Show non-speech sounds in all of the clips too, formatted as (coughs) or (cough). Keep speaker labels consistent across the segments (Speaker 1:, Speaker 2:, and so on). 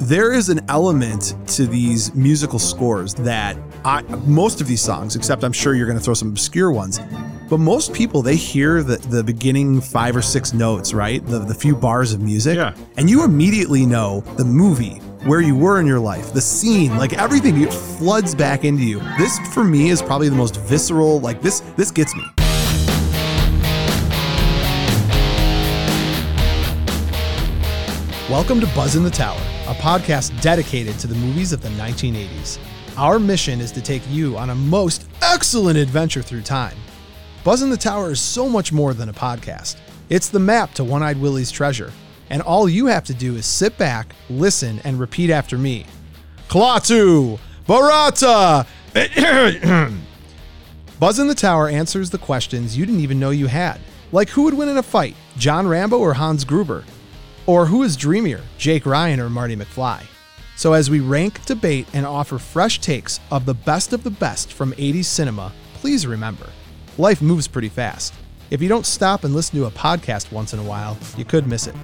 Speaker 1: there is an element to these musical scores that I, most of these songs, except I'm sure you're going to throw some obscure ones, but most people they hear the, the beginning five or six notes, right? The, the few bars of music,
Speaker 2: Yeah.
Speaker 1: and you immediately know the movie. Where you were in your life, the scene, like everything, it floods back into you. This, for me, is probably the most visceral. Like this, this gets me. Welcome to Buzz in the Tower, a podcast dedicated to the movies of the 1980s. Our mission is to take you on a most excellent adventure through time. Buzz in the Tower is so much more than a podcast. It's the map to One Eyed Willie's treasure, and all you have to do is sit back, listen, and repeat after me. Klaatu! Barata! (coughs) Buzz in the Tower answers the questions you didn't even know you had. Like who would win in a fight, John Rambo or Hans Gruber? Or who is dreamier, Jake Ryan or Marty McFly? So as we rank, debate, and offer fresh takes of the best of the best from 80s cinema, please remember, life moves pretty fast. If you don't stop and listen to a podcast once in a while, you could miss it.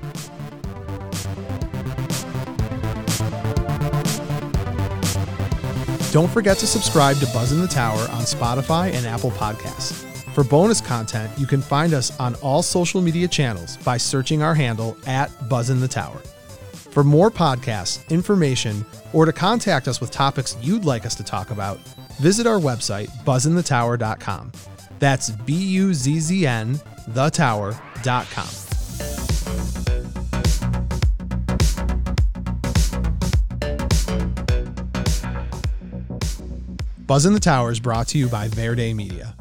Speaker 1: Don't forget to subscribe to Buzz in the Tower on Spotify and Apple Podcasts. For bonus content, you can find us on all social media channels by searching our handle at Buzz in the Tower. For more podcasts, information, or to contact us with topics you'd like us to talk about, visit our website, buzzinthetower.com. That's B U Z Z N, thetower.com. Buzz in the Tower is brought to you by Verde Media.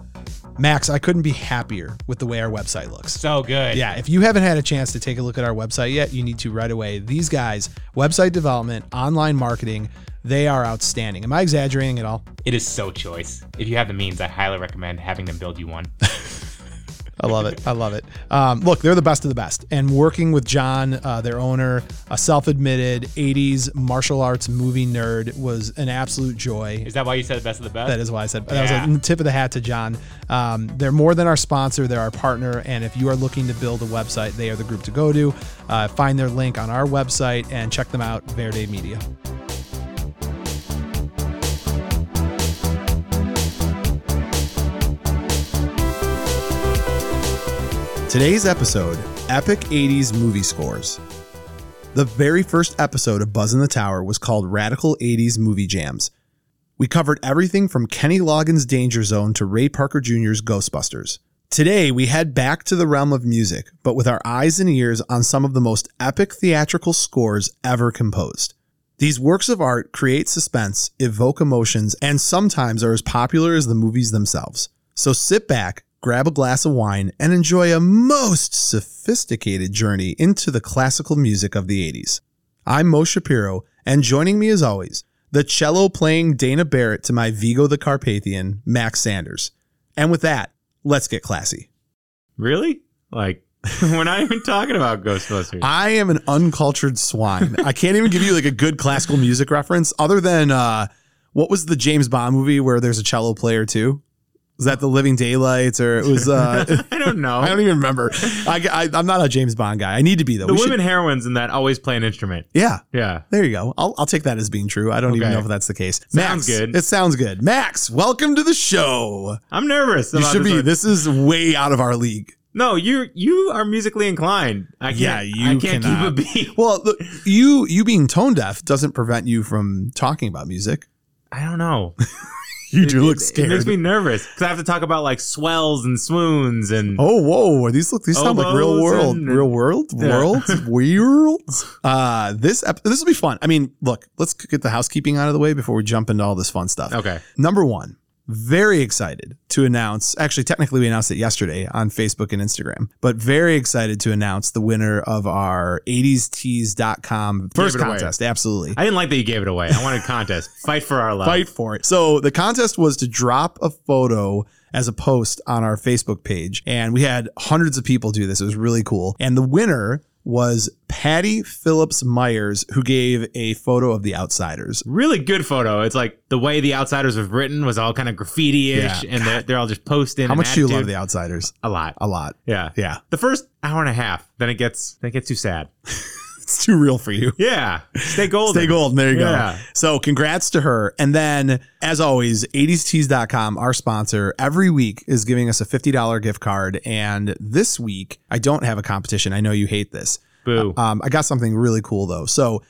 Speaker 1: Max, I couldn't be happier with the way our website looks.
Speaker 2: So good.
Speaker 1: Yeah, if you haven't had a chance to take a look at our website yet, you need to right away. These guys, website development, online marketing, they are outstanding. Am I exaggerating at all?
Speaker 2: It is so choice. If you have the means, I highly recommend having them build you one.
Speaker 1: I love it. I love it. Um, look, they're the best of the best. And working with John, uh, their owner, a self admitted 80s martial arts movie nerd, was an absolute joy.
Speaker 2: Is that why you said the best of the best?
Speaker 1: That is why I said that was
Speaker 2: Yeah.
Speaker 1: a tip of the hat to John. Um, they're more than our sponsor; they're our partner. And if you are looking to build a website, they are the group to go to. Uh, find their link on our website and check them out. Verde Media. Today's episode: Epic '80s movie scores. The very first episode of Buzz in the Tower was called Radical 80s Movie Jams. We covered everything from Kenny Loggins' Danger Zone to Ray Parker Jr.'s Ghostbusters. Today, we head back to the realm of music, but with our eyes and ears on some of the most epic theatrical scores ever composed. These works of art create suspense, evoke emotions, and sometimes are as popular as the movies themselves. So sit back, grab a glass of wine, and enjoy a most sophisticated journey into the classical music of the 80s. I'm Mo Shapiro, and joining me as always, the cello playing Dana Barrett to my Vigo the Carpathian, Max Sanders. And with that, let's get classy.
Speaker 2: Really? Like, (laughs) we're not even talking about Ghostbusters.
Speaker 1: I am an uncultured swine. I can't even give you like a good classical music reference other than uh what was the James Bond movie where there's a cello player too? Was that The Living Daylights or it was uh
Speaker 2: (laughs)
Speaker 1: (laughs)
Speaker 2: I don't know.
Speaker 1: I don't even remember. I, am not a James Bond guy. I need to be though.
Speaker 2: the
Speaker 1: We should-
Speaker 2: women heroines in that always play an instrument.
Speaker 1: yeah.
Speaker 2: Yeah.
Speaker 1: There you go. I'll, I'll take that as being true. I don't even
Speaker 2: Okay.
Speaker 1: know if that's the case. Max,
Speaker 2: Sounds good.
Speaker 1: It sounds good. Max, welcome to the show.
Speaker 2: I'm nervous.
Speaker 1: You
Speaker 2: about
Speaker 1: should
Speaker 2: this
Speaker 1: be.
Speaker 2: one.
Speaker 1: This is way out of our league.
Speaker 2: No, you you are musically inclined. I can't,
Speaker 1: Yeah, you
Speaker 2: I can't
Speaker 1: cannot.
Speaker 2: keep
Speaker 1: (laughs)
Speaker 2: a beat.
Speaker 1: Well, look, you you being tone deaf doesn't prevent you from talking about music.
Speaker 2: I don't know.
Speaker 1: (laughs) You
Speaker 2: It-
Speaker 1: do
Speaker 2: it-
Speaker 1: look scared.
Speaker 2: It makes me nervous because I have to talk about like swells and swoons and
Speaker 1: Oh, whoa! Are these look? These sound like real
Speaker 2: Oboes
Speaker 1: world,
Speaker 2: and-
Speaker 1: real world,
Speaker 2: Yeah. (laughs)
Speaker 1: worlds, worlds. Uh, this ep- this will be fun. I mean, look, let's get the housekeeping out of the way before we jump into all this fun stuff.
Speaker 2: okay.
Speaker 1: Number one, very excited to announce. Actually, technically, we announced it yesterday on Facebook and Instagram, but very excited to announce the winner of our 80stees.com first
Speaker 2: it away.
Speaker 1: contest. Absolutely.
Speaker 2: I didn't like that you gave it away. I wanted
Speaker 1: (laughs)
Speaker 2: a contest. Fight for our life.
Speaker 1: Fight for it. So the contest was to drop a photo as a post on our Facebook page. And we had hundreds of people do this. It was really cool. And the winner was Patty Phillips Myers, who gave a photo of the outsiders.
Speaker 2: Really good photo. It's like the way the outsiders was written was all kind of graffiti ish,
Speaker 1: Yeah.
Speaker 2: and they're, they're all just posting.
Speaker 1: How
Speaker 2: an
Speaker 1: much do you
Speaker 2: attitude.
Speaker 1: love the outsiders?
Speaker 2: A lot.
Speaker 1: A lot.
Speaker 2: Yeah.
Speaker 1: Yeah.
Speaker 2: The first hour and a half, then it gets then it gets too sad.
Speaker 1: it's too real for you.
Speaker 2: Yeah. Stay golden.
Speaker 1: Stay golden. There you
Speaker 2: Yeah.
Speaker 1: go. So congrats to her. And then, as always, 80stees.com, our sponsor, every week is giving us a $50 gift card. And this week, I don't have a competition. I know you hate this.
Speaker 2: Boo.
Speaker 1: Um, I got something really cool, though. So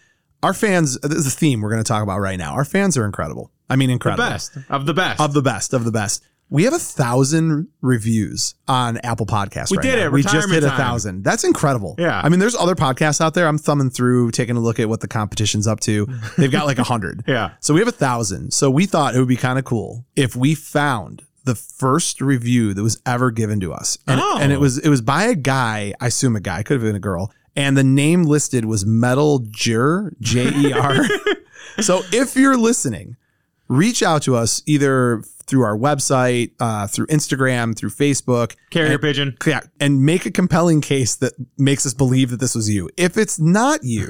Speaker 1: our fans, this is the theme we're going to talk about right now. Our fans are incredible. I mean, incredible.
Speaker 2: best of the best.
Speaker 1: uh, Of the best, of the best. We have a thousand reviews on Apple Podcasts.
Speaker 2: We
Speaker 1: right
Speaker 2: did
Speaker 1: now.
Speaker 2: it.
Speaker 1: We just
Speaker 2: Retirement
Speaker 1: hit a
Speaker 2: time.
Speaker 1: thousand. That's incredible.
Speaker 2: Yeah.
Speaker 1: I mean, there's other podcasts out there. I'm thumbing through, taking a look at what the competition's up to. They've got like a hundred.
Speaker 2: (laughs) yeah.
Speaker 1: So we have a thousand. So we thought it would be kind of cool if we found the first review that was ever given to us. And,
Speaker 2: Oh.
Speaker 1: and it was it was by a guy, I assume a guy, could have been a girl. And the name listed was Metal Jer, J E
Speaker 2: (laughs)
Speaker 1: R. so if you're listening, reach out to us either through our website, uh, through Instagram, through Facebook.
Speaker 2: Carrier
Speaker 1: and-
Speaker 2: pigeon.
Speaker 1: yeah, and make a compelling case that makes us believe that this was you. If it's not
Speaker 2: (laughs)
Speaker 1: you,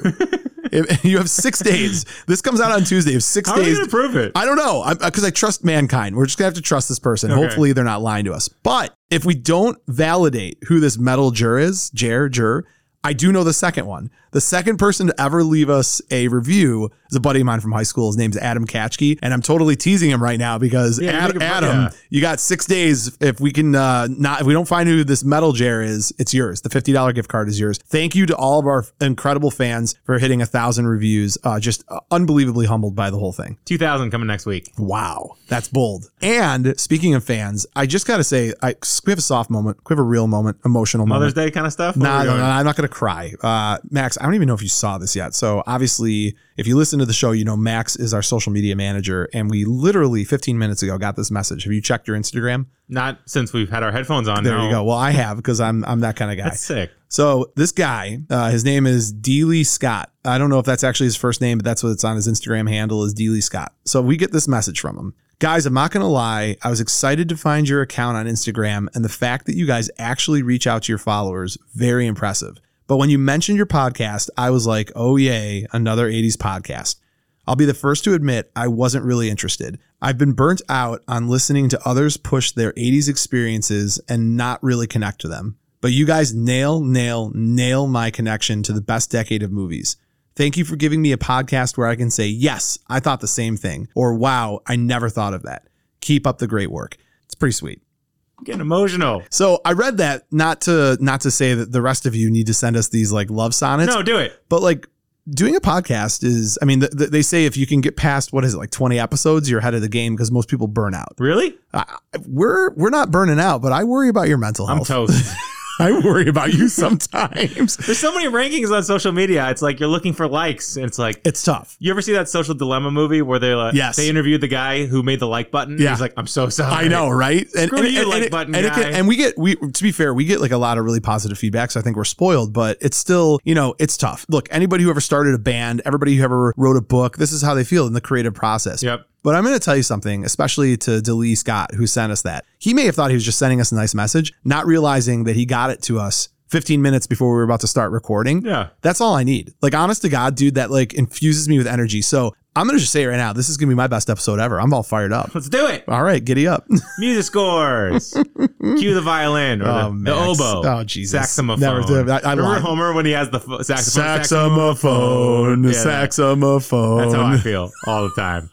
Speaker 1: if, (laughs) you have six days. This comes out on Tuesday. You have six
Speaker 2: How are you
Speaker 1: days.
Speaker 2: going to prove it?
Speaker 1: I don't know because I trust mankind. We're just gonna have to trust this person.
Speaker 2: Okay.
Speaker 1: Hopefully, they're not lying to us. But if we don't validate who this metal jur is, jer jur, I do know the second one. The second person to ever leave us a review is a buddy of mine from high school. His name's Adam Katchke, and I'm totally teasing him right now because
Speaker 2: Yeah, you
Speaker 1: Ad-
Speaker 2: think of-
Speaker 1: Adam,
Speaker 2: yeah.
Speaker 1: you got six days. If we can uh, not, if we don't find who this metal jar is, it's yours. The fifty dollar gift card is yours. Thank you to all of our incredible fans for hitting a thousand reviews. Uh, just unbelievably humbled by the whole thing.
Speaker 2: 2000 coming next week.
Speaker 1: Wow, that's bold. And speaking of fans, I just got to say, I we have a soft moment, we have a real moment, emotional moment.
Speaker 2: Mother's Day kind of stuff? Where
Speaker 1: Nah,
Speaker 2: we
Speaker 1: no,
Speaker 2: going?
Speaker 1: no, I'm not going to cry. Uh, Max, I don't even know if you saw this yet. So obviously, if you listen to the show, you know Max is our social media manager, and we literally 15 minutes ago got this message. Have you checked your Instagram?
Speaker 2: Not since we've had our headphones on.
Speaker 1: There
Speaker 2: no.
Speaker 1: you go. Well, I have because I'm I'm that kind of guy.
Speaker 2: That's sick.
Speaker 1: So this guy, uh, his name is Dealey Scott. I don't know if that's actually his first name, but that's what it's on his Instagram handle is Dealey Scott. So we get this message from him. Guys, I'm not going to lie. I was excited to find your account on Instagram and the fact that you guys actually reach out to your followers, very impressive. But when you mentioned your podcast, I was like, oh, yay, another 80s podcast. I'll be the first to admit I wasn't really interested. I've been burnt out on listening to others push their 80s experiences and not really connect to them. But you guys nail, nail, nail my connection to the best decade of movies. Thank you for giving me a podcast where I can say, yes, I thought the same thing, or wow, I never thought of that. Keep up the great work. It's pretty sweet.
Speaker 2: I'm getting emotional.
Speaker 1: So I read that not to not to say that the rest of you need to send us these like love sonnets
Speaker 2: no, do it.
Speaker 1: but like doing a podcast is i mean th- th- they say if you can get past what is it like 20 episodes you're ahead of the game because most people burn out
Speaker 2: Really?
Speaker 1: we're we're not burning out but i worry about your mental
Speaker 2: I'm
Speaker 1: health
Speaker 2: toast.
Speaker 1: (laughs) i worry about you sometimes
Speaker 2: There's so many rankings on social media. It's like you're looking for likes. And it's like,
Speaker 1: it's tough
Speaker 2: you ever see that social dilemma movie where they like
Speaker 1: Yes.
Speaker 2: they interviewed the guy who made the like button?
Speaker 1: Yeah.
Speaker 2: He's like, I'm so sorry.
Speaker 1: I know, right? And,
Speaker 2: Screw you,
Speaker 1: and
Speaker 2: like
Speaker 1: it-
Speaker 2: button
Speaker 1: and it
Speaker 2: guy.
Speaker 1: can, and we get we to be fair, we get like a lot of really positive feedback. So I think we're spoiled, but it's still you know it's tough. Look, anybody who ever started a band, everybody who ever wrote a book, this is how they feel in the creative process.
Speaker 2: Yep.
Speaker 1: But I'm going to tell you something, especially to Delee Scott, who sent us that. He may have thought he was just sending us a nice message, not realizing that he got it to us 15 minutes before we were about to start recording.
Speaker 2: Yeah.
Speaker 1: That's all I need. Like, honest to God, dude, that like infuses me with energy. So I'm going to just say it right now, this is going to be my best episode ever. I'm all fired
Speaker 2: (laughs)
Speaker 1: up.
Speaker 2: Let's do it.
Speaker 1: All right, giddy up. (laughs)
Speaker 2: Music scores. Cue the violin or
Speaker 1: Oh,
Speaker 2: the, the
Speaker 1: Max.
Speaker 2: oboe.
Speaker 1: Oh, Jesus.
Speaker 2: Saxophone.
Speaker 1: Never did- I- I
Speaker 2: Remember
Speaker 1: lied.
Speaker 2: Homer when he has the pho- saxophone?
Speaker 1: Saxophone,
Speaker 2: Yeah, that-
Speaker 1: saxophone.
Speaker 2: That's how I feel all the time.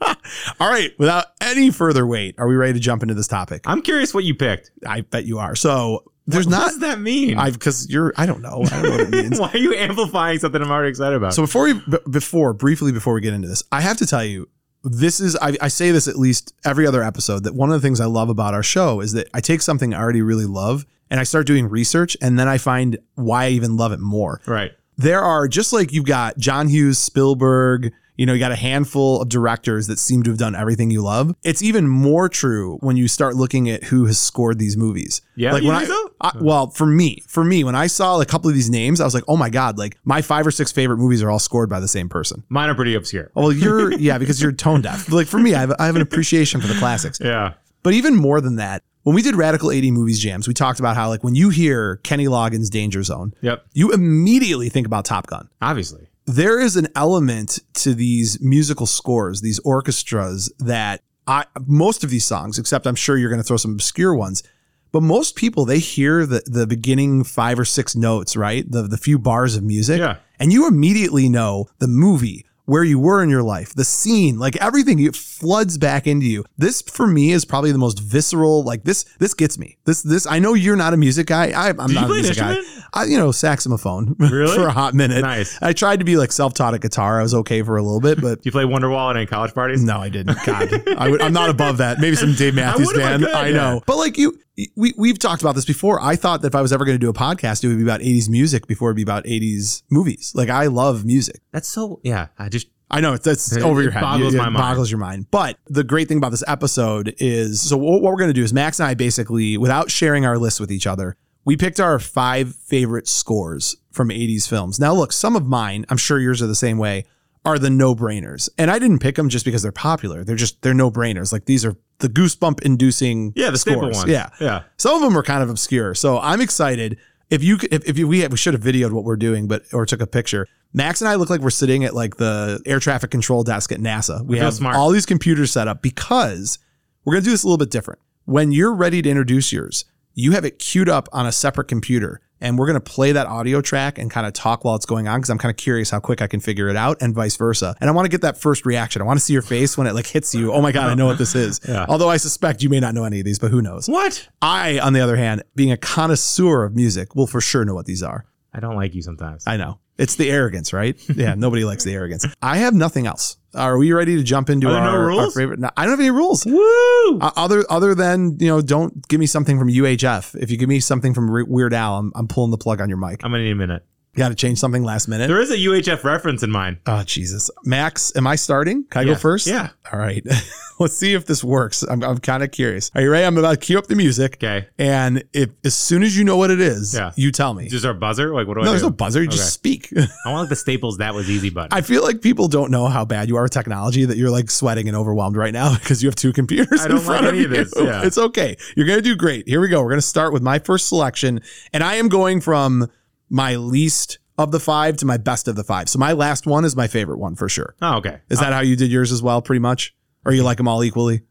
Speaker 1: All right, without any further wait, are we ready to jump into this topic?
Speaker 2: I'm curious what you picked.
Speaker 1: I bet you are. So there's not.
Speaker 2: What does that mean?
Speaker 1: I because you're. I don't know. I don't know what it means.
Speaker 2: (laughs) Why are you amplifying something I'm already excited about?
Speaker 1: So before we b- before briefly before we get into this, I have to tell you this is I, I say this at least every other episode that one of the things I love about our show is that I take something I already really love and I start doing research and then I find why I even love it more.
Speaker 2: right.
Speaker 1: there are just like you've got John Hughes, Spielberg, you know, you got a handful of directors that seem to have done everything you love. It's even more true when you start looking at who has scored these movies.
Speaker 2: Yeah,
Speaker 1: Like
Speaker 2: you
Speaker 1: when I,
Speaker 2: think so?
Speaker 1: I- well, for me, for me, when I saw a couple of these names, I was like, oh my God, like my five or six favorite movies are all scored by the same person.
Speaker 2: Mine are pretty obscure.
Speaker 1: Well, you're, (laughs) yeah, because you're tone deaf. Like for me, I have, I have an appreciation for the classics.
Speaker 2: Yeah.
Speaker 1: But even more than that, when we did Radical 80 Movies Jams, we talked about how, like, when you hear Kenny Loggins' Danger Zone,
Speaker 2: Yep.
Speaker 1: you immediately think about Top Gun
Speaker 2: Obviously.
Speaker 1: there is an element to these musical scores, these orchestras that I most of these songs, except I'm sure you're going to throw some obscure ones, But most people they hear the the beginning five or six notes, right? The the few bars of music.
Speaker 2: Yeah.
Speaker 1: And you immediately know the movie, where you were in your life, the scene, like everything it floods back into you. This for me is probably the most visceral, like this this gets me. This this I know you're not a music guy. I I'm
Speaker 2: Did you
Speaker 1: not
Speaker 2: play
Speaker 1: a
Speaker 2: an
Speaker 1: music guy.
Speaker 2: instrument?
Speaker 1: I, you know, saxophone (laughs)
Speaker 2: Really?
Speaker 1: for a hot minute.
Speaker 2: Nice.
Speaker 1: I tried to be like self-taught at guitar. I was okay for a little bit, but
Speaker 2: (laughs) Do you play Wonderwall at any college parties?
Speaker 1: no, I didn't. God, I would, I'm not above that. Maybe some Dave Matthews
Speaker 2: would if I
Speaker 1: Band.
Speaker 2: could,
Speaker 1: I, know,
Speaker 2: yeah.
Speaker 1: but like you, we we've talked about this before. I thought that if I was ever going to do a podcast, it would be about 80s music before it'd be about 80s movies. Like I love music.
Speaker 2: That's so yeah. I just
Speaker 1: I know it's that's
Speaker 2: It-
Speaker 1: over your
Speaker 2: it
Speaker 1: head.
Speaker 2: boggles
Speaker 1: It- it
Speaker 2: my mind.
Speaker 1: boggles your mind. But the great thing about this episode is so what, what we're going to do is Max and I basically, without sharing our lists with each other, we picked our five favorite scores from 80s films. Now, look, some of mine, I'm sure yours are the same way, are the no brainers. And I didn't pick them just because they're popular. They're just, they're no brainers. Like these are the goosebump inducing
Speaker 2: yeah the staple
Speaker 1: scores.
Speaker 2: ones.
Speaker 1: Yeah.
Speaker 2: yeah.
Speaker 1: Some of them are kind of obscure, so I'm excited. If you if, if you, we had, we should have videoed what we're doing, but or took a picture. Max and I look like we're sitting at like the air traffic control desk at NASA. We
Speaker 2: feel
Speaker 1: have
Speaker 2: smart.
Speaker 1: all these computers set up because we're going to do this a little bit different. When you're ready to introduce yours, you have it queued up on a separate computer, and we're going to play that audio track and kind of talk while it's going on because I'm kind of curious how quick I can figure it out, and vice versa. And I want to get that first reaction. I want to see your face when it like hits you. Oh my god, I know what this is.
Speaker 2: Yeah.
Speaker 1: Although I suspect you may not know any of these, but who knows?
Speaker 2: What?
Speaker 1: I, on the other hand, being a connoisseur of music, will for sure know what these are.
Speaker 2: I don't like you sometimes.
Speaker 1: I know. It's the arrogance, right?
Speaker 2: (laughs)
Speaker 1: Yeah, nobody likes the arrogance. I have nothing else. Are we ready to jump into
Speaker 2: Are there no
Speaker 1: our, our
Speaker 2: rules?
Speaker 1: favorite? No, I don't have any rules.
Speaker 2: Woo!
Speaker 1: Uh, Other other than, you know, don't give me something from UHF. If you give me something from Re- Weird Al, I'm, I'm pulling the plug on your mic.
Speaker 2: I'm gonna need a minute.
Speaker 1: Got to change something last minute.
Speaker 2: There is a UHF reference in mine.
Speaker 1: Oh, Jesus. Max, am I starting? Can I
Speaker 2: Yeah.
Speaker 1: go first?
Speaker 2: Yeah.
Speaker 1: All right. (laughs) Let's see if this works. I'm, I'm kind of curious. Are you ready? I'm about to cue up the music.
Speaker 2: Okay.
Speaker 1: And if as soon as you know what it is,
Speaker 2: Yeah.
Speaker 1: you tell me.
Speaker 2: Is this our buzzer? Like what do
Speaker 1: no,
Speaker 2: I
Speaker 1: there's
Speaker 2: do?
Speaker 1: no buzzer. You
Speaker 2: Okay.
Speaker 1: just speak.
Speaker 2: I want like the staples that was easy button.
Speaker 1: I feel like people don't know how bad you are with technology that you're like sweating and overwhelmed right now (laughs) because you have two computers
Speaker 2: I
Speaker 1: in
Speaker 2: don't like
Speaker 1: front
Speaker 2: any
Speaker 1: of
Speaker 2: of
Speaker 1: you.
Speaker 2: this, yeah.
Speaker 1: It's okay. You're gonna do great. Here we go. We're gonna start with my first selection, and I am going from my least of the five to my best of the five. So my last one is my favorite one for sure.
Speaker 2: oh, okay.
Speaker 1: Is that how you did yours as well? Pretty much, or you like them all equally?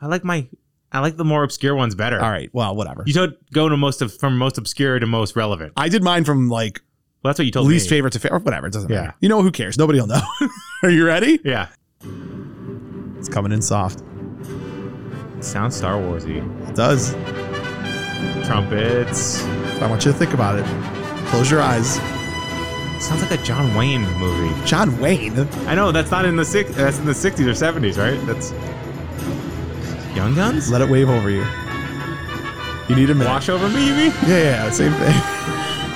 Speaker 2: I like my I like the more obscure ones better.
Speaker 1: All right. Well, whatever.
Speaker 2: You told go to most of from most obscure to most relevant.
Speaker 1: I did mine from like
Speaker 2: Well, that's what you told
Speaker 1: least
Speaker 2: me.
Speaker 1: favorite to favorite. Whatever. It doesn't
Speaker 2: Yeah.
Speaker 1: matter. You know who cares? Nobody will know. (laughs) are you ready?
Speaker 2: yeah.
Speaker 1: It's coming in soft.
Speaker 2: Sounds Star Warsy.
Speaker 1: It does.
Speaker 2: Trumpets.
Speaker 1: I want you to think about it. Close your eyes.
Speaker 2: Sounds like a John Wayne movie.
Speaker 1: John Wayne.
Speaker 2: I know that's not in the six. That's in the sixties or seventies, right? That's Young Guns.
Speaker 1: Let it wave over you. You need a minute.
Speaker 2: Wash over me, you mean?
Speaker 1: Yeah, yeah, yeah, same thing.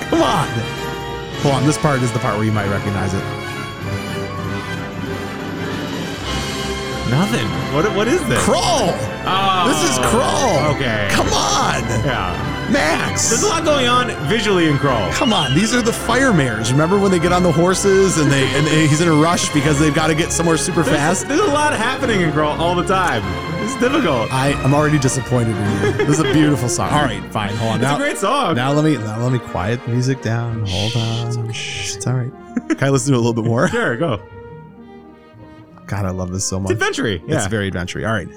Speaker 1: (laughs) Come on. Hold on. This part is the part where you might recognize it.
Speaker 2: Nothing. What? What is this?
Speaker 1: Crawl.
Speaker 2: Oh,
Speaker 1: This is Crawl.
Speaker 2: Okay.
Speaker 1: Come on,
Speaker 2: Yeah. There's
Speaker 1: Max.
Speaker 2: a lot going on visually in Crawl.
Speaker 1: Come on. These are the fire mares. Remember when they get on the horses and they and he's in a rush because they've got to get somewhere super
Speaker 2: There's,
Speaker 1: fast.
Speaker 2: there's a lot happening in Crawl all the time. It's difficult.
Speaker 1: I am already disappointed in you. This is a beautiful song. All right, fine. Hold on.
Speaker 2: It's
Speaker 1: Now-
Speaker 2: a great song.
Speaker 1: Now let me now let me quiet the music down. Hold on. It's, all right. Can I listen to it a little bit more?
Speaker 2: Sure, go.
Speaker 1: God, I love this so much.
Speaker 2: It's adventure. Yeah.
Speaker 1: It's very adventure. All right.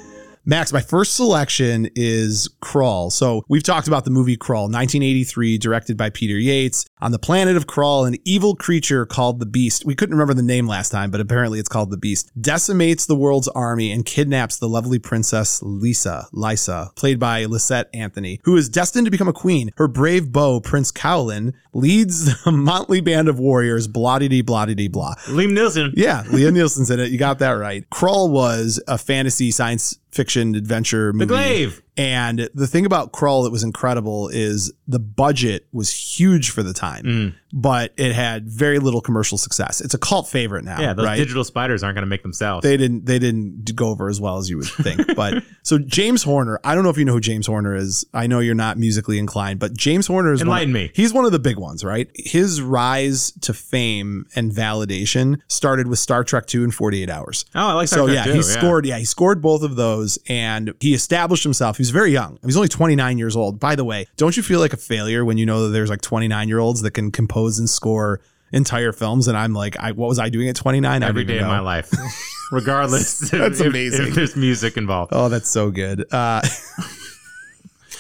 Speaker 1: Max, my first selection is Crawl. So we've talked about the movie Crawl, 1983, directed by Peter Yates. On the planet of Crawl, an evil creature called the Beast, we couldn't remember the name last time, but apparently it's called the Beast, decimates the world's army and kidnaps the lovely princess Lisa, Lysa, played by Lisette Anthony, who is destined to become a queen. Her brave beau, Prince Cowlin, leads the (laughs) motley band of warriors, blottity, blottity, blah.
Speaker 2: Liam Nielsen.
Speaker 1: Yeah, Leah Nielsen's in it. You got that right. Crawl was a fantasy science fiction adventure movie.
Speaker 2: The Glaive.
Speaker 1: And the thing about Crawl that was incredible is the budget was huge for the time,
Speaker 2: Mm.
Speaker 1: but it had very little commercial success. It's a cult favorite now,
Speaker 2: Yeah, those
Speaker 1: Uh, right?
Speaker 2: digital spiders aren't going to make themselves.
Speaker 1: they didn't they didn't go over as well as you would
Speaker 2: (laughs)
Speaker 1: think. But so James Horner, I don't know if you know who James Horner is. I know you're not musically inclined, but James Horner is one
Speaker 2: Enlighten
Speaker 1: of,
Speaker 2: me.
Speaker 1: He's one of the big ones, right? His rise to fame and validation started with Star Trek 2 and 48 Hours.
Speaker 2: oh, I like Star
Speaker 1: So
Speaker 2: Trek
Speaker 1: yeah,
Speaker 2: too,
Speaker 1: he scored. Yeah, he scored both of those, and he established himself. He was very young. He was only 29 years old. By the way, don't you feel like a failure when you know that there's like 29 year olds that can compose and score entire films? And I'm like, I, what was I doing at 29?
Speaker 2: every day of
Speaker 1: (laughs)
Speaker 2: my life, regardless.
Speaker 1: That's
Speaker 2: if,
Speaker 1: amazing.
Speaker 2: If there's music involved,
Speaker 1: Oh, (laughs) that's so good. Uh,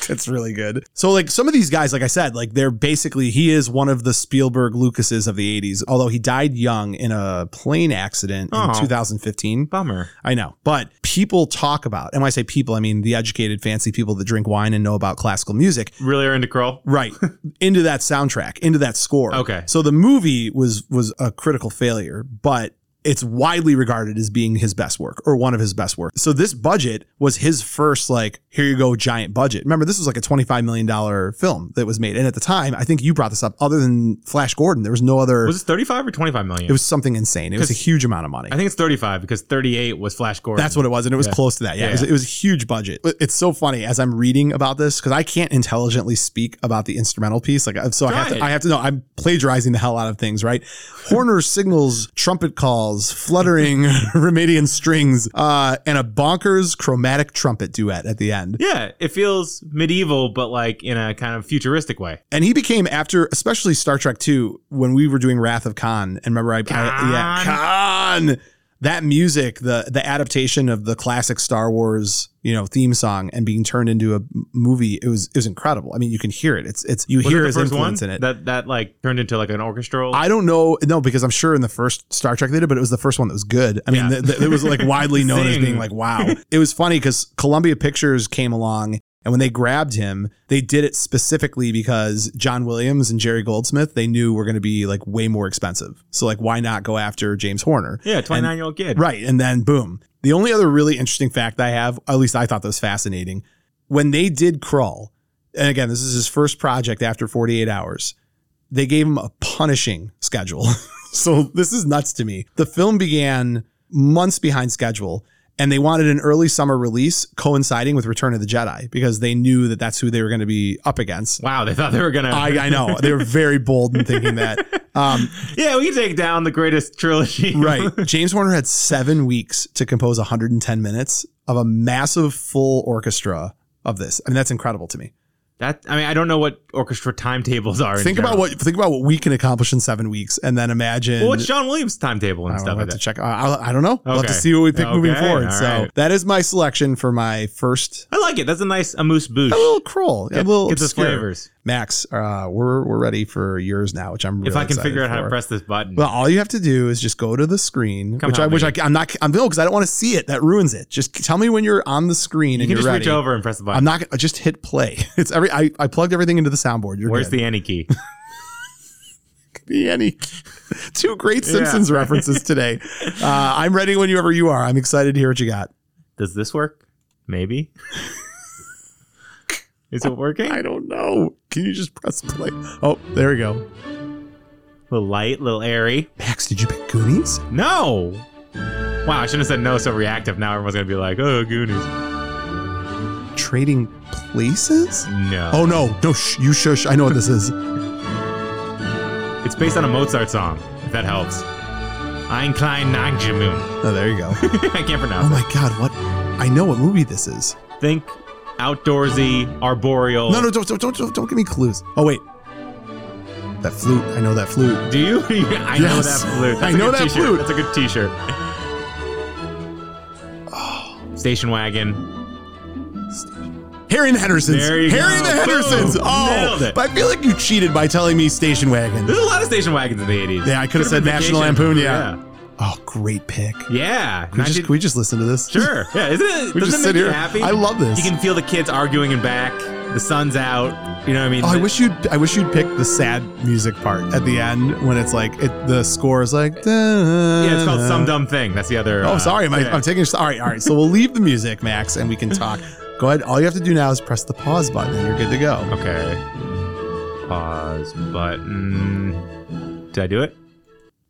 Speaker 1: It's really good. So like some of these guys, like I said, like they're basically he is one of the Spielberg Lucases of the 80s, although he died young in a plane accident in
Speaker 2: Oh.
Speaker 1: 2015.
Speaker 2: Bummer.
Speaker 1: I know, but people talk about, and when I say people, I mean the educated, fancy people that drink wine and know about classical music.
Speaker 2: Really are into Kroll. (laughs)
Speaker 1: Right. into that soundtrack, into that score.
Speaker 2: Okay.
Speaker 1: So the movie was was a critical failure, but it's widely regarded as being his best work or one of his best work. So this budget was his first like here you go giant budget. Remember this was like a 25 million dollar film that was made and at the time I think you brought this up other than Flash Gordon there was no other
Speaker 2: Was it 35 or 25 million?
Speaker 1: it was something insane. It was a
Speaker 2: 'Cause-
Speaker 1: huge amount of money.
Speaker 2: I think it's 35 because 38 was Flash Gordon.
Speaker 1: That's what it was, and it was
Speaker 2: Yeah.
Speaker 1: close to that. Yeah, It, was,
Speaker 2: Yeah.
Speaker 1: it was a huge budget. But It's so funny as I'm reading about this because I can't intelligently speak about the instrumental piece. Like, uh, so I have
Speaker 2: Try
Speaker 1: to.
Speaker 2: it.
Speaker 1: I have to know. I'm plagiarizing the hell out of things, right? Horner signals, trumpet calls, fluttering (laughs) Remedian strings, uh, and a bonkers chromatic trumpet duet at the end.
Speaker 2: Yeah, it feels medieval, but like in a kind of futuristic way.
Speaker 1: And he became after, especially Star Trek Two, when we were doing Wrath of Khan, and remember I, I yeah Khan. That music, the the adaptation of the classic Star Wars, you know, theme song, and being turned into a m- movie, it was it was incredible. I mean, you can hear it. It's it's you
Speaker 2: Was
Speaker 1: hear
Speaker 2: it the
Speaker 1: his
Speaker 2: first
Speaker 1: influence
Speaker 2: one
Speaker 1: in it.
Speaker 2: That that like turned into like an orchestral.
Speaker 1: I don't know, no, because I'm sure in the first Star Trek they did, but it was the first one that was good. I mean,
Speaker 2: Yeah.
Speaker 1: th- th- it was like widely known as
Speaker 2: Zing.
Speaker 1: being like, wow. It was funny because Columbia Pictures came along, and when they grabbed him, they did it specifically because John Williams and Jerry Goldsmith they knew were going to be like way more expensive. So like, why not go after James Horner?
Speaker 2: yeah, 29 year old kid.
Speaker 1: Right. And then boom. The only other really interesting fact I have, at least I thought that was fascinating, when they did crawl, and again, this is his first project after 48 hours, they gave him a punishing schedule. (laughs) so this is nuts to me. The film began months behind schedule. And they wanted an early summer release coinciding with Return of the Jedi because they knew that that's who they were going to be up
Speaker 2: (laughs)
Speaker 1: against.
Speaker 2: Wow, they thought they were gonna.
Speaker 1: I, I know they were very bold in thinking that. Um,
Speaker 2: (laughs) yeah, we can take down the greatest trilogy.
Speaker 1: Right. (laughs) James Horner had seven weeks to compose 110 minutes of a massive full orchestra of this. I mean, that's incredible to me.
Speaker 2: (laughs) That I mean, I don't know what orchestra timetables are. in
Speaker 1: Think about
Speaker 2: general.
Speaker 1: what think about what we can accomplish in seven weeks, and then imagine.
Speaker 2: Well, what's John Williams' timetable and
Speaker 1: I don't know,
Speaker 2: stuff
Speaker 1: we'll
Speaker 2: like
Speaker 1: have to
Speaker 2: that?
Speaker 1: check. I, I- I don't know. We'll have to
Speaker 2: Okay.
Speaker 1: see what we pick moving
Speaker 2: Okay,
Speaker 1: forward.
Speaker 2: all
Speaker 1: So
Speaker 2: right.
Speaker 1: that is my selection for my first.
Speaker 2: I like it. That's a nice amuse bouche.
Speaker 1: A little crawl, a little
Speaker 2: Gives us
Speaker 1: obscure.
Speaker 2: flavors.
Speaker 1: Max, uh, we're we're ready for yours now, which I'm. Really
Speaker 2: If I can
Speaker 1: excited
Speaker 2: figure out how
Speaker 1: for.
Speaker 2: to press this button.
Speaker 1: Well, all you have to do is just go to the screen,
Speaker 2: Come
Speaker 1: which I
Speaker 2: help
Speaker 1: which I,
Speaker 2: me.
Speaker 1: I'm not I'm no because I don't want to see it. That ruins it. Just tell me when you're on the screen and
Speaker 2: you can
Speaker 1: you're
Speaker 2: just
Speaker 1: ready.
Speaker 2: reach over and press the button.
Speaker 1: I'm not gonna just hit play. (laughs) It's every I, I plugged everything into the soundboard. You're
Speaker 2: Where's
Speaker 1: good.
Speaker 2: the any key? (laughs)
Speaker 1: the any (laughs) two great Simpsons references today. Uh, I'm ready whenever you are. I'm excited to hear what you got.
Speaker 2: Does this work? Maybe. (laughs) Is it working?
Speaker 1: I don't know. Can you just press play? Oh, there we go.
Speaker 2: little light, little airy.
Speaker 1: Max, did you pick Goonies?
Speaker 2: No. Wow, I shouldn't have said no. So reactive. Now everyone's gonna be like, "Oh, Goonies."
Speaker 1: Trading Places?
Speaker 2: No.
Speaker 1: Oh no, no, sh- you shush. I know what this is.
Speaker 2: It's based on a Mozart song. If that helps. Ein klein Nachtjamun.
Speaker 1: (laughs) Oh, there you go.
Speaker 2: (laughs) I can't
Speaker 1: Oh
Speaker 2: pronounce
Speaker 1: my God, what? I know what movie this is.
Speaker 2: it. Think outdoorsy, arboreal.
Speaker 1: No, no, don't, don't, don't, don't, don't give me clues. Oh wait, that flute. I know that flute.
Speaker 2: Do you? (laughs) I know
Speaker 1: Yes.
Speaker 2: that flute. That's
Speaker 1: I
Speaker 2: a
Speaker 1: know
Speaker 2: good
Speaker 1: that
Speaker 2: t-shirt.
Speaker 1: flute.
Speaker 2: That's a
Speaker 1: (sighs)
Speaker 2: good T-shirt. Station wagon.
Speaker 1: Harry and the Hendersons.
Speaker 2: There you
Speaker 1: Harry and
Speaker 2: go.
Speaker 1: the Hendersons.
Speaker 2: Boom.
Speaker 1: Oh,
Speaker 2: Nailed it.
Speaker 1: but I feel like you cheated by telling me Station Wagon.
Speaker 2: There's a lot of station wagons in the 80s.
Speaker 1: Yeah, I could've said
Speaker 2: been
Speaker 1: National
Speaker 2: vacation.
Speaker 1: Lampoon, yeah. Oh, great pick.
Speaker 2: Yeah. Yeah.
Speaker 1: Can we, just,
Speaker 2: 19
Speaker 1: can we just listen to this?
Speaker 2: Sure. Yeah. Isn't
Speaker 1: (laughs)
Speaker 2: it?
Speaker 1: We just
Speaker 2: doesn't it
Speaker 1: sit
Speaker 2: make you
Speaker 1: here.
Speaker 2: happy?
Speaker 1: I love this.
Speaker 2: You can feel the kids arguing in back. The sun's out. You know what I mean?
Speaker 1: Oh, I wish you'd I wish you'd pick the sad music part at the end when it's like it, the score is like
Speaker 2: Yeah, it's called some dumb thing. That's the other.
Speaker 1: Oh,
Speaker 2: uh,
Speaker 1: sorry, am I,
Speaker 2: yeah.
Speaker 1: I'm taking. All right, all right. So we'll leave the music, Max, and we can talk. Go ahead. All you have to do now is press the pause button, and you're good to go.
Speaker 2: okay. Pause button. Did I do it?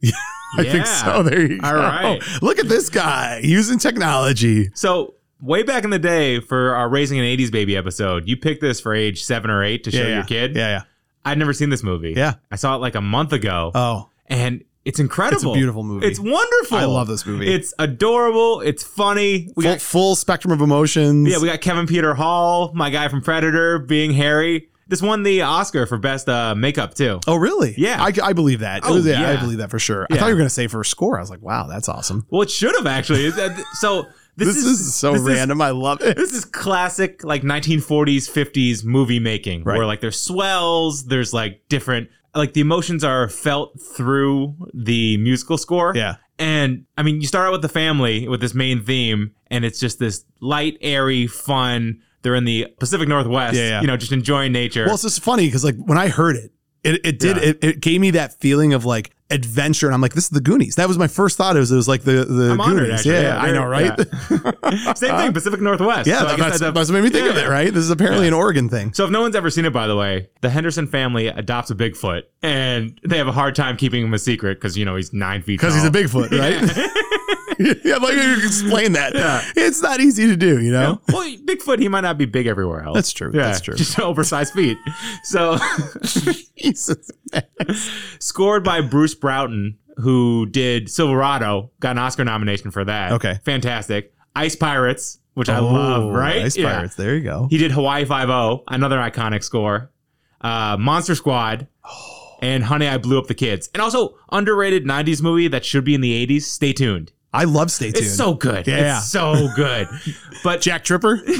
Speaker 2: (laughs)
Speaker 1: I think so. There you go.
Speaker 2: All right.
Speaker 1: Look at this guy using technology.
Speaker 2: So way back in the day, for our raising an '80s baby episode, you picked this for age seven or eight to show
Speaker 1: yeah,
Speaker 2: your kid.
Speaker 1: Yeah, yeah.
Speaker 2: I'd never seen this movie.
Speaker 1: Yeah.
Speaker 2: I saw it like a month ago,
Speaker 1: Oh,
Speaker 2: and it's incredible.
Speaker 1: it's a beautiful movie.
Speaker 2: It's wonderful.
Speaker 1: I love this movie.
Speaker 2: It's adorable. It's funny. We
Speaker 1: full,
Speaker 2: got
Speaker 1: full spectrum of emotions.
Speaker 2: yeah, we got Kevin Peter Hall, my guy from Predator, being Harry. This won the Oscar for best uh, makeup too.
Speaker 1: oh, really?
Speaker 2: Yeah.
Speaker 1: I, I believe that. It
Speaker 2: Oh,
Speaker 1: was- yeah, I
Speaker 2: yeah.
Speaker 1: believe that for sure. I
Speaker 2: Yeah.
Speaker 1: thought you were going to say for a score. I was like, wow, that's awesome.
Speaker 2: Well, it should have actually. It's- uh, so
Speaker 1: This, is, so
Speaker 2: this
Speaker 1: random. I love
Speaker 2: (laughs)
Speaker 1: it.
Speaker 2: this is classic like 1940s 50s movie making
Speaker 1: Right.
Speaker 2: where like there's swells there's like different like the emotions are felt through the musical score
Speaker 1: Yeah.
Speaker 2: and i mean you start out with the family with this main theme and it's just this light airy fun they're in the pacific northwest
Speaker 1: Yeah, yeah.
Speaker 2: you know just enjoying nature
Speaker 1: Well, it's just funny because like when I heard it, it, it did
Speaker 2: Yeah.
Speaker 1: it, it gave me that feeling of like adventure, and I'm like, this is the Goonies. That was my first thought. It was it was like the the
Speaker 2: I'm honored,
Speaker 1: Goonies.
Speaker 2: actually.
Speaker 1: yeah,
Speaker 2: Yeah,
Speaker 1: I know,
Speaker 2: very-
Speaker 1: right?
Speaker 2: same thing pacific northwest
Speaker 1: uh-huh. Yeah,
Speaker 2: So
Speaker 1: that- that's,
Speaker 2: I guess that's a-
Speaker 1: that's what made me think of
Speaker 2: Yeah.
Speaker 1: it. Right? This is apparently an Oregon thing.
Speaker 2: So if no one's ever seen it, by the way, the Henderson family adopts a Bigfoot, and they have a hard time keeping him a secret because you know he's nine feet.
Speaker 1: because he's a Bigfoot, right?
Speaker 2: (laughs)
Speaker 1: yeah, like you can explain that. It's not easy to do, you know.
Speaker 2: Well, Bigfoot, he might not be big everywhere else.
Speaker 1: That's true. That's true.
Speaker 2: Just (laughs) oversized feet. So, (laughs)
Speaker 1: Jesus.
Speaker 2: scored by Bruce Broughton, who did Silverado, got an Oscar nomination for that.
Speaker 1: Okay. Oh,
Speaker 2: fantastic. Ice Pirates, which I love. Right?
Speaker 1: Ice
Speaker 2: Yeah.
Speaker 1: Pirates. There you go.
Speaker 2: He did Hawaii Five O, another iconic score. Uh, Monster Squad. And Honey, I Blew Up the Kids. And also, underrated 90s movie that should be in the 80s. Stay tuned.
Speaker 1: I love Stay Tuned.
Speaker 2: It's so good.
Speaker 1: Yeah.
Speaker 2: It's so
Speaker 1: (laughs)
Speaker 2: good. But
Speaker 1: Jack Tripper.
Speaker 2: (laughs) but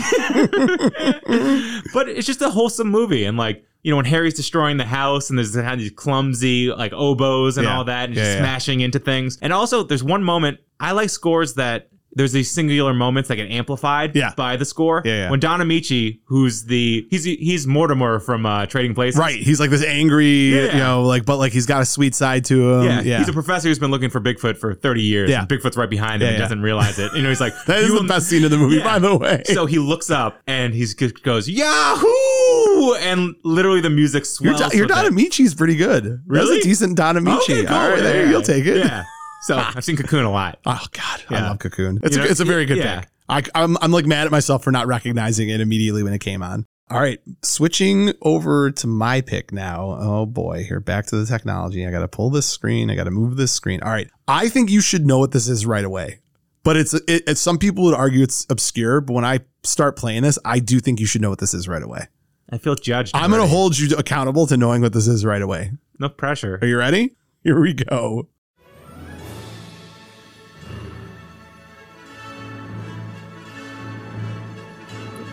Speaker 2: it's just a wholesome movie. And like, you know, when Harry's destroying the house and there's kind of these clumsy like oboes and
Speaker 1: Yeah.
Speaker 2: all that and
Speaker 1: Yeah,
Speaker 2: just
Speaker 1: yeah.
Speaker 2: smashing into things. And also there's one moment I like scores that there's these singular moments that get amplified
Speaker 1: Yeah.
Speaker 2: by the score.
Speaker 1: Yeah, yeah.
Speaker 2: When Don Amici, who's the he's he's Mortimer from uh, Trading Places.
Speaker 1: right. He's like this angry,
Speaker 2: Yeah.
Speaker 1: you know, like but like he's got a sweet side to him.
Speaker 2: Yeah,
Speaker 1: Um, Yeah.
Speaker 2: he's a professor who's been looking for Bigfoot for 30 years.
Speaker 1: Yeah.
Speaker 2: and Bigfoot's right behind
Speaker 1: Yeah,
Speaker 2: him. and
Speaker 1: yeah.
Speaker 2: doesn't realize it. You know, he's like,
Speaker 1: (laughs) that is
Speaker 2: "You
Speaker 1: the
Speaker 2: will
Speaker 1: best scene in the movie,
Speaker 2: Yeah.
Speaker 1: by the way.
Speaker 2: So he looks up and he goes Yahoo, and literally the music
Speaker 1: your
Speaker 2: swells.
Speaker 1: Don, your
Speaker 2: with it.
Speaker 1: Don Amici's pretty good.
Speaker 2: Really?
Speaker 1: That's a decent Don Amici.
Speaker 2: Okay, cool.
Speaker 1: All right, there
Speaker 2: Yeah.
Speaker 1: you'll take it.
Speaker 2: Yeah. So I've seen Cocoon a lot.
Speaker 1: Oh God,
Speaker 2: Yeah.
Speaker 1: I love Cocoon. It's
Speaker 2: You know,
Speaker 1: a, it's a very good
Speaker 2: yeah.
Speaker 1: pick. I, I'm I'm like mad at myself for not recognizing it immediately when it came on. All right, switching over to my pick now. Oh boy, here back to the technology. I got to pull this screen. I got to move this screen. All right, I think you should know what this is right away. But it's it, it's some people would argue it's obscure. But when I start playing this, I do think you should know what this is right away.
Speaker 2: I feel judged.
Speaker 1: I'm gonna
Speaker 2: already.
Speaker 1: hold you accountable to knowing what this is right away.
Speaker 2: no pressure.
Speaker 1: Are you ready? Here we go.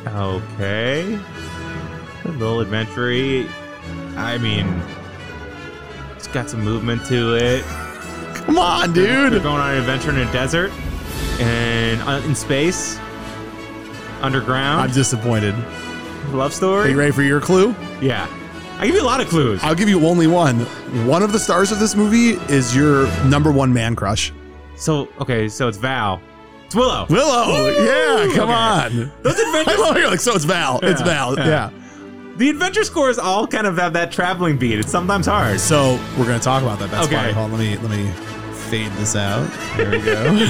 Speaker 2: Okay. A little adventure I mean, it's got some movement to it.
Speaker 1: Come on, (laughs)
Speaker 2: They're
Speaker 1: dude.
Speaker 2: going on an adventure in a desert and uh, in space,
Speaker 1: I'm
Speaker 2: underground,
Speaker 1: disappointed. Are
Speaker 2: love story.
Speaker 1: you ready for your clue?
Speaker 2: Yeah. I give you a lot of clues.
Speaker 1: I'll give you only one. One of the stars of this movie is your number one man crush,
Speaker 2: So, okay, so it's Val. It's Willow.
Speaker 1: Willow. yeah, come
Speaker 2: Okay.
Speaker 1: on.
Speaker 2: Those
Speaker 1: (laughs) I
Speaker 2: adventures,
Speaker 1: love you. Like, so it's Val. it's
Speaker 2: Yeah,
Speaker 1: Val.
Speaker 2: yeah.
Speaker 1: Yeah.
Speaker 2: the adventure scores all kind of have that traveling beat. It's sometimes hard.
Speaker 1: So we're gonna talk about that. That's
Speaker 2: Okay.
Speaker 1: why. Hold on, let me let me fade this out. There we
Speaker 2: (laughs)
Speaker 1: go.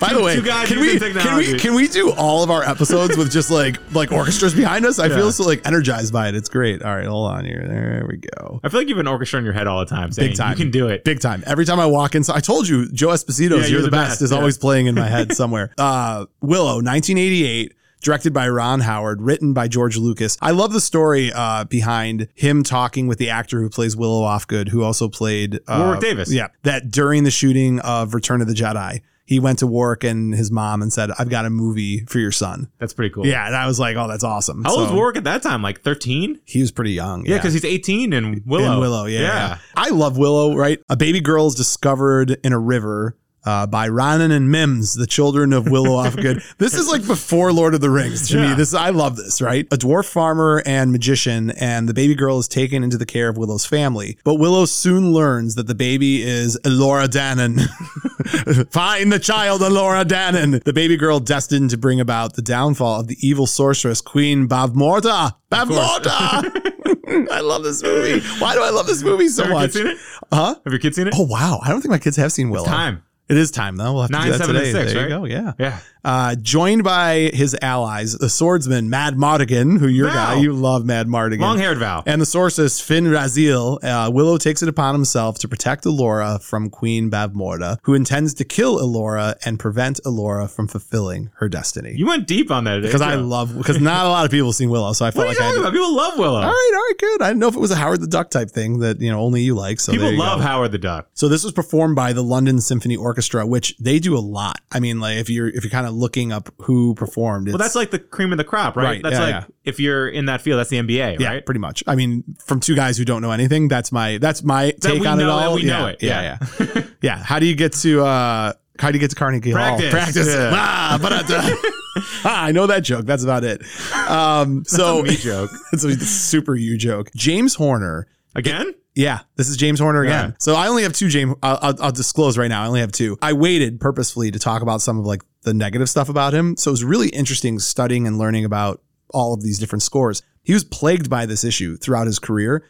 Speaker 1: By the way,
Speaker 2: two guys
Speaker 1: can
Speaker 2: using
Speaker 1: we can
Speaker 2: technology.
Speaker 1: we can we do all of our episodes with just like like orchestras behind us? I
Speaker 2: Yeah.
Speaker 1: feel so like energized by it. It's great. All right, hold on here. There we go.
Speaker 2: I feel like you have an orchestra in your head all the time. Saying,
Speaker 1: time.
Speaker 2: You can do it.
Speaker 1: Big time. Every time I walk inside, I told you Joe Esposito's
Speaker 2: Yeah,
Speaker 1: "You're the, Best" is
Speaker 2: yeah.
Speaker 1: always playing
Speaker 2: (laughs)
Speaker 1: in my head somewhere. Uh, Willow, 1988, directed by Ron Howard, written by George Lucas. I love the story uh, behind him talking with the actor who plays Willow Offgood, who also played uh,
Speaker 2: Warwick Davis.
Speaker 1: Yeah, that during the shooting of Return of the Jedi. He went to Warwick and his mom and said, "I've got a movie for your son."
Speaker 2: That's pretty cool.
Speaker 1: Yeah, and I was like, "Oh, that's awesome."
Speaker 2: How old was
Speaker 1: So,
Speaker 2: Warwick at that time? Like 13?
Speaker 1: He was pretty young.
Speaker 2: Yeah, because he's 18 and Willow.
Speaker 1: And Willow, yeah, yeah. I love Willow, right? A baby girl is discovered in a river uh, by Ronan and Mims, the children of Willow Offgood. This is like before Lord of the Rings to
Speaker 2: Yeah.
Speaker 1: me. This I love this, right? A dwarf farmer and magician, and the baby girl is taken into the care of Willow's family. But Willow soon learns that the baby is Elora Dannon. (laughs) Find the child, Elora Dannon, the baby girl destined to bring about the downfall of the evil sorceress Queen Bavmorda. Bavmorda. I love this movie. Why do I love this movie so
Speaker 2: Have your
Speaker 1: much?
Speaker 2: kids seen it?
Speaker 1: Huh?
Speaker 2: Have your kids seen it?
Speaker 1: Oh wow! I don't think my kids have seen Willow.
Speaker 2: Time.
Speaker 1: It is time though. We'll have to
Speaker 2: Nine,
Speaker 1: do that
Speaker 2: seven, and
Speaker 1: today.
Speaker 2: six,
Speaker 1: there
Speaker 2: right?
Speaker 1: you go. Yeah.
Speaker 2: Yeah.
Speaker 1: Uh, joined by his allies, the swordsman Mad Mardigan, who your
Speaker 2: Wow.
Speaker 1: guy, you love Mad Mardigan,
Speaker 2: Long haired Val.
Speaker 1: and the sorceress Finn Razil. Uh, Willow takes it upon himself to protect Elora from Queen Bavmorda, who intends to kill Elora and prevent Elora from fulfilling her destiny.
Speaker 2: You went deep on that.
Speaker 1: Because I
Speaker 2: Adrian.
Speaker 1: love because not a lot of people have seen Willow, so I
Speaker 2: What
Speaker 1: felt
Speaker 2: are you
Speaker 1: like I.
Speaker 2: talking
Speaker 1: Had Ah, to,
Speaker 2: about? People love Willow.
Speaker 1: all right, all right, good. I didn't know if it was a Howard the Duck type thing that you know only you like. So there
Speaker 2: People
Speaker 1: you go.
Speaker 2: love Howard the Duck.
Speaker 1: So this was performed by the London Symphony orchestra, which they do a lot. I mean, like if you're if you're kind of looking up who performed,
Speaker 2: Well, that's like the cream of the crop, right?
Speaker 1: Right,
Speaker 2: That's
Speaker 1: yeah,
Speaker 2: like
Speaker 1: yeah.
Speaker 2: if you're in that field, that's the NBA,
Speaker 1: yeah,
Speaker 2: right?
Speaker 1: pretty much. I mean, from two guys who don't know anything, that's my that's my take
Speaker 2: we
Speaker 1: on it
Speaker 2: know that
Speaker 1: all.
Speaker 2: we
Speaker 1: yeah,
Speaker 2: know it.
Speaker 1: yeah, yeah, yeah. Yeah. How do you get to uh how do you get to Carnegie
Speaker 2: Practice.
Speaker 1: Hall? Practice.
Speaker 2: Yeah.
Speaker 1: Ah, but
Speaker 2: (laughs)
Speaker 1: Ah, I know that joke. That's about it. Um, so
Speaker 2: Me joke
Speaker 1: (laughs) it's a super you joke. James Horner.
Speaker 2: again.
Speaker 1: Yeah, this is James Horner again.
Speaker 2: Yeah.
Speaker 1: So I only have two James. I'll, I'll, I'll disclose right now. I only have two. I waited purposefully to talk about some of like the negative stuff about him. So it was really interesting studying and learning about all of these different scores. He was plagued by this issue throughout his career.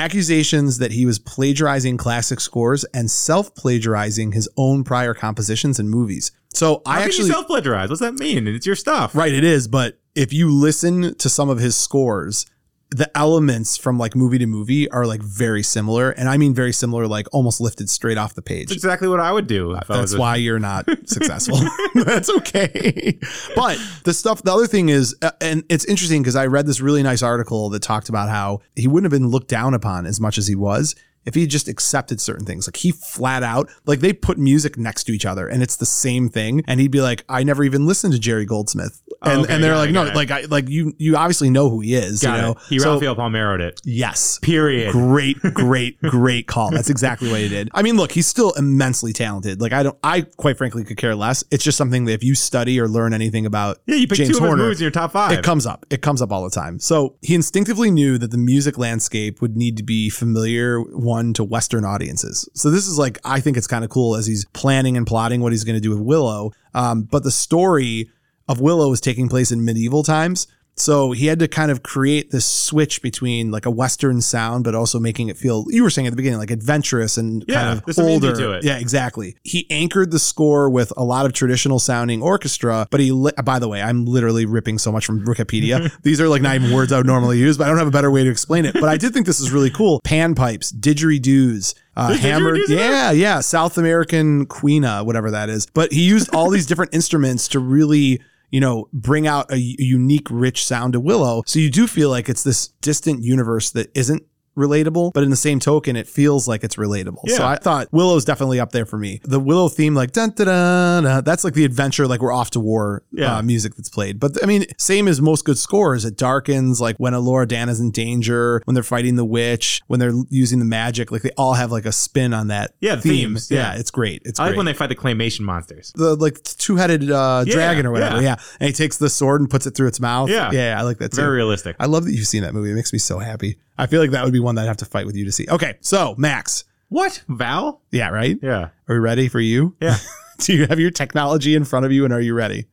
Speaker 1: Accusations that he was plagiarizing classic scores and self-plagiarizing his own prior compositions and movies. So I
Speaker 2: How can
Speaker 1: actually
Speaker 2: you self plagiarize? What's that mean? It's your stuff.
Speaker 1: Right, it is. But if you listen to some of his scores, the elements from like movie to movie are like very similar. And I mean very similar, like almost lifted straight off the page.
Speaker 2: It's exactly what I would do. If I
Speaker 1: That's
Speaker 2: was
Speaker 1: (laughs)
Speaker 2: a-
Speaker 1: why you're not successful. (laughs) That's okay. But the stuff, the other thing is, uh, and it's interesting because I read this really nice article that talked about how he wouldn't have been looked down upon as much as he was if he just accepted certain things. Like he flat out, like they put music next to each other and it's the same thing. And he'd be like, I never even listened to Jerry Goldsmith. And,
Speaker 2: Okay,
Speaker 1: and they're
Speaker 2: got
Speaker 1: like,
Speaker 2: it,
Speaker 1: no,
Speaker 2: got it.
Speaker 1: like, I, like you, you obviously know who he is,
Speaker 2: Got
Speaker 1: you know?
Speaker 2: it. He
Speaker 1: So-
Speaker 2: Raphael Palmero'd it.
Speaker 1: yes.
Speaker 2: Period. (laughs)
Speaker 1: Great, great, great call. That's exactly what he did. I mean, look, he's still immensely talented. Like I don't, I quite frankly could care less. It's just something that if you study or learn anything about
Speaker 2: Yeah, you pick
Speaker 1: James
Speaker 2: two of his
Speaker 1: Horner,
Speaker 2: movies in your top five.
Speaker 1: it comes up. It comes up all the time. So he instinctively knew that the music landscape would need to be familiar one to Western audiences. So this is like I think it's kind of cool as he's planning and plotting what he's going to do with Willow. Um, but the story of Willow is taking place in medieval times. So he had to kind of create this switch between like a Western sound, but also making it feel you were saying at the beginning like adventurous and
Speaker 2: Yeah,
Speaker 1: kind of
Speaker 2: there's some
Speaker 1: older.
Speaker 2: indie to it.
Speaker 1: Yeah, exactly. He anchored the score with a lot of traditional sounding orchestra, but he, li- by the way, I'm literally ripping so much from
Speaker 2: (laughs)
Speaker 1: Wikipedia. These are like not even words I would normally use, but I don't have a better way to explain it. But I did think this is really cool. Panpipes, didgeridoos, uh,
Speaker 2: There's
Speaker 1: hammered.
Speaker 2: didgeridoos in there?
Speaker 1: Yeah, yeah. South American quina, whatever that is. But he used all these different instruments to really. You know, bring out a u- unique, rich sound to Willow. So you do feel like it's this distant universe that isn't relatable, but in the same token, it feels like it's relatable. So
Speaker 2: Yeah.
Speaker 1: I thought Willow's definitely up there for me. The Willow theme, like dun dun dun, dun, that's like the adventure, like we're off to war
Speaker 2: Yeah.
Speaker 1: uh, music that's played. But I mean, same as most good scores, it darkens like when Alora Dan is in danger, when they're fighting the witch, when they're using the magic. Like they all have like a spin on that.
Speaker 2: Yeah,
Speaker 1: theme.
Speaker 2: themes,
Speaker 1: Yeah.
Speaker 2: yeah.
Speaker 1: it's great. It's
Speaker 2: I like
Speaker 1: great.
Speaker 2: when they fight the claymation monsters.
Speaker 1: the like two-headed uh,
Speaker 2: Yeah,
Speaker 1: dragon or whatever,
Speaker 2: yeah.
Speaker 1: yeah. And he takes the sword and puts it through its mouth.
Speaker 2: Yeah.
Speaker 1: yeah, I like that too.
Speaker 2: Very realistic.
Speaker 1: I love that you've seen that movie. It makes me so happy. I feel like that would be one that I'd have to fight with you to see. Okay, so Max.
Speaker 2: What? Val?
Speaker 1: Yeah, right?
Speaker 2: Yeah.
Speaker 1: Are we ready for you?
Speaker 2: Yeah.
Speaker 1: (laughs) Do you have your technology in front of you and are you ready?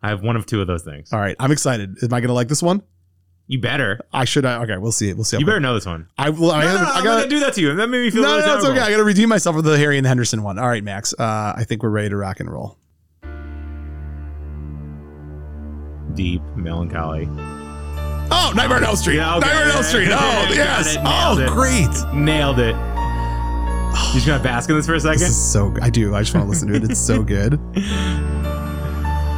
Speaker 2: I have one of two of those things.
Speaker 1: All right, I'm excited. Am I going to like this one?
Speaker 2: You better.
Speaker 1: I should. I, okay, we'll see it. We'll see.
Speaker 2: You better know this one.
Speaker 1: I will. I,
Speaker 2: No, no, no,
Speaker 1: I
Speaker 2: I'm
Speaker 1: got.
Speaker 2: gonna do that to you. That made me feel.
Speaker 1: No, no,
Speaker 2: really
Speaker 1: no, it's okay.
Speaker 2: terrible.
Speaker 1: I got to redeem myself with the Harry and the Henderson one. All right, Max. Uh, I think we're ready to rock and roll.
Speaker 2: Deep melancholy.
Speaker 1: Oh, Nightmare on Elm Street.
Speaker 2: Yeah, okay.
Speaker 1: Nightmare on Elm Street. Oh,
Speaker 2: Got it.
Speaker 1: yes.
Speaker 2: Nailed
Speaker 1: Oh,
Speaker 2: it.
Speaker 1: great.
Speaker 2: Nailed it. You just gonna bask in this for a second?
Speaker 1: This is so. good. I do. I just want to listen to it. It's
Speaker 2: (laughs)
Speaker 1: so good.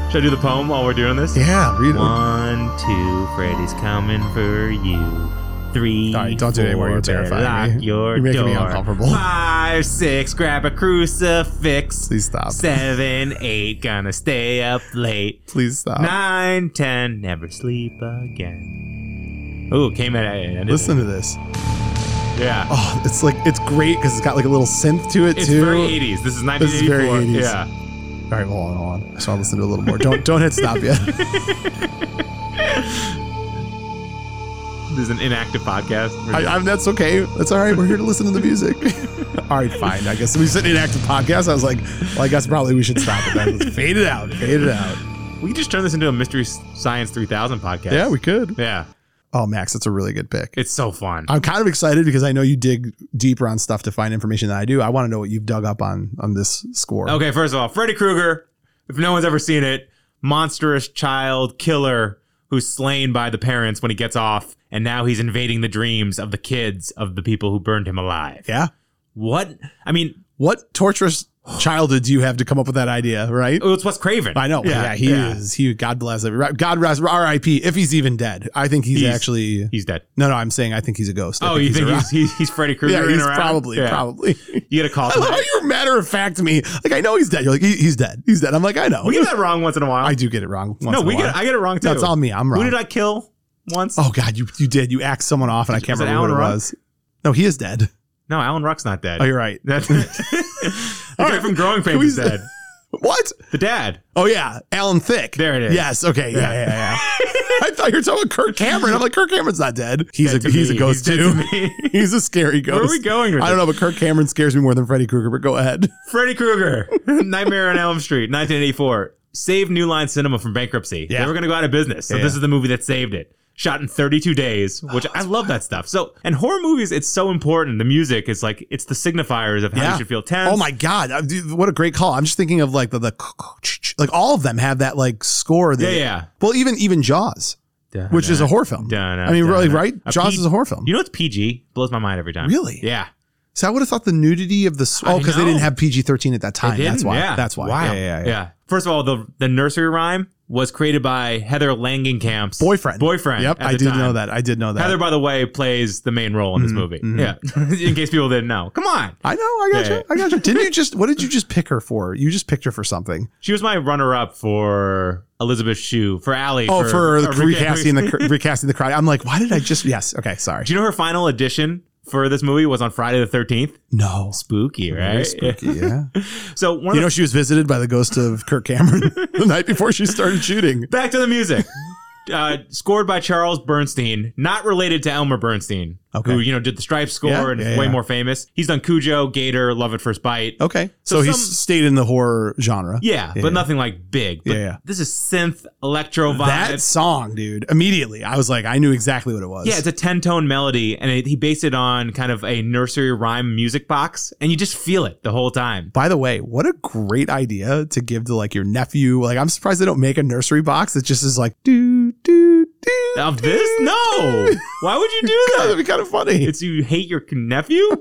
Speaker 2: Should I do the poem while we're doing this?
Speaker 1: Yeah, read it.
Speaker 2: One, two, Freddy's coming for you. Three,
Speaker 1: All right, don't do it anymore. You're
Speaker 2: four, better
Speaker 1: terrifying me.
Speaker 2: Lock your
Speaker 1: You're making
Speaker 2: door.
Speaker 1: me uncomfortable.
Speaker 2: Five, six, grab a crucifix.
Speaker 1: Please stop.
Speaker 2: Seven, eight, gonna stay up late.
Speaker 1: Please stop.
Speaker 2: Nine, ten, never sleep again. Ooh, came at it.
Speaker 1: Listen to this.
Speaker 2: yeah.
Speaker 1: Oh, it's like it's great because it's got like a little synth to it
Speaker 2: It's
Speaker 1: too.
Speaker 2: very 80s. This is 1984.
Speaker 1: This is very 80s.
Speaker 2: Yeah.
Speaker 1: All right, hold on, hold on. I just want to listen to a little more. Don't don't hit stop yet. (laughs)
Speaker 2: (laughs) This is an inactive podcast. We're
Speaker 1: I,
Speaker 2: just-
Speaker 1: I'm, that's okay. That's all right. We're here to listen to the music. (laughs) all right, fine. I guess we said inactive podcast. I was like, well, I guess probably we should stop it. Then. Let's fade it out. Fade it out.
Speaker 2: we could just turn this into a Mystery Science 3000 podcast.
Speaker 1: Yeah, we could.
Speaker 2: Yeah.
Speaker 1: Oh, Max, that's a really good pick.
Speaker 2: It's so fun.
Speaker 1: I'm kind of excited because I know you dig deeper on stuff to find information than I do. I want to know what you've dug up on on this score.
Speaker 2: Okay, first of all, Freddy Krueger, if no one's ever seen it, monstrous child killer who's slain by the parents when he gets off, and now he's invading the dreams of the kids of the people who burned him alive.
Speaker 1: Yeah.
Speaker 2: What? I mean,
Speaker 1: What torturous childhood do you have to come up with that idea, right?
Speaker 2: It's Wes Craven.
Speaker 1: I know. Yeah, he is. He God bless every God rest R.I.P. If he's even dead, I think he's,
Speaker 2: He's-
Speaker 1: actually.
Speaker 2: He's dead.
Speaker 1: No, no, I'm saying I think he's a ghost. I
Speaker 2: Oh, you think
Speaker 1: around.
Speaker 2: he's he's, he's Freddy Krueger?
Speaker 1: (laughs) Yeah,
Speaker 2: in
Speaker 1: he's
Speaker 2: around?
Speaker 1: probably
Speaker 2: Yeah. (laughs)
Speaker 1: probably.
Speaker 2: You get a call.
Speaker 1: (laughs) I love how
Speaker 2: Somebody.
Speaker 1: you matter of fact me. Like I know he's dead. You're like he- he's dead. He's dead. I'm like I know.
Speaker 2: We get that wrong once in a while.
Speaker 1: I do get it wrong. Once
Speaker 2: no,
Speaker 1: in
Speaker 2: we
Speaker 1: a while.
Speaker 2: get I get it wrong too.
Speaker 1: No, it's all me. I'm wrong.
Speaker 2: Who did I kill once?
Speaker 1: Oh God, you you did. You axed someone off, and I can't
Speaker 2: was it
Speaker 1: remember what
Speaker 2: Alan
Speaker 1: it
Speaker 2: Ruck?
Speaker 1: was. No, he is dead.
Speaker 2: No, Alan Ruck's not dead.
Speaker 1: Oh, you're (laughs) right.
Speaker 2: That's (laughs) the
Speaker 1: All
Speaker 2: guy
Speaker 1: right.
Speaker 2: from Growing Pains
Speaker 1: Who's
Speaker 2: is
Speaker 1: the-
Speaker 2: dead.
Speaker 1: (laughs) What?
Speaker 2: The dad.
Speaker 1: Oh yeah, Alan Thick.
Speaker 2: There it is.
Speaker 1: Yes. Okay. Yeah. Yeah. Yeah. yeah. I thought you were talking about Kirk Cameron. I'm like Kirk Cameron's not dead. (laughs) He's
Speaker 2: Dead
Speaker 1: a
Speaker 2: to
Speaker 1: he's
Speaker 2: me.
Speaker 1: a ghost
Speaker 2: He's dead
Speaker 1: too.
Speaker 2: to me.
Speaker 1: (laughs) he's a scary ghost.
Speaker 2: Where are we going with
Speaker 1: I don't know, but Kirk Cameron scares me more than Freddy Krueger. But go ahead. (laughs)
Speaker 2: Freddy Krueger, Nightmare on Elm Street, 1984, saved New Line Cinema from bankruptcy.
Speaker 1: Yeah.
Speaker 2: They were going to go out of business. So
Speaker 1: Yeah,
Speaker 2: this
Speaker 1: yeah.
Speaker 2: is the movie that saved it. Shot in 32 days, which I love that stuff. So, and horror movies, it's so important. The music is like, it's the signifiers of how
Speaker 1: Yeah.
Speaker 2: you should feel tense.
Speaker 1: Oh my God! Uh, dude, What a great call. I'm just thinking of like the the like all of them have that like score.
Speaker 2: Yeah,
Speaker 1: That,
Speaker 2: yeah.
Speaker 1: Well, even even Jaws, which is a horror film.
Speaker 2: Dun, dun,
Speaker 1: I mean,
Speaker 2: dun,
Speaker 1: really,
Speaker 2: dun.
Speaker 1: right?
Speaker 2: A
Speaker 1: Jaws
Speaker 2: P-
Speaker 1: is a horror film.
Speaker 2: You know it's PG? Blows my mind every time.
Speaker 1: Really?
Speaker 2: Yeah.
Speaker 1: So I would have thought the nudity of the s- oh
Speaker 2: I
Speaker 1: because they
Speaker 2: know.
Speaker 1: didn't have PG thirteen at that
Speaker 2: They
Speaker 1: time. That's
Speaker 2: didn't,
Speaker 1: why.
Speaker 2: yeah.
Speaker 1: That's why.
Speaker 2: Wow.
Speaker 1: Yeah, yeah, yeah.
Speaker 2: First of all, the the nursery rhyme was created by Heather Langenkamp's
Speaker 1: Boyfriend.
Speaker 2: Boyfriend.
Speaker 1: Yep.
Speaker 2: at
Speaker 1: I
Speaker 2: the
Speaker 1: did
Speaker 2: time.
Speaker 1: know that. I did know that. Mm-hmm.
Speaker 2: Heather, by the way, plays the main role in this movie. Yeah. (laughs) in case people didn't know. Come on.
Speaker 1: I know. I got
Speaker 2: Yeah,
Speaker 1: you. I got
Speaker 2: (laughs)
Speaker 1: you. Didn't you just? What did you just pick her for? You just picked her for something.
Speaker 2: She was my runner up for Elizabeth Shue, for Allie.
Speaker 1: Oh, for,
Speaker 2: uh, Rick-
Speaker 1: recasting the cr- recasting the crowd. I'm like, why did I just? Yes. Okay. Sorry.
Speaker 2: Do you know her final edition for this movie was on Friday the 13th?
Speaker 1: No.
Speaker 2: Spooky, right?
Speaker 1: Very spooky. Yeah.
Speaker 2: So one
Speaker 1: You
Speaker 2: of
Speaker 1: know, she was visited by the ghost of Kirk Cameron (laughs) the night before she started shooting.
Speaker 2: the, (laughs) back to
Speaker 1: (laughs)
Speaker 2: the music. Uh, scored by Charles Bernstein, not related to Elmer Bernstein,
Speaker 1: Okay.
Speaker 2: who you know did the Stripes score
Speaker 1: Yeah,
Speaker 2: and
Speaker 1: yeah,
Speaker 2: is way
Speaker 1: yeah.
Speaker 2: more famous. He's done Cujo, Gator, Love at First Bite.
Speaker 1: Okay. So,
Speaker 2: So
Speaker 1: he
Speaker 2: some-
Speaker 1: stayed in the horror genre.
Speaker 2: Yeah,
Speaker 1: Yeah.
Speaker 2: but nothing like big. But
Speaker 1: Yeah, yeah.
Speaker 2: This is synth electro vibe.
Speaker 1: That song, dude, immediately, I was like, I knew exactly what it was.
Speaker 2: Yeah, it's a 10 tone melody, and it, he based it on kind of a nursery rhyme music box, and you just feel it the whole time.
Speaker 1: By the way, what a great idea to give to like your nephew. Like, I'm surprised they don't make a nursery box that just is like, do, do, do.
Speaker 2: Of this? No!
Speaker 1: (laughs)
Speaker 2: Why would you do
Speaker 1: That'd (laughs)
Speaker 2: that?
Speaker 1: be kind of funny.
Speaker 2: It's you hate your
Speaker 1: (laughs)
Speaker 2: nephew?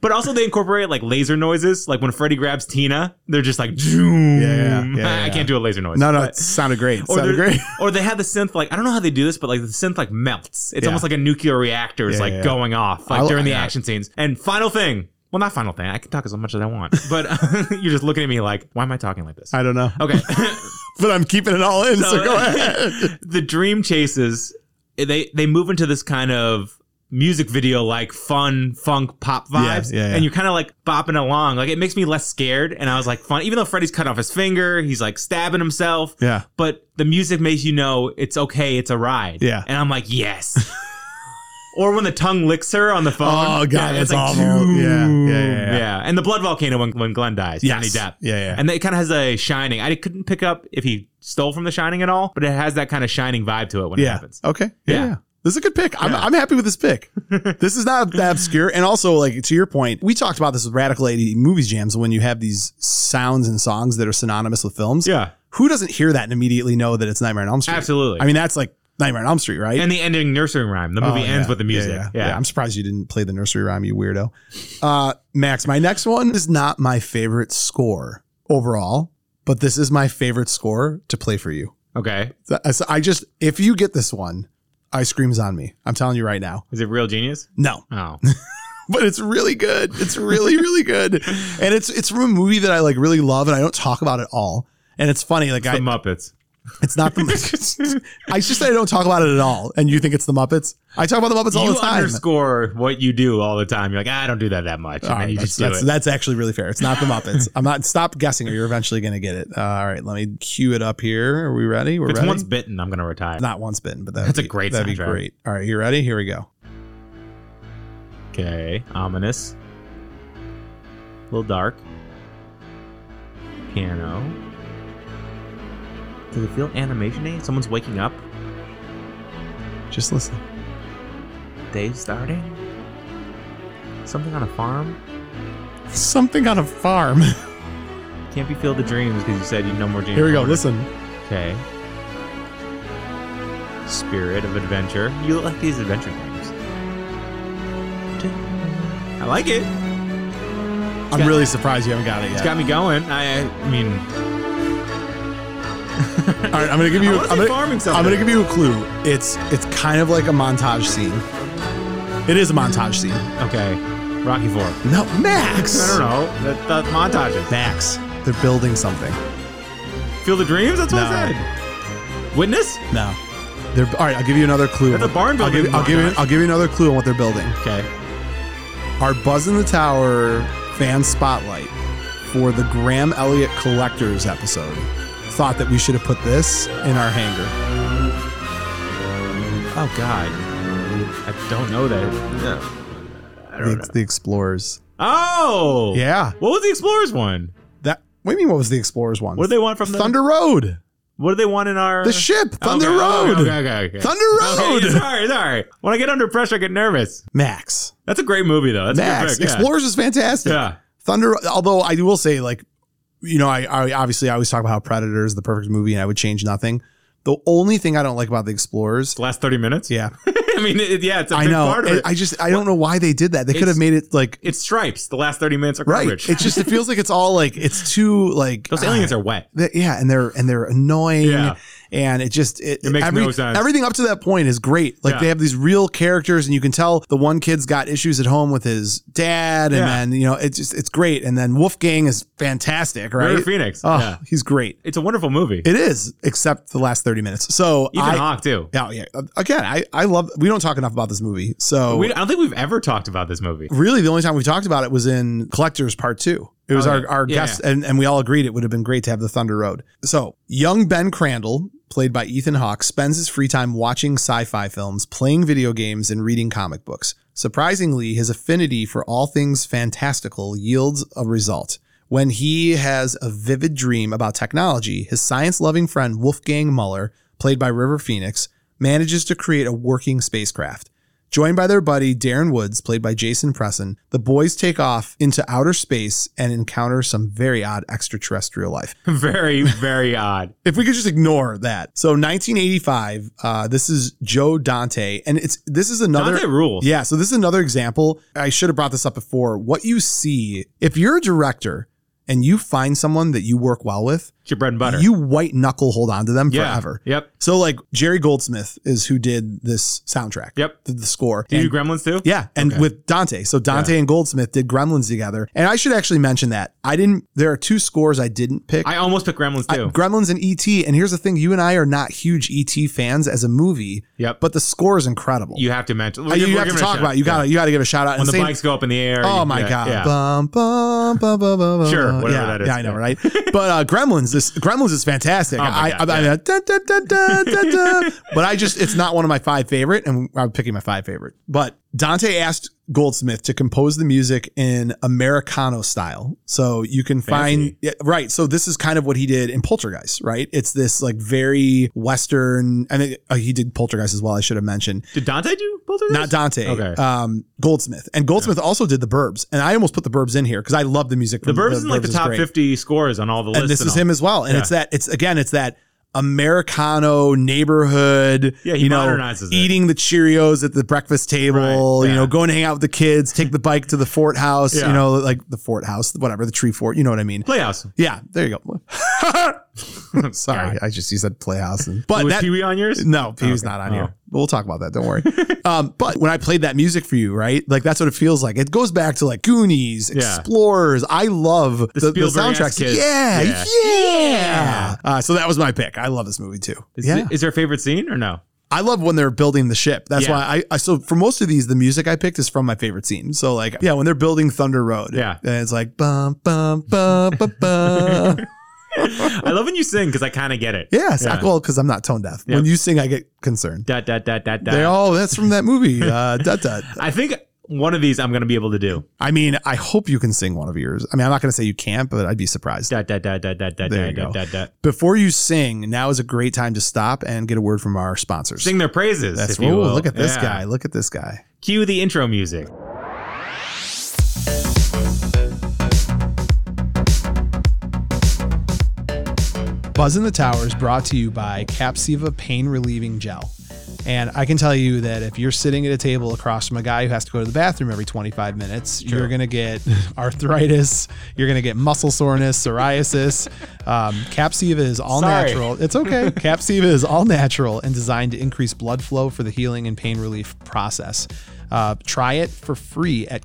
Speaker 2: but also, they incorporate like laser noises. Like when Freddy grabs Tina, they're just like, zoom. (laughs)
Speaker 1: Yeah, yeah, yeah,
Speaker 2: I,
Speaker 1: yeah.
Speaker 2: can't do a laser noise.
Speaker 1: No, no,
Speaker 2: but-
Speaker 1: it sounded great. It
Speaker 2: or,
Speaker 1: sounded
Speaker 2: they're-
Speaker 1: great. (laughs)
Speaker 2: or they have the synth like I don't know how they do this, but like the synth like melts. It's
Speaker 1: Yeah.
Speaker 2: almost like a nuclear reactor is
Speaker 1: Yeah,
Speaker 2: like
Speaker 1: yeah, yeah.
Speaker 2: going off like
Speaker 1: I li-
Speaker 2: during the
Speaker 1: yeah.
Speaker 2: action scenes. And final thing, well, not final thing. I can talk as much as
Speaker 1: (laughs)
Speaker 2: I want, but (laughs) you're just looking at me like, why am I talking like this?
Speaker 1: I don't know,
Speaker 2: Okay,
Speaker 1: (laughs)
Speaker 2: (laughs)
Speaker 1: but I'm keeping it all in. So,
Speaker 2: So- (laughs)
Speaker 1: go ahead.
Speaker 2: the dream chases they they move into this kind of music video like fun funk pop
Speaker 1: Yeah,
Speaker 2: vibes
Speaker 1: yeah, yeah.
Speaker 2: and you're kind of like bopping along like it makes me less scared and i was like fun even though freddy's cut off his finger he's like stabbing himself
Speaker 1: Yeah.
Speaker 2: but the music makes you know it's okay, it's a ride.
Speaker 1: Yeah.
Speaker 2: And I'm like, yes. (laughs) or when the tongue licks her on the phone.
Speaker 1: Oh, God,
Speaker 2: Yeah,
Speaker 1: that's
Speaker 2: it's
Speaker 1: awful.
Speaker 2: zoom.
Speaker 1: Yeah, yeah, yeah, yeah.
Speaker 2: And the blood volcano when, when Glenn dies, Johnny
Speaker 1: Yes.
Speaker 2: Depp.
Speaker 1: Yeah, yeah.
Speaker 2: And it kind of has a shining. I couldn't pick up if he stole from The Shining at all, but it has that kind of shining vibe to it when it
Speaker 1: yeah.
Speaker 2: happens.
Speaker 1: Okay. Yeah.
Speaker 2: Yeah.
Speaker 1: yeah. This is a good pick. I'm,
Speaker 2: Yeah.
Speaker 1: I'm happy with this pick. (laughs) this is not that obscure. And also, like to your point, we talked about this with Radical 80 Movies Jams when you have these sounds and songs that are synonymous with films.
Speaker 2: Yeah,
Speaker 1: Who doesn't hear that and immediately know that it's Nightmare on Elm Street?
Speaker 2: absolutely.
Speaker 1: I mean, that's like Nightmare on Elm Street, right?
Speaker 2: and the ending nursery rhyme. The
Speaker 1: Oh,
Speaker 2: movie ends
Speaker 1: yeah.
Speaker 2: with the music.
Speaker 1: Yeah,
Speaker 2: Yeah.
Speaker 1: yeah. Yeah, I'm surprised you didn't play the nursery rhyme, you weirdo. Uh, Max, my next one is not my favorite score overall, but this is my favorite score to play for you.
Speaker 2: Okay.
Speaker 1: So- so I just, if you get this one, I screams on me. I'm telling you right now.
Speaker 2: Is it real genius?
Speaker 1: No, (laughs)
Speaker 2: Oh.
Speaker 1: but it's really good. It's really, really good. And it's it's from a movie that I like really love, and I don't talk about at all. And it's funny, like
Speaker 2: the
Speaker 1: I,
Speaker 2: Muppets.
Speaker 1: it's not from. (laughs) I just said I don't talk about it at all, and you think it's the Muppets. I talk about the Muppets all
Speaker 2: you
Speaker 1: the time.
Speaker 2: underscore what you do all the time. You're like, "Ah, I don't do that that much. And
Speaker 1: All
Speaker 2: then
Speaker 1: right,
Speaker 2: you
Speaker 1: Oh, that's,
Speaker 2: just do
Speaker 1: that's,
Speaker 2: it.
Speaker 1: that's actually really fair. It's not the Muppets. I'm not. Stop guessing, or you're eventually going to get it. Uh, all right, let me cue it up here. Are we ready? We're
Speaker 2: If it's
Speaker 1: ready.
Speaker 2: once bitten, I'm gonna retire.
Speaker 1: Not once bitten, but that
Speaker 2: That's
Speaker 1: would
Speaker 2: a
Speaker 1: be-
Speaker 2: great
Speaker 1: That'd be
Speaker 2: soundtrack.
Speaker 1: great. All right, you ready? Here we go.
Speaker 2: Okay, ominous. A little dark. Piano. Does it feel animation y? Someone's waking up.
Speaker 1: Just listen.
Speaker 2: Day's starting. Something on a farm.
Speaker 1: Something on a farm. (laughs)
Speaker 2: Can't be filled with dreams because you said you know more dreams.
Speaker 1: Here we go. Listen.
Speaker 2: Okay. Spirit of adventure. You like these adventure games. I like it.
Speaker 1: I'm really surprised you haven't got it yet.
Speaker 2: It's got me going. I, I mean,
Speaker 1: All right, I'm gonna give you.
Speaker 2: wanna
Speaker 1: I'm
Speaker 2: say
Speaker 1: gonna,
Speaker 2: farming something.
Speaker 1: I'm gonna give you a clue. It's it's kind of like a montage scene. It is a montage scene.
Speaker 2: okay, Rocky Four. I
Speaker 1: No, Max.
Speaker 2: don't know. That, that montages.
Speaker 1: Max. They're building something.
Speaker 2: Field of Dreams. That's what I
Speaker 1: No.
Speaker 2: said. Witness.
Speaker 1: No. They're all right. I'll give you another clue.
Speaker 2: That's a barn
Speaker 1: I'll give,
Speaker 2: building
Speaker 1: I'll give you.
Speaker 2: montage.
Speaker 1: I'll give you another clue on what they're building.
Speaker 2: Okay.
Speaker 1: Our Buzz in the Tower fan spotlight for the Graham Elliott Collectors episode thought that we should have put this in our hangar.
Speaker 2: Oh God. I don't know that. No. I don't know.
Speaker 1: The, the Explorers.
Speaker 2: Oh.
Speaker 1: Yeah.
Speaker 2: What was the Explorers one?
Speaker 1: That. What do you mean? What was the Explorers one?
Speaker 2: What do they want from the
Speaker 1: Thunder Road.
Speaker 2: What do they want in our
Speaker 1: The ship, Thunder
Speaker 2: Okay,
Speaker 1: Road.
Speaker 2: Okay, okay, okay.
Speaker 1: Thunder
Speaker 2: Okay,
Speaker 1: Road.
Speaker 2: yeah, (laughs) sorry, sorry. When I get under pressure, I get nervous.
Speaker 1: Max.
Speaker 2: That's a great movie, though. That's
Speaker 1: Max.
Speaker 2: a good pick, yeah.
Speaker 1: Explorers is fantastic.
Speaker 2: Yeah.
Speaker 1: Thunder. Although I will say, like, you know, I, I obviously I always talk about how Predator is the perfect movie, and I would change nothing. The only thing I don't like about the Explorers,
Speaker 2: The last 30 minutes?
Speaker 1: yeah,
Speaker 2: (laughs) I mean, it, yeah, it's a
Speaker 1: I
Speaker 2: big
Speaker 1: know.
Speaker 2: part of it.
Speaker 1: I just I don't know why they did that. They could
Speaker 2: It's-
Speaker 1: have made it like
Speaker 2: it's stripes. The last 30 minutes are
Speaker 1: right.
Speaker 2: garbage.
Speaker 1: It's just it feels like it's all like it's too like ah,
Speaker 2: Those aliens are wet.
Speaker 1: yeah, and they're and they're annoying.
Speaker 2: Yeah.
Speaker 1: And it just it,
Speaker 2: It makes
Speaker 1: every-
Speaker 2: no sense.
Speaker 1: Everything up to that point is great. Like
Speaker 2: Yeah.
Speaker 1: they have these real characters, and you can tell the one kid's got issues at home with his dad, and
Speaker 2: Yeah.
Speaker 1: then you know it's just it's great. And then Wolfgang is fantastic, right?
Speaker 2: River Phoenix.
Speaker 1: Oh,
Speaker 2: yeah.
Speaker 1: he's great.
Speaker 2: It's a wonderful movie.
Speaker 1: It is, except the last thirty minutes. So
Speaker 2: Ethan
Speaker 1: I, Oh,
Speaker 2: Hawke, too.
Speaker 1: yeah, yeah. Again, I I love. We don't talk enough about this movie. So
Speaker 2: We, I don't think we've ever talked about this movie. (laughs)
Speaker 1: really the only time we talked about it was in collectors part two it was
Speaker 2: Oh,
Speaker 1: our,
Speaker 2: yeah.
Speaker 1: our
Speaker 2: Yeah,
Speaker 1: guest And, and we all agreed it would have been great to have the thunder road so young ben crandall played by ethan hawke spends his free time watching sci-fi films playing video games and reading comic books surprisingly his affinity for all things fantastical yields a result when he has a vivid dream about technology his science-loving friend wolfgang muller played by river phoenix manages to create a working spacecraft Joined by their buddy Darren Woods, played by Jason Presson, the boys take off into outer space and encounter some very odd extraterrestrial life.
Speaker 2: very, very odd.
Speaker 1: If we could just ignore that. So 1985, uh, this is Joe Dante, and it's this is another
Speaker 2: Dante rules.
Speaker 1: yeah, so this is another example. I should have brought this up before. What you see, if you're a director and you find someone that you work well with,
Speaker 2: It's your bread and butter.
Speaker 1: you white knuckle hold on to them
Speaker 2: yeah.
Speaker 1: forever.
Speaker 2: Yep.
Speaker 1: So like Jerry Goldsmith is who did this soundtrack.
Speaker 2: Yep.
Speaker 1: Did the score.
Speaker 2: Do you
Speaker 1: And-
Speaker 2: do Gremlins, too?
Speaker 1: yeah, and
Speaker 2: Okay.
Speaker 1: with Dante. So Dante and Goldsmith did Gremlins together. And I should actually mention that. I didn't there are two scores I didn't pick.
Speaker 2: I almost picked Gremlins, too.
Speaker 1: Gremlins and ET. And here's the thing, you and I are not huge ET fans as a movie,
Speaker 2: yep.
Speaker 1: but the score is incredible.
Speaker 2: you have to mention.
Speaker 1: Uh, you have to talk about. It. You got to you got to give a shout out.
Speaker 2: When
Speaker 1: And
Speaker 2: the
Speaker 1: same-
Speaker 2: bikes go up in the air.
Speaker 1: Oh
Speaker 2: you-
Speaker 1: my
Speaker 2: yeah,
Speaker 1: god!
Speaker 2: Yeah.
Speaker 1: Bum, bum, bum, bum, bum, bum.
Speaker 2: Sure, whatever
Speaker 1: yeah,
Speaker 2: that is.
Speaker 1: Yeah, I know, right? but uh, Gremlins, this Gremlins is fantastic.
Speaker 2: Oh my
Speaker 1: I,
Speaker 2: God,
Speaker 1: I, I,
Speaker 2: yeah.
Speaker 1: da, da, da, da, da, da. but I just it's not one of my five favorite, and I'm picking my five favorite. But Dante asked Goldsmith to compose the music in Americano style, so you can find
Speaker 2: Fancy.
Speaker 1: yeah, right. So this is kind of what he did in Poltergeist, right? It's this like very Western. I mean, uh, he did Poltergeist as well. I should have mentioned.
Speaker 2: Did Dante do Poltergeist?
Speaker 1: Not Dante.
Speaker 2: Okay.
Speaker 1: Um, Goldsmith. And Goldsmith also did the Burbs. And I almost put the Burbs in here because I love the music.
Speaker 2: The
Speaker 1: from
Speaker 2: Burbs is in like the
Speaker 1: is
Speaker 2: top
Speaker 1: great.
Speaker 2: 50 scores on all the lists.
Speaker 1: And this
Speaker 2: and
Speaker 1: is
Speaker 2: all.
Speaker 1: him as well. And
Speaker 2: Yeah.
Speaker 1: it's that. It's again. It's that Americano neighborhood.
Speaker 2: Yeah, he
Speaker 1: you know,
Speaker 2: modernizes it.
Speaker 1: eating the Cheerios at the breakfast table.
Speaker 2: Right,
Speaker 1: You
Speaker 2: yeah.
Speaker 1: know, going to hang out with the kids. Take the bike to the fort house.
Speaker 2: Yeah.
Speaker 1: You know, like the fort house, whatever the tree fort. You know what I mean?
Speaker 2: Playhouse.
Speaker 1: Yeah. There you
Speaker 2: (laughs)
Speaker 1: go. (laughs) Sorry, I just you said playhouse. And, but
Speaker 2: was
Speaker 1: that,
Speaker 2: Pee Wee on yours?
Speaker 1: no, he was
Speaker 2: Okay.
Speaker 1: not on
Speaker 2: Oh.
Speaker 1: here. But we'll talk about that. Don't
Speaker 2: (laughs)
Speaker 1: worry. um, but when I played that music for you, right? Like that's what it feels like. It goes back to like Goonies,
Speaker 2: Yeah.
Speaker 1: Explorers. I love the, the,
Speaker 2: Spielberg-esque
Speaker 1: soundtracks.
Speaker 2: kids.
Speaker 1: Yeah, yeah.
Speaker 2: Yeah.
Speaker 1: Uh, so that was my pick. I love this movie too. (laughs)
Speaker 2: Is,
Speaker 1: yeah,
Speaker 2: it, is there a favorite scene or
Speaker 1: (laughs)
Speaker 2: no?
Speaker 1: I love when they're building the ship. That's
Speaker 2: Yeah.
Speaker 1: why I, I. So for most of these, the music I picked is from my favorite scene. So like, yeah, when they're building Thunder Road,
Speaker 2: Yeah.
Speaker 1: and it's like bum bum bum bum
Speaker 2: (laughs)
Speaker 1: bum.
Speaker 2: I love when you sing because I kind of get it.
Speaker 1: Yes,
Speaker 2: Yeah.
Speaker 1: I, well, because I'm not tone deaf.
Speaker 2: Yeah.
Speaker 1: When you sing, I get concerned.
Speaker 2: Dot, dot, dot, dot,
Speaker 1: They
Speaker 2: dot.
Speaker 1: all that's from that movie. Uh, dot dot.
Speaker 2: I think one of these I'm going to be able to do.
Speaker 1: I mean, I hope you can sing one of yours. I mean, I'm not going to say you can't, but I'd be surprised.
Speaker 2: Dot, dot, dot, dot, dot, dot,
Speaker 1: There
Speaker 2: dot,
Speaker 1: you
Speaker 2: dot,
Speaker 1: go.
Speaker 2: dot, dot.
Speaker 1: Before you sing, now is a great time to stop and get a word from our sponsors.
Speaker 2: Sing their praises.
Speaker 1: That's
Speaker 2: if you
Speaker 1: ooh,
Speaker 2: will.
Speaker 1: look at this
Speaker 2: Yeah.
Speaker 1: guy. Look at this guy.
Speaker 2: Cue the intro music.
Speaker 1: Buzz in the Tower is brought to you by Capsiva Pain Relieving Gel, a And I can tell you that if you're sitting at a table across from a guy who has to go to the bathroom every 25 minutes, you're going to get arthritis, you're going to get muscle soreness, psoriasis. Um, Capsiva is all
Speaker 2: Sorry.
Speaker 1: natural. It's okay. Capsiva is all natural and designed to increase blood flow for the healing and pain relief process. Uh, try it for free at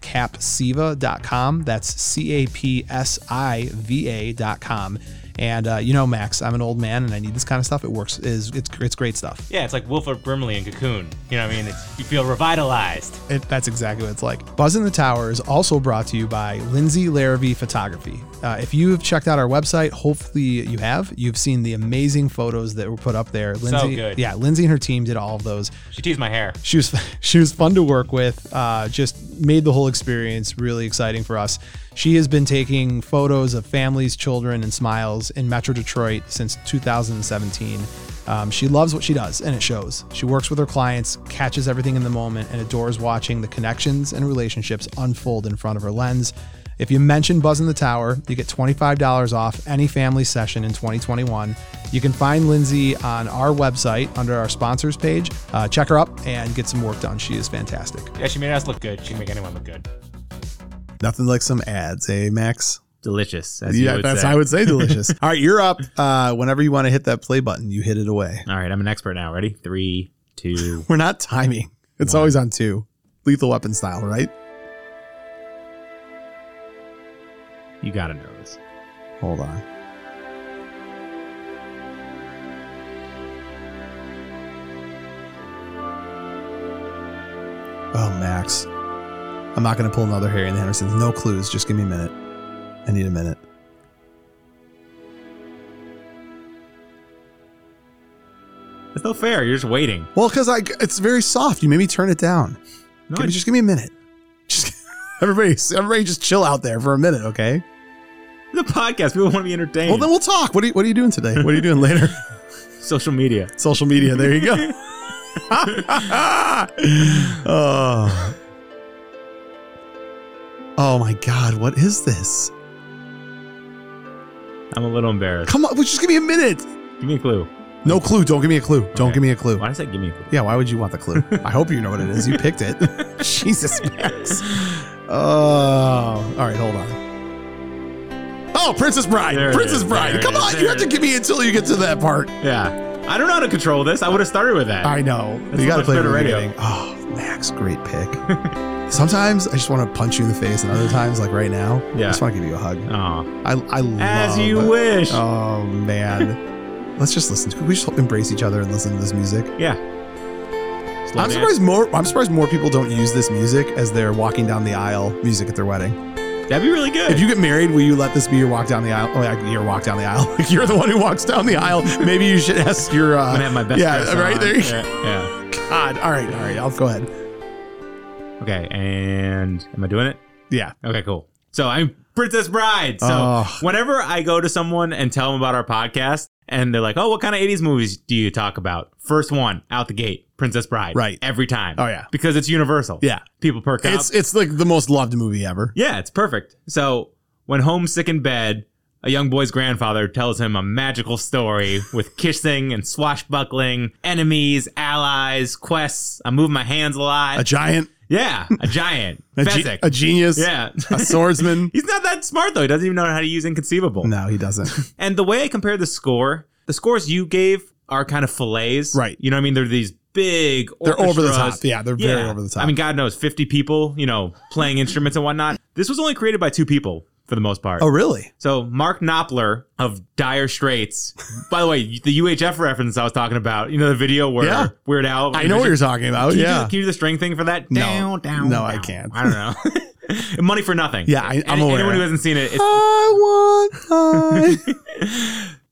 Speaker 1: capsiva.com. That's C A P S I V A.com. And uh, you know, Max, I'm an old man and I need this kind of stuff. It works. is It's, it's great stuff.
Speaker 3: Yeah, it's like Wilford Brimley and Cocoon. You know what I mean? It's, you feel revitalized.
Speaker 1: It, that's exactly what it's like. Buzz in the Tower is also brought to you by Lindsay Larrabee Photography. Uh, if you have checked out our website, hopefully you have. You've seen the amazing photos that were put up there. Lindsay,
Speaker 3: good.
Speaker 1: Yeah, Lindsay and her team did all of those.
Speaker 3: She teased my hair.
Speaker 1: (laughs) She was she was fun to work with. Uh, just made the whole experience really exciting for us. She has been taking photos of families, children, and smiles in Metro Detroit since 2017. Um, she loves what she does, and it shows. She works with her clients, catches everything in the moment, and adores watching the connections and relationships unfold in front of her lens. If you mention Buzz in the Tower, you get $25 off any family session in 2021. You can find Lindsay on our website under our sponsors page. Uh, check her up and get some work done. She is fantastic.
Speaker 3: Yeah, she made us look good. She can make anyone look good.
Speaker 1: Nothing like some ads, eh, Max?
Speaker 2: Delicious. As you
Speaker 1: Yeah,
Speaker 2: would
Speaker 1: that's
Speaker 2: say.
Speaker 1: I would say
Speaker 2: (laughs)
Speaker 1: delicious. All right, you're up. Uh, whenever you want to hit that play button, you hit it away.
Speaker 2: All right, I'm an expert now. Ready? Three,
Speaker 1: (laughs)
Speaker 2: two.
Speaker 1: We're not timing. It's always on two. Lethal weapon style, right?
Speaker 2: you gotta know this.
Speaker 1: Hold on. Oh, Max. I'm not going to pull another Harry and the Hendersons. No clues. Just give me a minute. I need a minute.
Speaker 2: It's no fair. You're just waiting.
Speaker 1: Well, because I it's very soft. You made me turn it down.
Speaker 2: No,
Speaker 1: Give
Speaker 2: I
Speaker 1: me- just give me a minute. Just (laughs) everybody, everybody, just chill out there for a minute, okay?
Speaker 2: (laughs) the podcast. People want to be entertained.
Speaker 1: Well, then we'll talk. What are you, what are you doing today? What are you doing later?
Speaker 2: Social media.
Speaker 1: Social media. There you
Speaker 2: (laughs)
Speaker 1: go. (laughs) oh. oh my God! What is this?
Speaker 2: I'm a little embarrassed.
Speaker 1: Come on, just give me a minute.
Speaker 2: Give me a clue.
Speaker 1: No clue. Don't give me a clue. Don't
Speaker 2: Okay.
Speaker 1: give me a clue.
Speaker 2: Why did I say give me a clue?
Speaker 1: Yeah, why would you want the clue? I hope you know what it is. You picked
Speaker 2: (laughs)
Speaker 1: it. Jesus, Max. Oh, all right, hold on. Oh, Princess Bride.
Speaker 2: There it
Speaker 1: Princess
Speaker 2: is. There
Speaker 1: Bride.
Speaker 2: it
Speaker 1: Come
Speaker 2: is.
Speaker 1: on,
Speaker 2: There
Speaker 1: you have
Speaker 2: it
Speaker 1: to
Speaker 2: is.
Speaker 1: give me until you get to that part.
Speaker 2: Yeah. I don't know how to control this. I would have started with that.
Speaker 1: I know.
Speaker 2: That's
Speaker 1: you got to
Speaker 2: much
Speaker 1: play
Speaker 2: better
Speaker 1: the
Speaker 2: radio.
Speaker 1: beginning. Oh, Max, great pick.
Speaker 2: (laughs)
Speaker 1: Sometimes I just want to punch you in the face, and
Speaker 2: (sighs)
Speaker 1: other times, like right now, I
Speaker 2: Yeah.
Speaker 1: just want to give you a hug.
Speaker 2: Aw.
Speaker 1: I, I love
Speaker 2: As you wish.
Speaker 1: Oh, man.
Speaker 2: (laughs)
Speaker 1: Let's just listen to it. We just embrace each other and listen to this music.
Speaker 2: Yeah. Slow
Speaker 1: I'm
Speaker 2: dance.
Speaker 1: surprised more. I'm surprised more people don't use this music as they're walking down the aisle. Music at their wedding.
Speaker 2: That'd be really good.
Speaker 1: If you get married, will you let this be your walk down the aisle? Oh, yeah, your walk down the aisle. (laughs) Like you're the one who walks down the aisle. Maybe you should ask your.
Speaker 2: I'm
Speaker 1: Uh,
Speaker 2: (laughs) gonna have my best.
Speaker 1: yeah,
Speaker 2: dress
Speaker 1: right
Speaker 2: on.
Speaker 1: there you go.
Speaker 2: uh, Yeah,
Speaker 1: God. All right. All right. I'll go ahead.
Speaker 2: yeah. Okay, and am I doing it?
Speaker 1: Yeah.
Speaker 2: Okay, cool. So I'm Princess Bride. So
Speaker 1: Oh.
Speaker 2: whenever I go to someone and tell them about our podcast, and they're like, "Oh, what kind of '80s movies do you talk about?" First one out the gate, Princess Bride.
Speaker 1: Right.
Speaker 2: every time.
Speaker 1: Oh, yeah.
Speaker 2: because it's universal.
Speaker 1: Yeah.
Speaker 2: people perk
Speaker 1: It's
Speaker 2: up.
Speaker 1: it's like the most loved movie ever.
Speaker 2: Yeah, it's perfect. So when homesick in bed, a young boy's grandfather tells him a magical story with (laughs) kissing and swashbuckling, enemies, allies, quests. I move my hands a lot.
Speaker 1: A giant,
Speaker 2: yeah, a giant.
Speaker 1: (laughs) a, ge-
Speaker 2: Fezzik.
Speaker 1: a genius,
Speaker 2: yeah. (laughs)
Speaker 1: a swordsman. (laughs)
Speaker 2: He's not that smart though. He doesn't even know how to use inconceivable.
Speaker 1: no, he doesn't.
Speaker 2: And the way I compare the score, the scores you gave are kind of fillets.
Speaker 1: Right.
Speaker 2: You know what I mean? They're these big
Speaker 1: They're over the top.
Speaker 2: orchestras.
Speaker 1: Yeah, they're very over the top.
Speaker 2: I mean, God knows, 50 people, you know, playing instruments and whatnot. This was only created by two people for the most part.
Speaker 1: oh really?
Speaker 2: So Mark Knopfler of Dire Straits. (laughs) By the way, the UHF reference I was talking about, you know, the video where
Speaker 1: Yeah.
Speaker 2: Weird Al.
Speaker 1: I know what you're talking about.
Speaker 2: Can you,
Speaker 1: yeah.
Speaker 2: do, can you do the string thing for that?
Speaker 1: No.
Speaker 2: Down, down.
Speaker 1: No, I
Speaker 2: down.
Speaker 1: can't.
Speaker 2: I don't know. (laughs) Money for nothing.
Speaker 1: Yeah, I- I'm
Speaker 2: Any-
Speaker 1: aware.
Speaker 2: Anyone who hasn't seen it, it's
Speaker 1: I want.
Speaker 2: (laughs)
Speaker 1: I.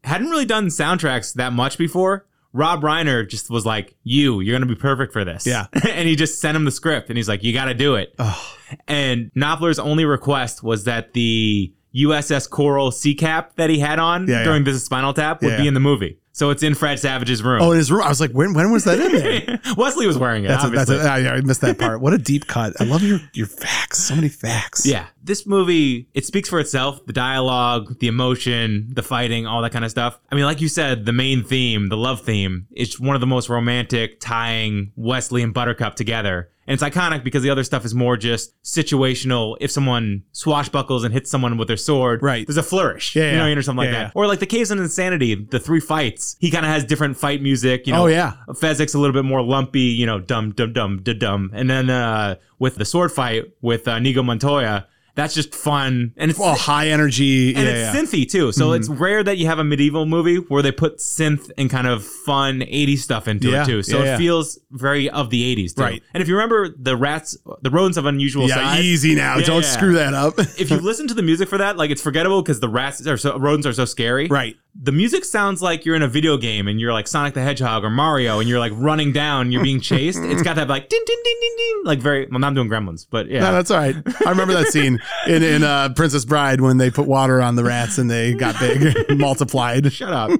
Speaker 2: hadn't really done soundtracks that much before. Rob Reiner just was like, "You, you're gonna be perfect for this."
Speaker 1: Yeah.
Speaker 2: (laughs) and he just sent him the script, and he's like, "You got to do it."
Speaker 1: Oh.
Speaker 2: And Knopfler's only request was that the USS Coral sea cap that he had on
Speaker 1: Yeah, yeah.
Speaker 2: during this is Spinal Tap would
Speaker 1: Yeah,
Speaker 2: be
Speaker 1: yeah.
Speaker 2: in the movie. So it's in Fred Savage's room.
Speaker 1: Oh, in his room. I was like, when when
Speaker 2: (laughs)
Speaker 1: was that in there?
Speaker 2: Wesley was wearing it.
Speaker 1: That's a,
Speaker 2: obviously.
Speaker 1: that's a, I, I missed that part. What a deep cut. I love your your facts. So many facts.
Speaker 2: Yeah. This movie, it speaks for itself. The dialogue, the emotion, the fighting, all that kind of stuff. I mean, like you said, the main theme, the love theme, it's one of the most romantic tying Wesley and Buttercup together. And it's iconic because the other stuff is more just situational. If someone swashbuckles and hits someone with their sword,
Speaker 1: Right.
Speaker 2: there's a flourish,
Speaker 1: Yeah,
Speaker 2: you know,
Speaker 1: yeah.
Speaker 2: what I mean, or something
Speaker 1: Yeah,
Speaker 2: like
Speaker 1: yeah.
Speaker 2: that. Or like the Caves and Insanity, the three fights. He kind of has different fight music. You know,
Speaker 1: Oh, yeah.
Speaker 2: Fezzik's a little bit more lumpy, you know, dum dum dum dum dum. And then uh, with the sword fight with uh, Nigo Montoya, that's just fun and it's
Speaker 1: Oh, high energy.
Speaker 2: and
Speaker 1: yeah, yeah.
Speaker 2: it's synthy too. So it's rare that you have a medieval movie where they put synth and kind of fun 80s stuff into
Speaker 1: Yeah,
Speaker 2: it too. So
Speaker 1: yeah,
Speaker 2: it
Speaker 1: yeah.
Speaker 2: feels very of the 80s too.
Speaker 1: Right.
Speaker 2: And if you remember the rats, the rodents of unusual
Speaker 1: yeah,
Speaker 2: size.
Speaker 1: easy now.
Speaker 2: Yeah,
Speaker 1: Don't
Speaker 2: yeah.
Speaker 1: screw that up. (laughs)
Speaker 2: If you listen to the music for that, like it's forgettable because the rats are so rodents are so scary.
Speaker 1: right.
Speaker 2: The music sounds like you're in a video game and you're like Sonic the Hedgehog or Mario and you're like running down, you're being chased. it's got that like ding ding ding ding ding, like very. Well, now I'm doing Gremlins, but yeah,
Speaker 1: No, that's all right. I remember that scene in, in uh, Princess Bride when they put water on the rats and (laughs) they got big, multiplied.
Speaker 2: shut up.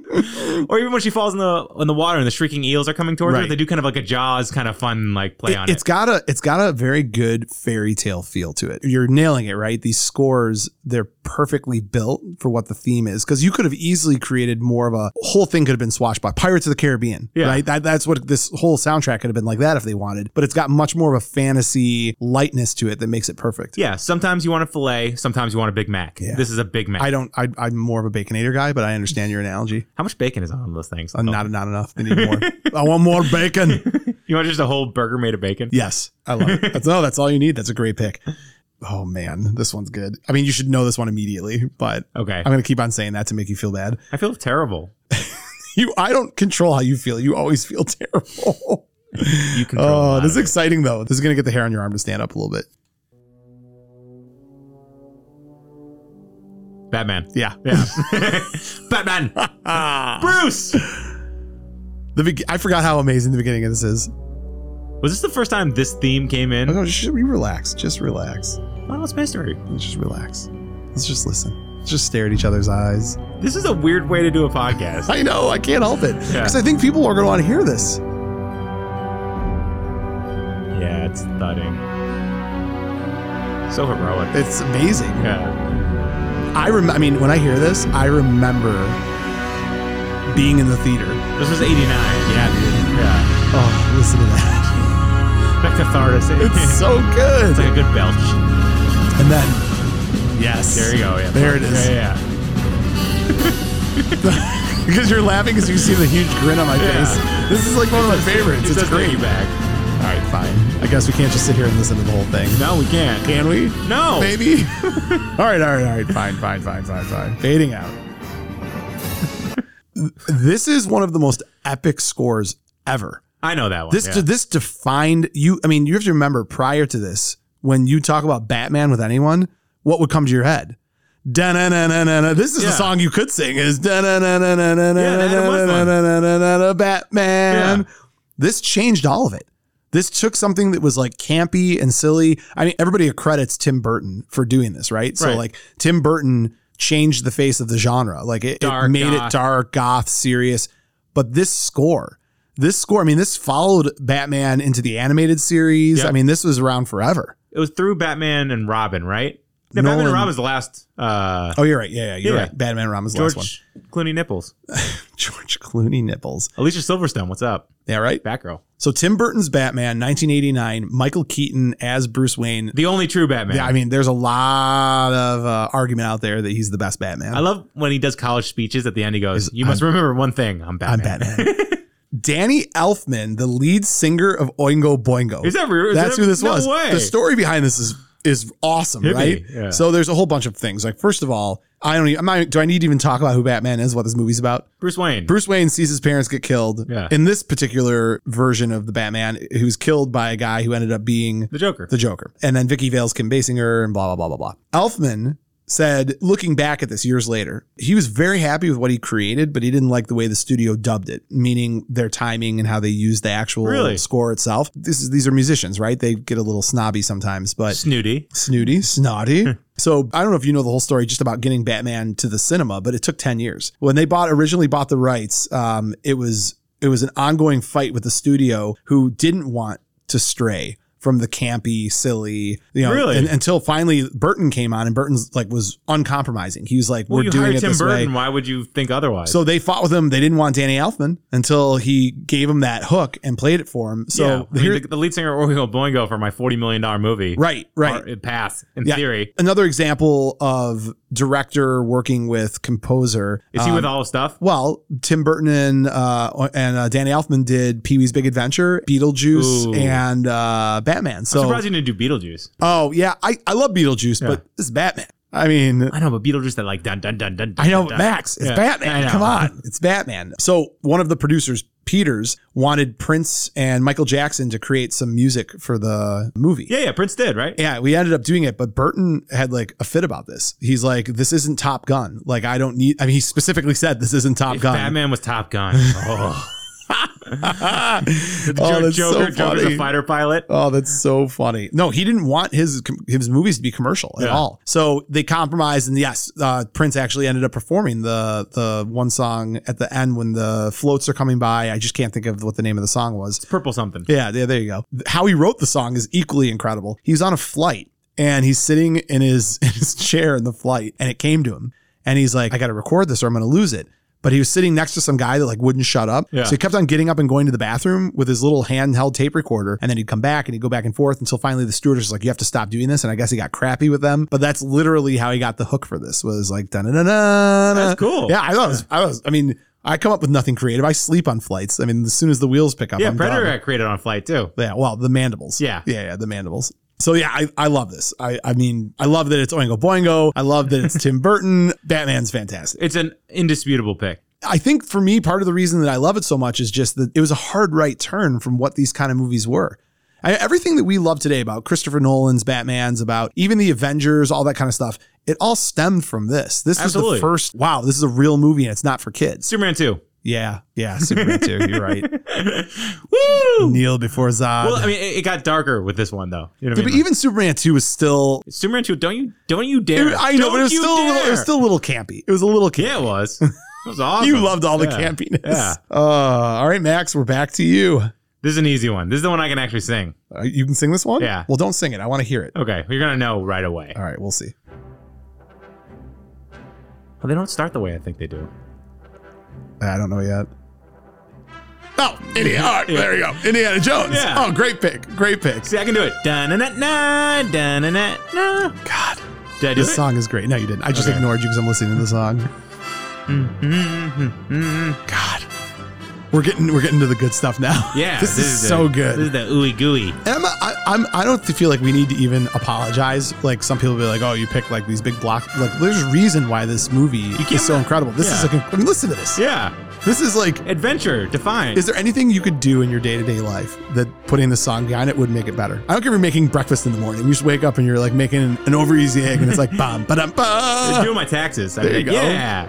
Speaker 2: or even when she falls in the in the water and the shrieking eels are coming towards her,
Speaker 1: Right.
Speaker 2: they do kind of like a Jaws kind of fun like play on
Speaker 1: It, has
Speaker 2: it.
Speaker 1: got a it's got a very good fairy tale feel to it. You're nailing it, right? These scores they're perfectly built for what the theme is because you could have easily created more of a whole thing could have been swashed by Pirates of the Caribbean,
Speaker 2: Yeah.
Speaker 1: right? That, that's what this whole soundtrack could have been like that if they wanted. But it's got much more of a fantasy lightness to it that makes it perfect.
Speaker 2: Yeah, sometimes you want a fillet, sometimes you want a Big Mac.
Speaker 1: Yeah.
Speaker 2: This is a Big Mac.
Speaker 1: I don't. I, I'm more of a baconator guy, but I understand your analogy.
Speaker 2: How much bacon is on those things?
Speaker 1: Uh, Not not enough. They need more. I want more
Speaker 2: (laughs)
Speaker 1: bacon.
Speaker 2: you want just a whole burger made of bacon?
Speaker 1: Yes, I love it. That's, oh, that's all you need. That's a great pick. Oh man, this one's good. I mean, you should know this one immediately, but
Speaker 2: Okay,
Speaker 1: I'm gonna keep on saying that to make you feel bad.
Speaker 2: I feel terrible.
Speaker 1: You, I don't control how you feel. You always feel (laughs) terrible.
Speaker 2: You control. a
Speaker 1: oh,
Speaker 2: lot
Speaker 1: this is
Speaker 2: of it.
Speaker 1: exciting though. This is gonna get the hair on your arm to stand up a little bit. (laughs)
Speaker 2: Batman.
Speaker 1: Yeah,
Speaker 2: Yeah, (laughs) Batman.
Speaker 1: (laughs)
Speaker 2: Bruce.
Speaker 1: the be- I forgot how amazing the beginning of this is.
Speaker 2: Was this the first time this theme came in?
Speaker 1: Oh, no, just you relax. Just relax.
Speaker 2: Well, it's mystery.
Speaker 1: Let's just relax. Let's just listen. Let's just stare at each other's eyes.
Speaker 2: This is a weird way to do
Speaker 1: (laughs)
Speaker 2: a podcast.
Speaker 1: I know. I can't help it
Speaker 2: Yeah.
Speaker 1: because I think people are gonna want to hear this.
Speaker 2: yeah, it's thudding. So heroic.
Speaker 1: It's amazing.
Speaker 2: Yeah.
Speaker 1: I rem- I mean, when I hear this, I remember being in the theater.
Speaker 2: This was 89. Yeah, dude. Yeah.
Speaker 1: Oh, listen to that.
Speaker 2: Back to Thardas.
Speaker 1: (laughs)
Speaker 2: (laughs)
Speaker 1: It's
Speaker 2: It's,
Speaker 1: so good.
Speaker 2: like a good belch.
Speaker 1: And then, yes.
Speaker 2: There you go. Yeah.
Speaker 1: There it is.
Speaker 2: Yeah, yeah.
Speaker 1: Because you're laughing because you see the huge grin on my
Speaker 2: Yeah.
Speaker 1: face. This is like one of my favorites.
Speaker 2: It's
Speaker 1: It's great.
Speaker 2: You back.
Speaker 1: All right, fine. I guess we can't just sit here and listen to the whole thing.
Speaker 2: No, we can't.
Speaker 1: Can we?
Speaker 2: No.
Speaker 1: (laughs) Maybe? all right, all right, all right. Fine, fine, fine, fine, fine. Fading out. (laughs) this is one of the most epic scores ever.
Speaker 2: I know that one.
Speaker 1: This
Speaker 2: yeah.
Speaker 1: this defined you. I mean, you have to remember prior to this, when you talk about Batman with anyone, what would come to your head? Da-na-na-na-na-na. This is
Speaker 2: Yeah.
Speaker 1: a song you could sing. Is
Speaker 2: Yeah, that was one.
Speaker 1: da-na-na-na-na-na-na-na-na-na-na-na Batman?
Speaker 2: Yeah.
Speaker 1: This changed all of it. This took something that was like campy and silly. I mean, everybody credits Tim Burton for doing this, right? So
Speaker 2: Right.
Speaker 1: like Tim Burton changed the face of the genre. Like it, it
Speaker 2: Dark,
Speaker 1: made it
Speaker 2: goth.
Speaker 1: dark, goth, serious. But this score, this score, I mean, this followed Batman into the animated series.
Speaker 2: Yep.
Speaker 1: I mean, this was around forever.
Speaker 2: it was through Batman and Robin, right? No, Batman
Speaker 1: Nolan-
Speaker 2: and Robin was the last uh,
Speaker 1: Oh, you're right. Yeah, yeah you're
Speaker 2: Yeah.
Speaker 1: right. Batman Rama's last one.
Speaker 2: George Clooney nipples.
Speaker 1: George Clooney nipples.
Speaker 2: Alicia Silverstone, what's up?
Speaker 1: Yeah, right.
Speaker 2: Batgirl.
Speaker 1: So Tim Burton's Batman, 1989. Michael Keaton as Bruce Wayne.
Speaker 2: The only true Batman.
Speaker 1: Yeah, I mean, there's a lot of uh, argument out there that he's the best Batman.
Speaker 2: I love when he does college speeches at the end. He goes, "You must remember one thing. I'm
Speaker 1: I'm
Speaker 2: Batman.
Speaker 1: Batman.
Speaker 2: (laughs)
Speaker 1: Danny Elfman, the lead singer of Oingo Boingo.
Speaker 2: Is that real? Is
Speaker 1: That's
Speaker 2: that-
Speaker 1: who this
Speaker 2: no
Speaker 1: was.
Speaker 2: way.
Speaker 1: The story behind this is is awesome,
Speaker 2: Hit me.
Speaker 1: right?
Speaker 2: Yeah.
Speaker 1: So there's a whole bunch of things. Like first of all, I don't. Even, I'm not. Do I need to even talk about who Batman is? What this movie's about?
Speaker 2: Bruce Wayne.
Speaker 1: Bruce Wayne sees his parents get killed.
Speaker 2: Yeah.
Speaker 1: In this particular version of the Batman, who's killed by a guy who ended up being
Speaker 2: the Joker.
Speaker 1: the Joker. And then Vicky Vale's Kim Basinger and blah, blah, blah, blah, blah. Elfman said, looking back at this years later, he was very happy with what he created, but he didn't like the way the studio dubbed it, meaning their timing and how they used the actual
Speaker 2: Really?
Speaker 1: score itself. This is these are musicians, right? They get a little snobby sometimes, but
Speaker 2: Snooty.
Speaker 1: snooty, snotty. Hmm. so I don't know if you know the whole story just about getting Batman to the cinema, but it took 10 years. When they bought originally bought the rights, um, it was it was an ongoing fight with the studio who didn't want to stray from the campy, silly, you know,
Speaker 2: Really?
Speaker 1: and, until finally Burton came on and Burton's like was uncompromising. He was like,
Speaker 2: Well,
Speaker 1: we're
Speaker 2: you
Speaker 1: doing
Speaker 2: hired
Speaker 1: it
Speaker 2: Tim
Speaker 1: this
Speaker 2: Burton.
Speaker 1: way.
Speaker 2: Why would you think otherwise?
Speaker 1: So they fought with him. They didn't want Danny Elfman until he gave him that hook and played it for him. So
Speaker 2: yeah, I mean,
Speaker 1: here-
Speaker 2: the, the lead singer of Oingo Boingo for my forty million dollar movie,
Speaker 1: right, right.
Speaker 2: Or, it passed in
Speaker 1: Yeah.
Speaker 2: theory.
Speaker 1: Another example of director working with composer.
Speaker 2: Is he
Speaker 1: Um,
Speaker 2: with all stuff?
Speaker 1: Well, Tim Burton and uh, and uh, Danny Elfman did Pee Wee's Big Adventure, Beetlejuice,
Speaker 2: Ooh.
Speaker 1: and uh, Batman.
Speaker 2: I'm
Speaker 1: So,
Speaker 2: surprised you didn't do Beetlejuice.
Speaker 1: oh yeah, I, I love Beetlejuice,
Speaker 2: Yeah.
Speaker 1: but this is Batman. I mean,
Speaker 2: I know, but Beetlejuice that like dun dun dun dun. dun
Speaker 1: I know
Speaker 2: dun.
Speaker 1: Max, it's
Speaker 2: (laughs) Yeah, I
Speaker 1: Batman.
Speaker 2: know.
Speaker 1: Come
Speaker 2: (laughs)
Speaker 1: on, it's Batman. So one of the producers, Peters, wanted Prince and Michael Jackson to create some music for the movie.
Speaker 2: Yeah, yeah, Prince did right.
Speaker 1: Yeah, we ended up doing it, but Burton had like a fit about this. He's like, "This isn't Top Gun. Like, I don't need." I mean, he specifically said, "This isn't Top
Speaker 2: If
Speaker 1: Gun." (laughs)
Speaker 2: Batman was Top Gun. Oh,
Speaker 1: oh,
Speaker 2: (laughs) The Joker,
Speaker 1: that's so
Speaker 2: Joker, Joker's
Speaker 1: funny.
Speaker 2: a fighter pilot.
Speaker 1: Oh, that's so funny. No, he didn't want his his movies to be commercial at
Speaker 2: Yeah.
Speaker 1: all. So they compromised, and yes, uh, Prince actually ended up performing the the one song at the end when the floats are coming by. I just can't think of what the name of the song was.
Speaker 2: It's purple something.
Speaker 1: Yeah, yeah, there you go. How he wrote the song is equally incredible. He was on a flight and he's sitting in his (laughs) in his chair in the flight, and it came to him, and he's like, "I got to record this or I'm going to lose it." But he was sitting next to some guy that like wouldn't shut up,
Speaker 2: Yeah.
Speaker 1: so he kept on getting up and going to the bathroom with his little handheld tape recorder, and then he'd come back and he'd go back and forth until finally the stewardess was like, "You have to stop doing this," and I guess he got crappy with them. But that's literally how he got the hook for this was like, "Dun dun dun dun."
Speaker 2: That's cool.
Speaker 1: Yeah, I thought it was, I was. I mean. I come up with nothing creative. I sleep on flights. I mean, as soon as the wheels pick up,
Speaker 2: Yeah,
Speaker 1: I'm
Speaker 2: Predator
Speaker 1: done.
Speaker 2: got created on flight too.
Speaker 1: Yeah, well, the mandibles.
Speaker 2: Yeah.
Speaker 1: Yeah, yeah, the mandibles. So yeah, I, I love this. I, I mean, I love that it's Oingo Boingo. I love that it's Tim Burton. (laughs) Batman's fantastic.
Speaker 2: It's an indisputable pick.
Speaker 1: I think for me, part of the reason that I love it so much is just that it was a hard right turn from what these kind of movies were. I, everything that we love today about Christopher Nolan's Batman's, about even the Avengers, all that kind of stuff, it all stemmed from this. This
Speaker 2: Absolutely.
Speaker 1: is the first, wow, this is a real movie and it's not for kids.
Speaker 2: Superman two.
Speaker 1: Yeah, yeah, Superman 2, you're right.
Speaker 2: (laughs) Woo!
Speaker 1: Kneel before Zod.
Speaker 2: Well, I mean, it, it got darker with this one though. You know what I
Speaker 1: but
Speaker 2: mean?
Speaker 1: even Superman 2 was still
Speaker 2: Superman two. Don't you? Don't you dare!
Speaker 1: Dude, I know, but it was
Speaker 2: Don't you
Speaker 1: still a little, it was
Speaker 2: dare!
Speaker 1: still a little campy. It was a little campy.
Speaker 2: Yeah,
Speaker 1: (laughs)
Speaker 2: it was. It was awesome.
Speaker 1: You loved all the
Speaker 2: Yeah.
Speaker 1: campiness.
Speaker 2: Yeah.
Speaker 1: Uh, all right, Max, we're back to you.
Speaker 2: This is an easy one. This is the one I can actually sing.
Speaker 1: Uh, you can sing this one?
Speaker 2: Yeah.
Speaker 1: Well, don't sing it. I want to hear it.
Speaker 2: Okay, you're gonna know right away.
Speaker 1: All right, we'll see.
Speaker 2: Oh, they don't start the way I think they do.
Speaker 1: I don't know yet. Oh, Indiana. All right, there you go. Indiana Jones.
Speaker 2: Yeah.
Speaker 1: Oh, great pick. Great pick.
Speaker 2: See, I can do it. Dun na na dun na na.
Speaker 1: God,
Speaker 2: Did I do
Speaker 1: this
Speaker 2: it?
Speaker 1: song is great. No, you didn't. I just
Speaker 2: Okay.
Speaker 1: ignored you because I'm listening to the song.
Speaker 2: Mm-hmm.
Speaker 1: God. We're getting we're getting to the good stuff now. (laughs)
Speaker 2: Yeah,
Speaker 1: this, is,
Speaker 2: the-
Speaker 1: so good.
Speaker 2: This is the ooey gooey.
Speaker 1: And I'm, I, I'm, I don't feel like we need to even apologize. Like some people be like, "Oh, you picked like these big block." Like there's a reason why this movie
Speaker 2: can't-
Speaker 1: is so incredible. This is
Speaker 2: Yeah.
Speaker 1: like, I mean, listen to this.
Speaker 2: Yeah,
Speaker 1: This is like,
Speaker 2: adventure defined.
Speaker 1: is there anything you could do in your day to day life that putting the song behind it would make it better? I don't care if you're making breakfast in the morning. You just wake up and you're like making an, an over easy egg, and it's
Speaker 2: (laughs)
Speaker 1: like bam, ba dum,
Speaker 2: It's (laughs)
Speaker 1: ba,
Speaker 2: doing my taxes. I
Speaker 1: There
Speaker 2: mean,
Speaker 1: you go.
Speaker 2: Yeah,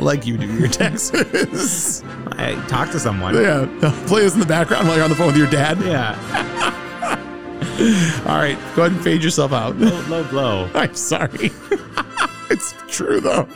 Speaker 1: like you do your
Speaker 2: (laughs)
Speaker 1: taxes.
Speaker 2: I talk to someone.
Speaker 1: yeah, play this in the background while you're on the phone with your dad.
Speaker 2: Yeah,
Speaker 1: All right, go ahead and fade yourself out.
Speaker 2: low, low blow.
Speaker 1: I'm sorry. (laughs) it's true though.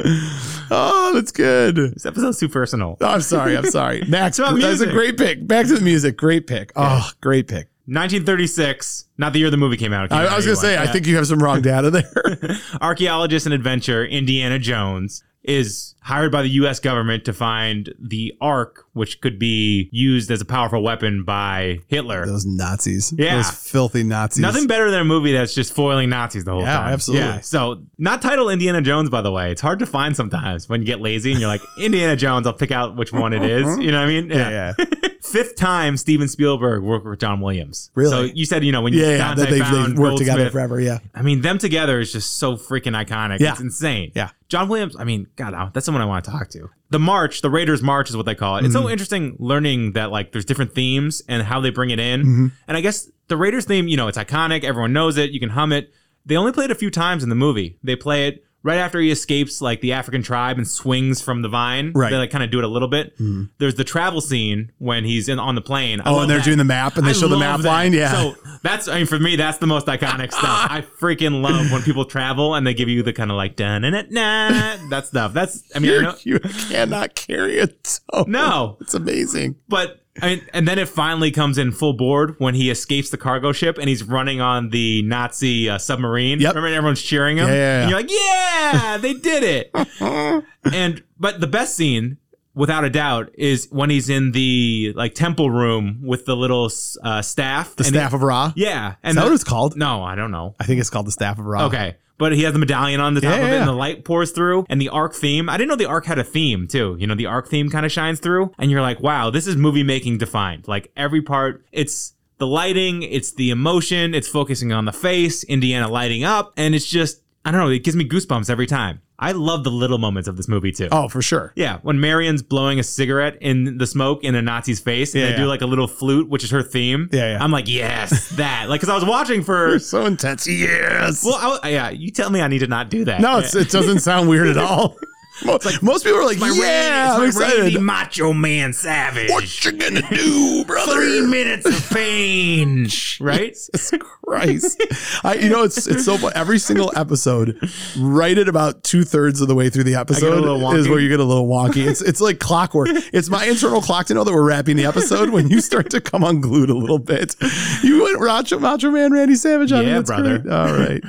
Speaker 1: Oh, that's good.
Speaker 2: This episode's too personal.
Speaker 1: I'm sorry. I'm
Speaker 2: (laughs)
Speaker 1: sorry. Max,
Speaker 2: about
Speaker 1: that's a
Speaker 2: music.
Speaker 1: great pick. Back to the music. Great pick. Oh, great pick.
Speaker 2: 1936, not the year the movie came out. It came
Speaker 1: I,
Speaker 2: out
Speaker 1: I was gonna
Speaker 2: 81.
Speaker 1: say, I
Speaker 2: Yeah.
Speaker 1: think you have some wrong data there.
Speaker 2: (laughs)
Speaker 1: (laughs)
Speaker 2: archaeologist and adventure Indiana Jones is hired by the US government to find the ark which could be used as a powerful weapon by Hitler.
Speaker 1: Those Nazis.
Speaker 2: Yeah.
Speaker 1: Those filthy Nazis.
Speaker 2: Nothing better than a movie that's just foiling Nazis the whole
Speaker 1: Yeah,
Speaker 2: time.
Speaker 1: absolutely.
Speaker 2: So, not titled Indiana Jones, by the way. It's hard to find sometimes when you get lazy and you're like, (laughs) Indiana Jones, I'll pick out which one it is. You know what I mean?
Speaker 1: Uh-huh. Yeah, yeah.
Speaker 2: (laughs) Fifth time Steven Spielberg worked with John Williams.
Speaker 1: Really?
Speaker 2: So, you said, you know, when
Speaker 1: Yeah, yeah.
Speaker 2: Dante
Speaker 1: that they've,
Speaker 2: found
Speaker 1: they've worked together
Speaker 2: Goldsmith,
Speaker 1: forever. Yeah.
Speaker 2: I mean, them together is just so freaking iconic.
Speaker 1: Yeah.
Speaker 2: It's insane.
Speaker 1: Yeah.
Speaker 2: John Williams, I mean, God, I- that's someone I want to talk to. The March, the Raiders March is what they call it. It's so
Speaker 1: Mm-hmm.
Speaker 2: interesting learning that like there's different themes and how they bring it in.
Speaker 1: Mm-hmm.
Speaker 2: And I guess the Raiders theme, you know, it's iconic. Everyone knows it. You can hum it. They only play it a few times in the movie. They play it right after he escapes like the African tribe and swings from the vine.
Speaker 1: Right. Mm-hmm.
Speaker 2: They like kind of do it a little bit. There's the travel scene when he's in on the plane. I
Speaker 1: Oh,
Speaker 2: love
Speaker 1: and they're
Speaker 2: that.
Speaker 1: doing the map and they
Speaker 2: I
Speaker 1: show the map
Speaker 2: love that.
Speaker 1: line. (laughs) Yeah.
Speaker 2: So that's I mean for me that's the most iconic stuff. I freaking love when people travel and they give you the kind of like dun na na that stuff. That's I mean I
Speaker 1: You're-
Speaker 2: know,
Speaker 1: you cannot carry it.
Speaker 2: no,
Speaker 1: It's amazing.
Speaker 2: but I mean, and then it finally comes in full board when he escapes the cargo ship and he's running on the Nazi uh, submarine.
Speaker 1: Yep.
Speaker 2: Remember, everyone's cheering him.
Speaker 1: Yeah, yeah,
Speaker 2: And you're like, yeah, they did
Speaker 1: (laughs)
Speaker 2: it. and but the best scene, without a doubt, is when he's in the like temple room with the little uh, staff.
Speaker 1: The
Speaker 2: and
Speaker 1: Staff of Ra.
Speaker 2: He, yeah,
Speaker 1: Is
Speaker 2: and
Speaker 1: that
Speaker 2: the-
Speaker 1: what it's called?
Speaker 2: no, I don't know.
Speaker 1: I think it's called the Staff of Ra.
Speaker 2: Okay. But he has the medallion on the top
Speaker 1: Oh. Yeah,
Speaker 2: of it,
Speaker 1: yeah,
Speaker 2: and
Speaker 1: yeah.
Speaker 2: the light pours through, and the arc theme. I didn't know the arc had a theme, too. You know, the arc theme kind of shines through, and you're like, wow, this is movie making defined. Like, every part, it's the lighting, it's the emotion, it's focusing on the face, Indiana lighting up, and it's just, I don't know, it gives me goosebumps every time. I love the little moments of this movie, too.
Speaker 1: Oh, for sure.
Speaker 2: Yeah, when Marion's blowing a cigarette in the smoke in a Nazi's face, and
Speaker 1: Yeah,
Speaker 2: they do
Speaker 1: yeah.
Speaker 2: like a little flute, which is her theme.
Speaker 1: Yeah, yeah.
Speaker 2: I'm like, yes, that. Like, because I was
Speaker 1: (laughs)
Speaker 2: watching for
Speaker 1: So intense. Yes.
Speaker 2: well, I, was- yeah, you tell me I need to not do that.
Speaker 1: no, it's, it doesn't sound weird at (laughs) all. Most, most people are like,
Speaker 2: my Randy-
Speaker 1: yeah, I'm
Speaker 2: it's my Randy
Speaker 1: excited.
Speaker 2: Macho Man Savage.
Speaker 1: What you gonna (laughs) do,
Speaker 2: Three
Speaker 1: brother?
Speaker 2: minutes of pain,
Speaker 1: (laughs)
Speaker 2: right?
Speaker 1: Jesus Christ. I, you know, it's it's so fun. Every single episode, right at about two thirds of the way through the episode,
Speaker 2: little
Speaker 1: is
Speaker 2: wonky.
Speaker 1: where you get a little wonky. It's it's like clockwork. It's my internal clock to know that we're wrapping the episode when you start to come unglued a little bit. You went Macho, Macho Man Randy Savage on me.
Speaker 2: Yeah,
Speaker 1: That's
Speaker 2: brother.
Speaker 1: great. All (laughs) right.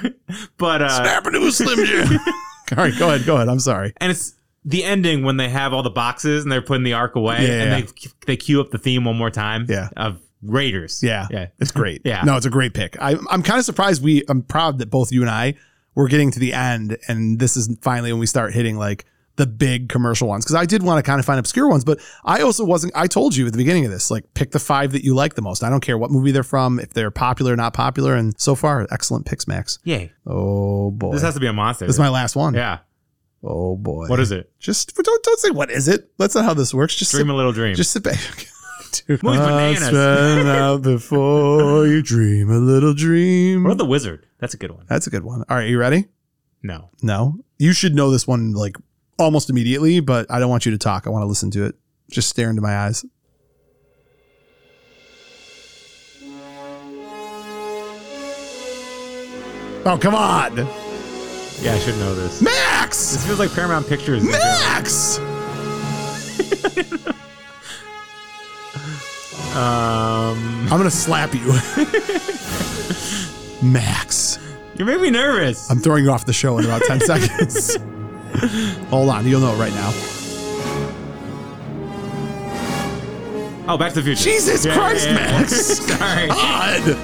Speaker 2: But uh,
Speaker 1: Snap into a Slim Jim. (laughs) All right, go ahead, go ahead. I'm sorry.
Speaker 2: and it's the ending when they have all the boxes and they're putting the arc away,
Speaker 1: Yeah,
Speaker 2: and they they cue up the theme one more time.
Speaker 1: Yeah.
Speaker 2: of Raiders.
Speaker 1: Yeah,
Speaker 2: yeah.
Speaker 1: it's great.
Speaker 2: (laughs) Yeah.
Speaker 1: no, it's a great pick. I, I'm kind of surprised. We, I'm proud that both you and I were getting to the end, and this is finally when we start hitting like the big commercial ones. Because I did want to kind of find obscure ones, but I also wasn't. I told you at the beginning of this, like pick the five that you like the most. I don't care what movie they're from, if they're popular or not popular. And so far, excellent picks, Max.
Speaker 2: Yay!
Speaker 1: Oh boy,
Speaker 2: This
Speaker 1: this,
Speaker 2: has to be a monster.
Speaker 1: is my last one.
Speaker 2: yeah.
Speaker 1: Oh boy,
Speaker 2: What is it?
Speaker 1: Just don't don't say what is it. That's not how this works. Just
Speaker 2: Dream a little dream.
Speaker 1: just (laughs) sit back. Dude,
Speaker 2: Movie's bananas.
Speaker 1: spun out before you dream a little dream.
Speaker 2: or the wizard. That's a good one.
Speaker 1: That's a good one. All right, you ready?
Speaker 2: No.
Speaker 1: No. You should know this one like almost immediately, but I don't want you to talk. I want to listen to it. Just stare into my eyes. Oh, come on.
Speaker 2: Yeah, I should know this.
Speaker 1: Max!
Speaker 2: This feels like Paramount Pictures.
Speaker 1: Max!
Speaker 2: Um,
Speaker 1: I'm going to slap you. (laughs) Max.
Speaker 2: you made me nervous.
Speaker 1: I'm throwing you off the show in about
Speaker 2: (laughs)
Speaker 1: 10 seconds. Hold on, you'll know it right now.
Speaker 2: Oh, Back to the Future.
Speaker 1: Jesus
Speaker 2: Yeah,
Speaker 1: Christ,
Speaker 2: yeah, yeah.
Speaker 1: Max!
Speaker 2: (laughs)
Speaker 1: (laughs)
Speaker 2: Sorry.
Speaker 1: God!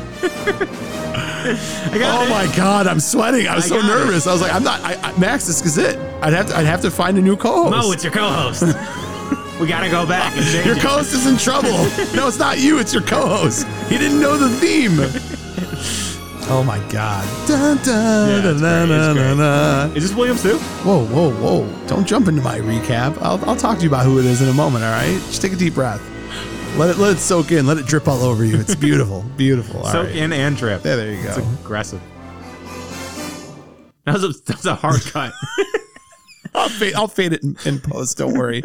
Speaker 2: I got
Speaker 1: Oh
Speaker 2: it.
Speaker 1: my God, I'm sweating. I was
Speaker 2: I
Speaker 1: so
Speaker 2: got it.
Speaker 1: nervous. I was like, I'm not. I, I, Max, this is it. I'd have to. I'd have to find a new
Speaker 2: Mo,
Speaker 1: co-host.
Speaker 2: it's
Speaker 1: (laughs)
Speaker 2: your co-host. we gotta go back and change
Speaker 1: your
Speaker 2: it.
Speaker 1: co-host is in trouble. no, it's not you. It's your co-host. He didn't know the
Speaker 2: (laughs)
Speaker 1: theme. oh my God! Dun, dun,
Speaker 2: Yeah,
Speaker 1: dun,
Speaker 2: it's great,
Speaker 1: dun,
Speaker 2: it's
Speaker 1: dun,
Speaker 2: great.
Speaker 1: dun.
Speaker 2: Is this Williams too?
Speaker 1: Whoa, whoa, whoa! Don't jump into my recap. I'll, I'll talk to you about who it is in a moment. All right, just take a deep breath. Let it let it soak in. Let it drip all over you. It's
Speaker 2: (laughs)
Speaker 1: beautiful, beautiful. All right.
Speaker 2: Soak in and drip.
Speaker 1: Yeah, there you go.
Speaker 2: It's aggressive. That was a, that was a hard
Speaker 1: (laughs)
Speaker 2: cut.
Speaker 1: I'll fade, I'll fade it in, in post. Don't
Speaker 2: (laughs)
Speaker 1: worry.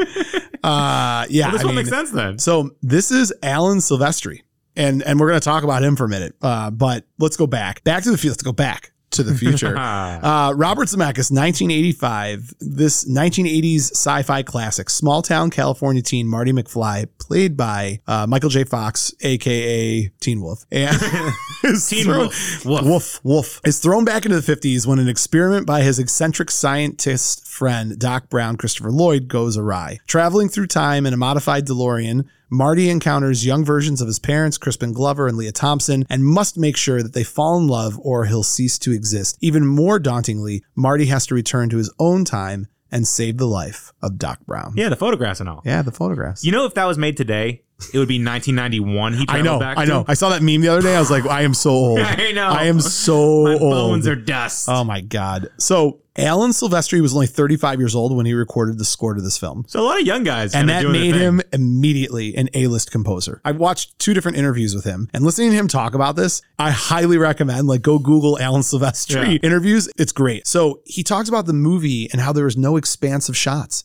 Speaker 1: Uh, yeah,
Speaker 2: well, this
Speaker 1: I
Speaker 2: one
Speaker 1: mean,
Speaker 2: makes sense then.
Speaker 1: so this is Alan Silvestri, and and we're gonna talk about him for a minute. Uh, but let's go back, back to the future. Let's go back to the
Speaker 2: (laughs)
Speaker 1: future.
Speaker 2: Ah,
Speaker 1: Uh, Robert Zemeckis, 1985. This 1980s sci-fi classic, small-town California teen Marty McFly, played by uh, Michael J. Fox, aka Teen Wolf, and (laughs) is
Speaker 2: Teen
Speaker 1: thrown-
Speaker 2: Wolf. Wolf.
Speaker 1: Woof, woof. Is thrown back into the 50s when an experiment by his eccentric scientist friend, Doc Brown Christopher Lloyd, goes awry. Traveling through time in a modified DeLorean, Marty encounters young versions of his parents, Crispin Glover and Leah Thompson, and must make sure that they fall in love or he'll cease to exist. Even more dauntingly, Marty has to return to his own time and save the life of Doc Brown.
Speaker 2: yeah, the photographs and all.
Speaker 1: Yeah, the photographs.
Speaker 2: You know, if that was made today, it would be 1991. He
Speaker 1: I
Speaker 2: traveled
Speaker 1: know,
Speaker 2: back
Speaker 1: I know.
Speaker 2: To.
Speaker 1: I saw that meme the other day. I was like, I am
Speaker 2: (laughs)
Speaker 1: so old.
Speaker 2: I know.
Speaker 1: I am so
Speaker 2: My
Speaker 1: old.
Speaker 2: bones are dust.
Speaker 1: Oh my God. So Alan Silvestri was only 35 years old when he recorded the score to this film.
Speaker 2: so a lot of young guys,
Speaker 1: And
Speaker 2: kinda
Speaker 1: that
Speaker 2: doing their
Speaker 1: made
Speaker 2: thing.
Speaker 1: him immediately an A-list composer. I watched two different interviews with him and listening to him talk about this, I highly recommend like go Google Alan Silvestri
Speaker 2: Yeah.
Speaker 1: interviews. It's great. So he talks about the movie and how there was no expansive shots.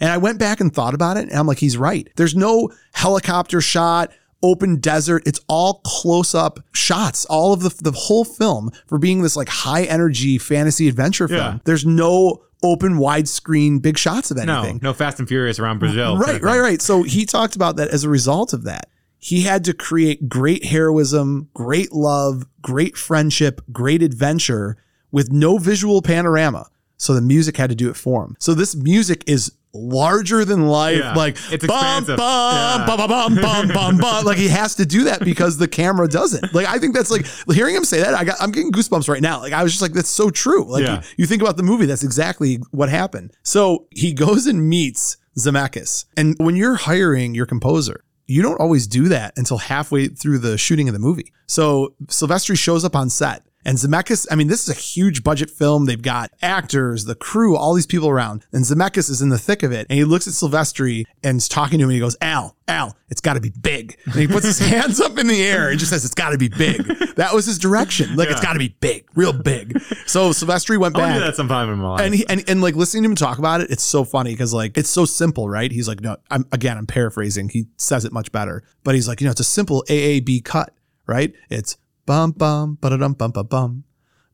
Speaker 1: And I went back and thought about it and I'm like, he's right. There's no helicopter shot open desert. It's all close up shots, all of the, the whole film for being this like high energy fantasy adventure film.
Speaker 2: Yeah.
Speaker 1: There's no open widescreen big shots of
Speaker 2: No,
Speaker 1: anything.
Speaker 2: no Fast and Furious around Brazil. kind
Speaker 1: Right,
Speaker 2: of thing.
Speaker 1: right, right. So he talked about that as a result of that. He had to create great heroism, great love, great friendship, great adventure with no visual panorama. So the music had to do it for him. So this music is larger than life.
Speaker 2: Yeah.
Speaker 1: Like
Speaker 2: It's
Speaker 1: bum,
Speaker 2: expansive.
Speaker 1: bum,
Speaker 2: Yeah.
Speaker 1: bum, bum, bum, bum, bum, bum. um, Like he has to do that because the camera doesn't. Like I think that's like hearing him say that, I got I'm getting goosebumps right now. Like I was just like, that's so true. Like
Speaker 2: Yeah.
Speaker 1: you, you think about the movie, that's exactly what happened. So he goes and meets Zemeckis. And when you're hiring your composer, you don't always do that until halfway through the shooting of the movie. So Silvestri shows up on set. And Zemeckis, I mean, this is a huge budget film. They've got actors, the crew, all these people around. And Zemeckis is in the thick of it. And he looks at Silvestri and is talking to him. And he goes, Al, Al, it's got to be big. And he puts his (laughs) hands up in the air and just says, It's got to be big. That was his direction. Like, it's got to be big, real big. So Silvestri went
Speaker 2: I wanna
Speaker 1: back.
Speaker 2: do that sometime in my life.
Speaker 1: And, he, and and like listening to him talk about it, it's so funny because like it's so simple, right? He's like, no, I'm again, I'm paraphrasing. He says it much better, but he's like, you know, it's a simple AAB cut, right? It's bum bum ba da dum bum ba bum.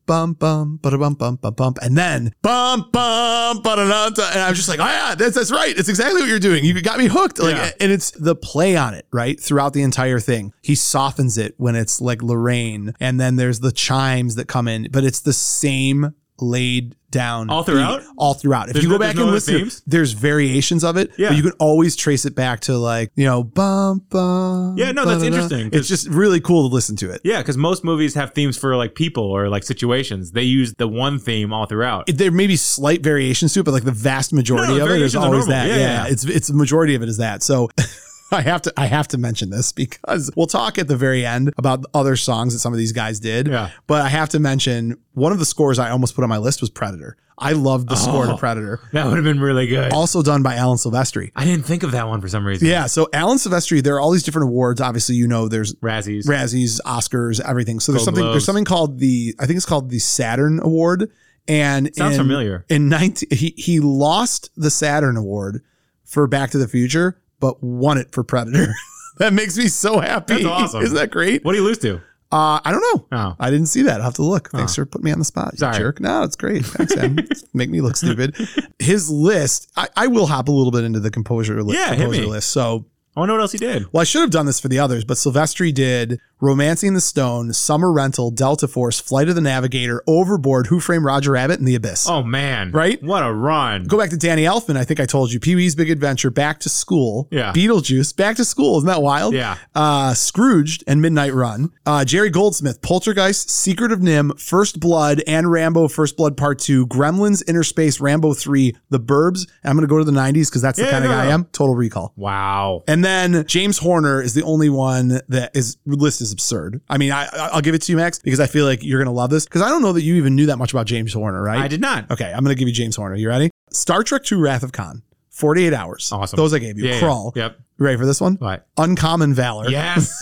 Speaker 1: Bum bum ba da bum bum bum bum and then bum bum ba da dum da- and I'm just like oh yeah that's that's right it's exactly what you're doing you got me hooked like
Speaker 2: Yeah.
Speaker 1: and it's the play on it right throughout the entire thing he softens it when it's like Lorraine and then there's the chimes that come in but it's the same laid down
Speaker 2: All throughout?
Speaker 1: beat all throughout. If
Speaker 2: There's
Speaker 1: you go
Speaker 2: no-
Speaker 1: back
Speaker 2: there's no
Speaker 1: and
Speaker 2: other
Speaker 1: listen,
Speaker 2: themes?
Speaker 1: there's variations of it,
Speaker 2: Yeah.
Speaker 1: but you can always trace it back to like you know bum bum.
Speaker 2: Yeah, no, that's
Speaker 1: da-da-da.
Speaker 2: interesting, 'cause-
Speaker 1: It's just really cool to listen to it.
Speaker 2: yeah, because most movies have themes for like people or like situations. They use the one theme all throughout.
Speaker 1: It- There may be slight variations to it, but like the vast majority
Speaker 2: No,
Speaker 1: of it is
Speaker 2: variations are
Speaker 1: always
Speaker 2: normal.
Speaker 1: that.
Speaker 2: Yeah,
Speaker 1: Yeah,
Speaker 2: yeah.
Speaker 1: it's it's the majority of it is that. So. (laughs) I have to I have to mention this because we'll talk at the very end about the other songs that some of these guys did.
Speaker 2: Yeah.
Speaker 1: But I have to mention one of the scores I almost put on my list was Predator. I loved the score to
Speaker 2: Oh.
Speaker 1: Predator.
Speaker 2: that would have been really good.
Speaker 1: Also done by Alan Silvestri.
Speaker 2: I didn't think of that one for some reason.
Speaker 1: Yeah. So Alan Silvestri, there are all these different awards. Obviously, you know, there's
Speaker 2: Razzies.
Speaker 1: Razzies, Oscars, everything. So there's
Speaker 2: Gold
Speaker 1: something there's
Speaker 2: Globes.
Speaker 1: something called the I think it's called the Saturn Award. And
Speaker 2: Sounds
Speaker 1: in-
Speaker 2: familiar.
Speaker 1: In 19, he he lost the Saturn Award for Back to the Future, but won it for Predator. (laughs) that makes me so happy.
Speaker 2: That's awesome.
Speaker 1: Isn't that great?
Speaker 2: What do you lose to?
Speaker 1: Uh, I don't know.
Speaker 2: Oh,
Speaker 1: I didn't see that. I'll have to look. Thanks for putting me on the spot. You
Speaker 2: Sorry.
Speaker 1: jerk. No, it's
Speaker 2: (laughs)
Speaker 1: great. Thanks, Em. Make me look stupid. His list, I, I will hop a little bit into the composer, li-
Speaker 2: Yeah, hit
Speaker 1: composer
Speaker 2: me.
Speaker 1: list. So
Speaker 2: I want to know what else he did.
Speaker 1: well, I should have done this for the others, but Silvestri did Romancing the Stone, Summer Rental, Delta Force, Flight of the Navigator, Overboard, Who Framed Roger Rabbit, and The Abyss.
Speaker 2: Oh man,
Speaker 1: Right?
Speaker 2: What a run!
Speaker 1: Go back to Danny Elfman. I think I told you Pee Wee's Big Adventure, Back to School,
Speaker 2: Yeah.
Speaker 1: Beetlejuice, Back to School. Isn't that wild?
Speaker 2: Yeah.
Speaker 1: Uh, Scrooged and Midnight Run. Uh, Jerry Goldsmith, Poltergeist, Secret of Nim, First Blood, and Rambo, First Blood Part 2, Gremlins, Inner Space, Rambo 3, The Burbs. And I'm going to go to the 90s because that's the
Speaker 2: Yeah,
Speaker 1: kind of
Speaker 2: no,
Speaker 1: guy I
Speaker 2: no.
Speaker 1: am. Total Recall.
Speaker 2: Wow.
Speaker 1: And then James Horner is the only one that is list is absurd. I mean, I I'll give it to you, Max, because I feel like you're gonna love this. Because I don't know that you even knew that much about James Horner, right?
Speaker 2: I did not.
Speaker 1: Okay, I'm gonna give you James Horner. You ready? Star Trek Two: Wrath of Khan. 48 hours.
Speaker 2: Awesome.
Speaker 1: Those I gave you.
Speaker 2: Yeah, yeah.
Speaker 1: Crawl.
Speaker 2: Yep.
Speaker 1: You ready for this one?
Speaker 2: Right.
Speaker 1: Uncommon Valor.
Speaker 2: Yes.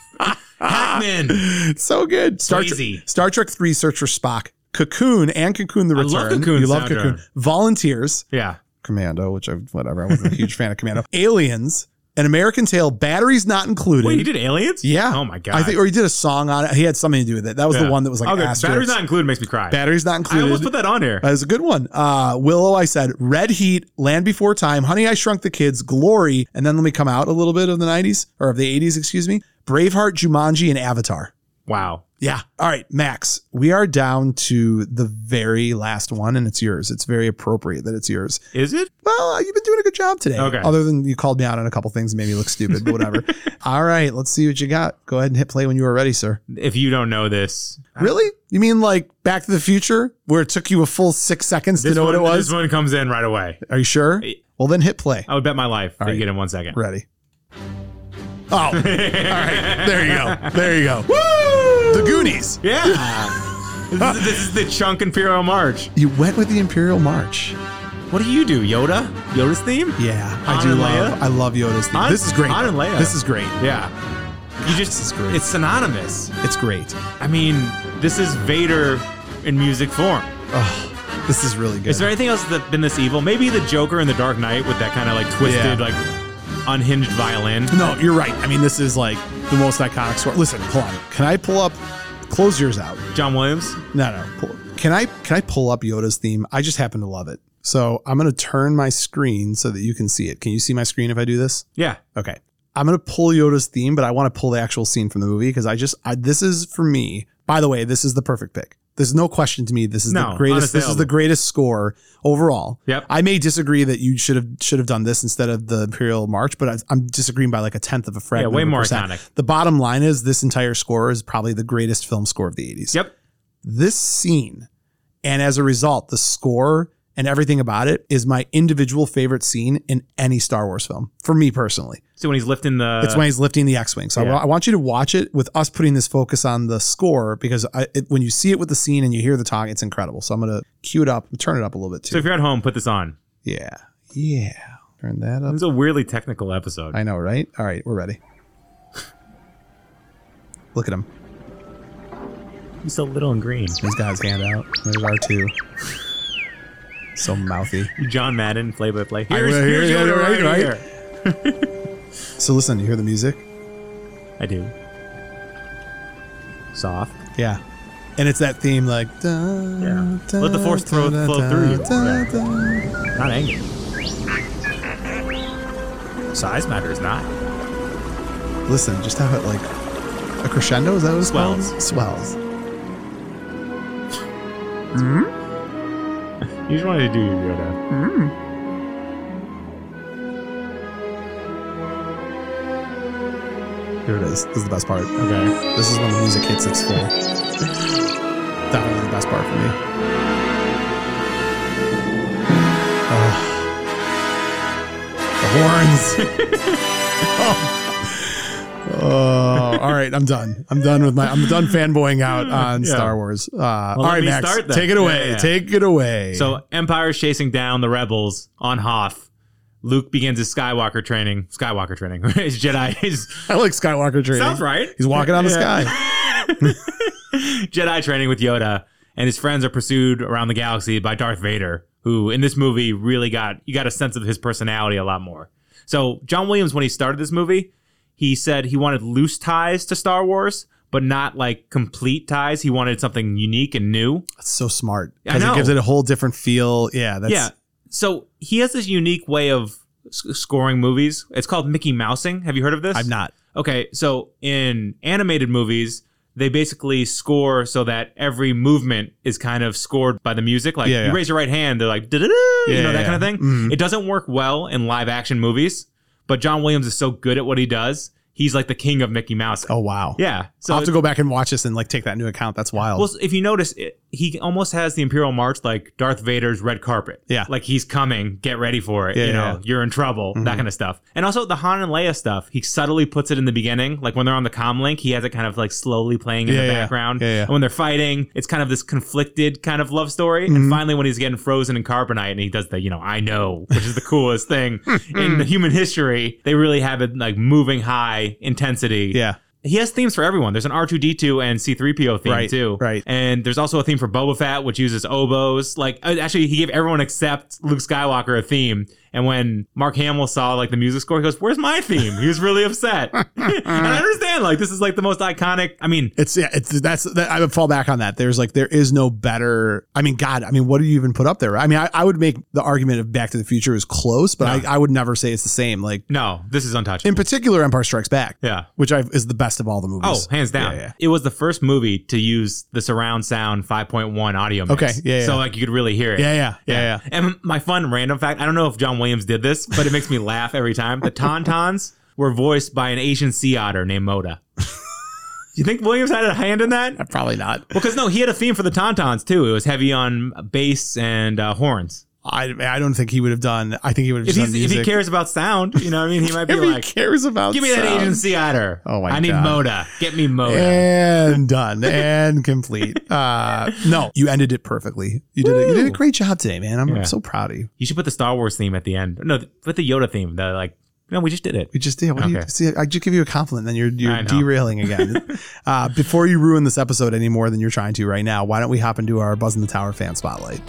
Speaker 2: (laughs) Hackman.
Speaker 1: It's (laughs) so good. Star Trek.
Speaker 2: Swayze.
Speaker 1: Star Trek 3 Search for Spock. Cocoon and Cocoon the
Speaker 2: I
Speaker 1: Return.
Speaker 2: love Cocoon
Speaker 1: You love
Speaker 2: soundtrack.
Speaker 1: Cocoon. Volunteers.
Speaker 2: Yeah.
Speaker 1: Commando, which I whatever. I wasn't a huge (laughs) fan of Commando. Aliens. An American Tale. Batteries not included.
Speaker 2: Wait, he did Aliens?
Speaker 1: Yeah.
Speaker 2: Oh my god.
Speaker 1: I think, or he did a song on it. He had something to do with it. That was the
Speaker 2: Yeah.
Speaker 1: one that was like
Speaker 2: okay,
Speaker 1: asterisk.
Speaker 2: batteries not included makes me cry.
Speaker 1: Batteries not
Speaker 2: I almost
Speaker 1: included.
Speaker 2: put that on here.
Speaker 1: that was a good one. Uh, Willow, I said, Red Heat, Land Before Time, Honey, I Shrunk the Kids, Glory, and then let me come out a little bit of the 90s or of the 80s, excuse me. Braveheart, Jumanji, and Avatar.
Speaker 2: Wow.
Speaker 1: Yeah. All right, Max, we are down to the very last one, and it's yours. It's very appropriate that it's yours.
Speaker 2: Is it?
Speaker 1: Well, uh, you've been doing a good job today.
Speaker 2: Okay.
Speaker 1: Other than you called me out on a couple things and made me look stupid, but
Speaker 2: (laughs)
Speaker 1: whatever. All right, let's see what you got. Go ahead and hit play when you are ready, sir.
Speaker 2: If you don't know this,
Speaker 1: Really? You mean like Back to the Future, where it took you a full six seconds to
Speaker 2: this
Speaker 1: know
Speaker 2: one,
Speaker 1: what it was?
Speaker 2: This one comes in right away.
Speaker 1: Are you sure?
Speaker 2: Hey.
Speaker 1: Well, then hit play.
Speaker 2: I would bet my life that
Speaker 1: right.
Speaker 2: you get in one second. (laughs)
Speaker 1: Ready. Oh, all right. There you go. There you go.
Speaker 2: Woo!
Speaker 1: The Goonies.
Speaker 2: Yeah. this, is, this is the chunk Imperial March.
Speaker 1: You went with the Imperial March.
Speaker 2: What do you do, Yoda? Yoda's theme?
Speaker 1: Yeah, I
Speaker 2: Han
Speaker 1: do
Speaker 2: and
Speaker 1: love.
Speaker 2: Leia?
Speaker 1: I love Yoda's theme.
Speaker 2: Han-
Speaker 1: this is great.
Speaker 2: Han and Leia.
Speaker 1: This is great.
Speaker 2: Yeah. You just
Speaker 1: this is great.
Speaker 2: it's synonymous.
Speaker 1: It's great.
Speaker 2: I mean, this is Vader in music form.
Speaker 1: Oh, this is really good.
Speaker 2: Is there anything else that's been this evil? Maybe the Joker in the Dark Knight with that kind of like twisted,
Speaker 1: Yeah.
Speaker 2: like unhinged violin.
Speaker 1: No, you're right. I mean, this is like the most iconic score. Listen, hold on. Can I pull up? Close yours out.
Speaker 2: John Williams.
Speaker 1: No, no. Pull, can I can I pull up Yoda's theme? I just happen to love it. So I'm gonna turn my screen so that you can see it. Can you see my screen if I do this?
Speaker 2: Yeah.
Speaker 1: Okay. I'm gonna pull Yoda's theme, but I want to pull the actual scene from the movie because I just I, this is for me. By the way, this is the perfect pick. There's no question to me. This is
Speaker 2: No,
Speaker 1: the greatest. This is
Speaker 2: unassailable.
Speaker 1: the greatest score overall.
Speaker 2: Yep.
Speaker 1: I may disagree that you should have should have done this instead of the Imperial March, but I, I'm disagreeing by like a tenth of a
Speaker 2: Yeah,
Speaker 1: fragment.
Speaker 2: way
Speaker 1: of a
Speaker 2: more
Speaker 1: percent.
Speaker 2: iconic.
Speaker 1: The bottom line is this entire score is probably the greatest film score of the 80s.
Speaker 2: Yep.
Speaker 1: This scene, and as a result, the score and everything about it is my individual favorite scene in any Star Wars film for me personally.
Speaker 2: So when he's lifting the.
Speaker 1: it's when he's lifting the X Wing. So I
Speaker 2: yeah.
Speaker 1: wa- I, want you to watch it with us putting this focus on the score because I, it, when you see it with the scene and you hear the talk, it's incredible. So I'm going to cue it up, turn it up a little bit
Speaker 2: So
Speaker 1: too.
Speaker 2: if you're at home, put this on.
Speaker 1: yeah. Yeah. Turn that up.
Speaker 2: This is a weirdly technical episode.
Speaker 1: I know, right? All right, we're ready. Look at him.
Speaker 2: He's so little and green.
Speaker 1: He's got his hand out. There's R2. So mouthy.
Speaker 2: John Madden, play by play.
Speaker 1: I
Speaker 2: Here's,
Speaker 1: will
Speaker 2: here's
Speaker 1: hear you,
Speaker 2: Yoda
Speaker 1: right,
Speaker 2: right,
Speaker 1: right.
Speaker 2: here.
Speaker 1: So listen, you hear the music?
Speaker 2: I do. Soft.
Speaker 1: Yeah. And it's that theme like Yeah.
Speaker 2: Let the force throw- flow through you.
Speaker 1: you.
Speaker 2: Not angry. Size matters not.
Speaker 1: Listen, just how it like a crescendo, is that what it's called?
Speaker 2: Swells.
Speaker 1: Swells.
Speaker 2: You just wanted to do your Yoda.
Speaker 1: Here it is. This is the best part.
Speaker 2: Okay.
Speaker 1: This is when the music hits its full. Definitely the best part for me. Oh. The horns. (laughs) oh. Oh, all right. I'm done. I'm done with my. I'm done fanboying out
Speaker 2: (laughs)
Speaker 1: on
Speaker 2: Yeah.
Speaker 1: Star Wars. Uh, all
Speaker 2: let
Speaker 1: right,
Speaker 2: me
Speaker 1: Max.
Speaker 2: start then.
Speaker 1: take it away.
Speaker 2: Yeah, yeah.
Speaker 1: Take it away.
Speaker 2: So Empire's chasing down the rebels on Hoth. Luke begins his Skywalker training. Skywalker training. (laughs) his Jedi. His
Speaker 1: (laughs) I like Skywalker training.
Speaker 2: sounds right.
Speaker 1: He's walking on the
Speaker 2: (laughs)
Speaker 1: sky.
Speaker 2: Yeah. (laughs) Jedi training with Yoda, and his friends are pursued around the galaxy by Darth Vader, who in this movie really got you got a sense of his personality a lot more. So John Williams, when he started this movie, he said he wanted loose ties to Star Wars, but not like complete ties. He wanted something unique and new.
Speaker 1: That's so smart
Speaker 2: I
Speaker 1: because it
Speaker 2: know.
Speaker 1: gives it a whole different feel. Yeah. That's,
Speaker 2: yeah. So he has this unique way of s- scoring movies. It's called Mickey Mousing. Have you heard of this?
Speaker 1: I'm not.
Speaker 2: Okay, so in animated movies, they basically score so that every movement is kind of scored by the music. Like
Speaker 1: Yeah, yeah.
Speaker 2: you raise your right hand, they're like, da da da,
Speaker 1: Yeah,
Speaker 2: you know, that
Speaker 1: yeah,
Speaker 2: kind of thing.
Speaker 1: Mhm.
Speaker 2: It doesn't work well in live action movies, but John Williams is so good at what he does. He's like the king of Mickey Mouse.
Speaker 1: Oh, wow.
Speaker 2: Yeah. So
Speaker 1: I'll have to go back and watch this and like take that into account. That's wild.
Speaker 2: well, if you notice, it, he almost has the Imperial March like Darth Vader's red carpet.
Speaker 1: Yeah.
Speaker 2: Like he's coming, get ready for it.
Speaker 1: Yeah,
Speaker 2: you know,
Speaker 1: yeah. Mm-hmm.
Speaker 2: you're in trouble, that kind of stuff. And also the Han and Leia stuff, he subtly puts it in the beginning. Like when they're on the comm link, he has it kind of like slowly playing in
Speaker 1: Yeah,
Speaker 2: the
Speaker 1: yeah.
Speaker 2: background.
Speaker 1: Yeah, yeah.
Speaker 2: And when they're fighting, it's kind of this conflicted kind of love story. And
Speaker 1: Mm-hmm.
Speaker 2: finally, when he's getting frozen in carbonite and he does the, you know, I know, which is (laughs) the coolest thing in
Speaker 1: Mm.
Speaker 2: the human history, they really have it like moving high intensity
Speaker 1: yeah.
Speaker 2: he has themes for everyone. There's an R2D2 and C3PO theme
Speaker 1: Right,
Speaker 2: too.
Speaker 1: right.
Speaker 2: And there's also a theme for Boba Fett, which uses oboes. Like uh, actually, he gave everyone except Luke Skywalker a theme. And when Mark Hamill saw like the music score, he goes, "Where's my theme?" He was really upset. (laughs) and I understand. Like this is like the most iconic. I mean,
Speaker 1: It's yeah, it's that's that, I would fall back on that. There's like there is no better. I mean, God, I mean, what do you even put up there? I mean, I, I would make the argument of Back to the Future is close, but I, I would never say it's the same. Like
Speaker 2: no, this is untouchable.
Speaker 1: in particular, Empire Strikes Back,
Speaker 2: yeah.
Speaker 1: which I is the best of all the
Speaker 2: Oh,
Speaker 1: movies.
Speaker 2: hands down.
Speaker 1: Yeah, yeah.
Speaker 2: It was the first movie to use the surround sound 5.1 audio mix.
Speaker 1: Okay, yeah, yeah.
Speaker 2: So like you could really hear it.
Speaker 1: yeah, yeah, yeah, yeah.
Speaker 2: And my fun random fact I don't know if John Williams did this, but it makes me laugh every time. The Tauntauns were voiced by an Asian sea otter named Moda. you think Williams had a hand in that?
Speaker 1: Probably not.
Speaker 2: Because no, he had a theme for the Tauntauns too. It was heavy on bass and uh, horns.
Speaker 1: I I don't think he would have done. I think he would have
Speaker 2: If,
Speaker 1: just
Speaker 2: he's,
Speaker 1: done
Speaker 2: if
Speaker 1: music.
Speaker 2: he cares about sound, you know what I mean? He might be
Speaker 1: If he
Speaker 2: like,
Speaker 1: cares about.
Speaker 2: give me that
Speaker 1: sound.
Speaker 2: Asian sea otter.
Speaker 1: Oh my
Speaker 2: I need
Speaker 1: God.
Speaker 2: Moda. Get me Moda.
Speaker 1: And done and
Speaker 2: (laughs)
Speaker 1: complete. Uh, no, you ended it perfectly. You did it. You did a
Speaker 2: Woo.
Speaker 1: great job today, man. I'm,
Speaker 2: Yeah.
Speaker 1: I'm so proud of you.
Speaker 2: You should put the Star Wars theme at the end. No, th- put the Yoda theme. The like, no, we just did it.
Speaker 1: We just did. What do you
Speaker 2: Okay.
Speaker 1: see? I just give you a compliment, then you're you're
Speaker 2: I know.
Speaker 1: derailing
Speaker 2: (laughs)
Speaker 1: again. uh, before you ruin this episode any more than you're trying to right now, why don't we hop into our Buzz in the Tower fan spotlight?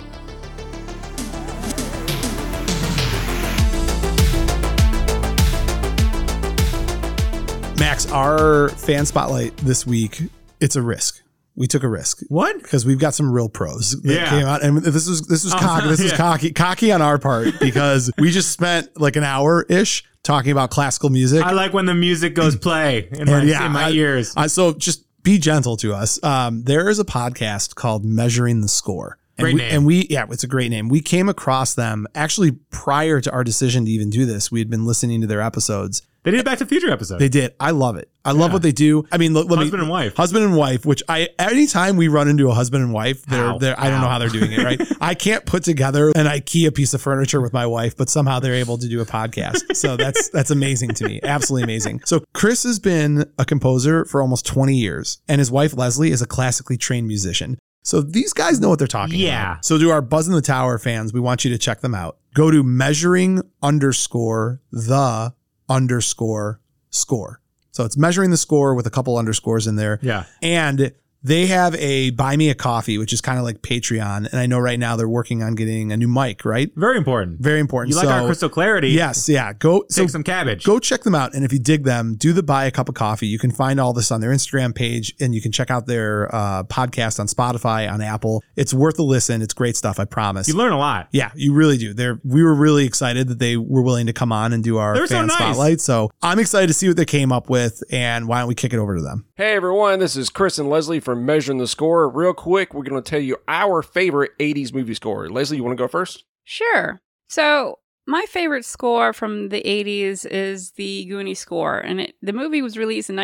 Speaker 1: Alex, our fan spotlight this week, it's a risk. We took a risk.
Speaker 2: What?
Speaker 1: Because we've got some real pros that
Speaker 2: Yeah. Oh,
Speaker 1: came out, and this was this was cocky. This was
Speaker 2: yeah.
Speaker 1: cocky, cocky on our
Speaker 2: (laughs)
Speaker 1: part because we just spent like an hour ish talking about classical music.
Speaker 2: I like when the music goes play in my,
Speaker 1: And yeah,
Speaker 2: in my
Speaker 1: I-
Speaker 2: ears.
Speaker 1: Uh, so just be gentle to us. Um, there is a podcast called Measuring the Score. And
Speaker 2: Great
Speaker 1: we,
Speaker 2: name.
Speaker 1: And we, yeah, it's a great name. We came across them actually prior to our decision to even do this. We had been listening to their episodes.
Speaker 2: they did a Back to the Future episode.
Speaker 1: They did. I love it. I love what they do. I mean, let, let
Speaker 2: Husband
Speaker 1: me,
Speaker 2: and wife.
Speaker 1: Husband and wife, which I anytime we run into a husband and wife, they're,
Speaker 2: How?
Speaker 1: they're I don't know how they're doing it,
Speaker 2: (laughs)
Speaker 1: right? I can't put together an IKEA piece of furniture with my wife, but somehow they're able to do a podcast. So that's that's amazing to me. Absolutely amazing. So Chris has been a composer for almost 20 years, and his wife Leslie is a classically trained musician. So these guys know what they're talking
Speaker 2: Yeah.
Speaker 1: about. So to our Buzz in the Tower fans, we want you to check them out. Go to measuring underscore the underscore score. So it's measuring the score with a couple underscores in there.
Speaker 2: yeah.
Speaker 1: And they have a buy me a coffee, which is kind of like Patreon. And I know right now they're working on getting a new mic, right?
Speaker 2: Very important.
Speaker 1: Very important.
Speaker 2: You like
Speaker 1: so,
Speaker 2: our crystal clarity?
Speaker 1: Yes, yeah. Go so
Speaker 2: Take some cabbage.
Speaker 1: go check them out. And if you dig them, do the buy a cup of coffee. You can find all this on their Instagram page and you can check out their uh, podcast on Spotify, on Apple. It's worth a listen. It's great stuff, I promise.
Speaker 2: You learn a lot. (laughs)
Speaker 1: yeah, you really do. They're we were really excited that they were willing to come on and do our
Speaker 2: They're so
Speaker 1: fan
Speaker 2: nice.
Speaker 1: spotlight. So I'm excited to see what they came up with and why don't we kick it over to them.
Speaker 4: Hey everyone, this is Chris and Leslie from Measuring the Score. Real quick, we're going to tell you our favorite 80s movie score. Leslie, you want to go first?
Speaker 5: Sure. So my favorite score from the 80s is the Goonie score, and it, the movie was released in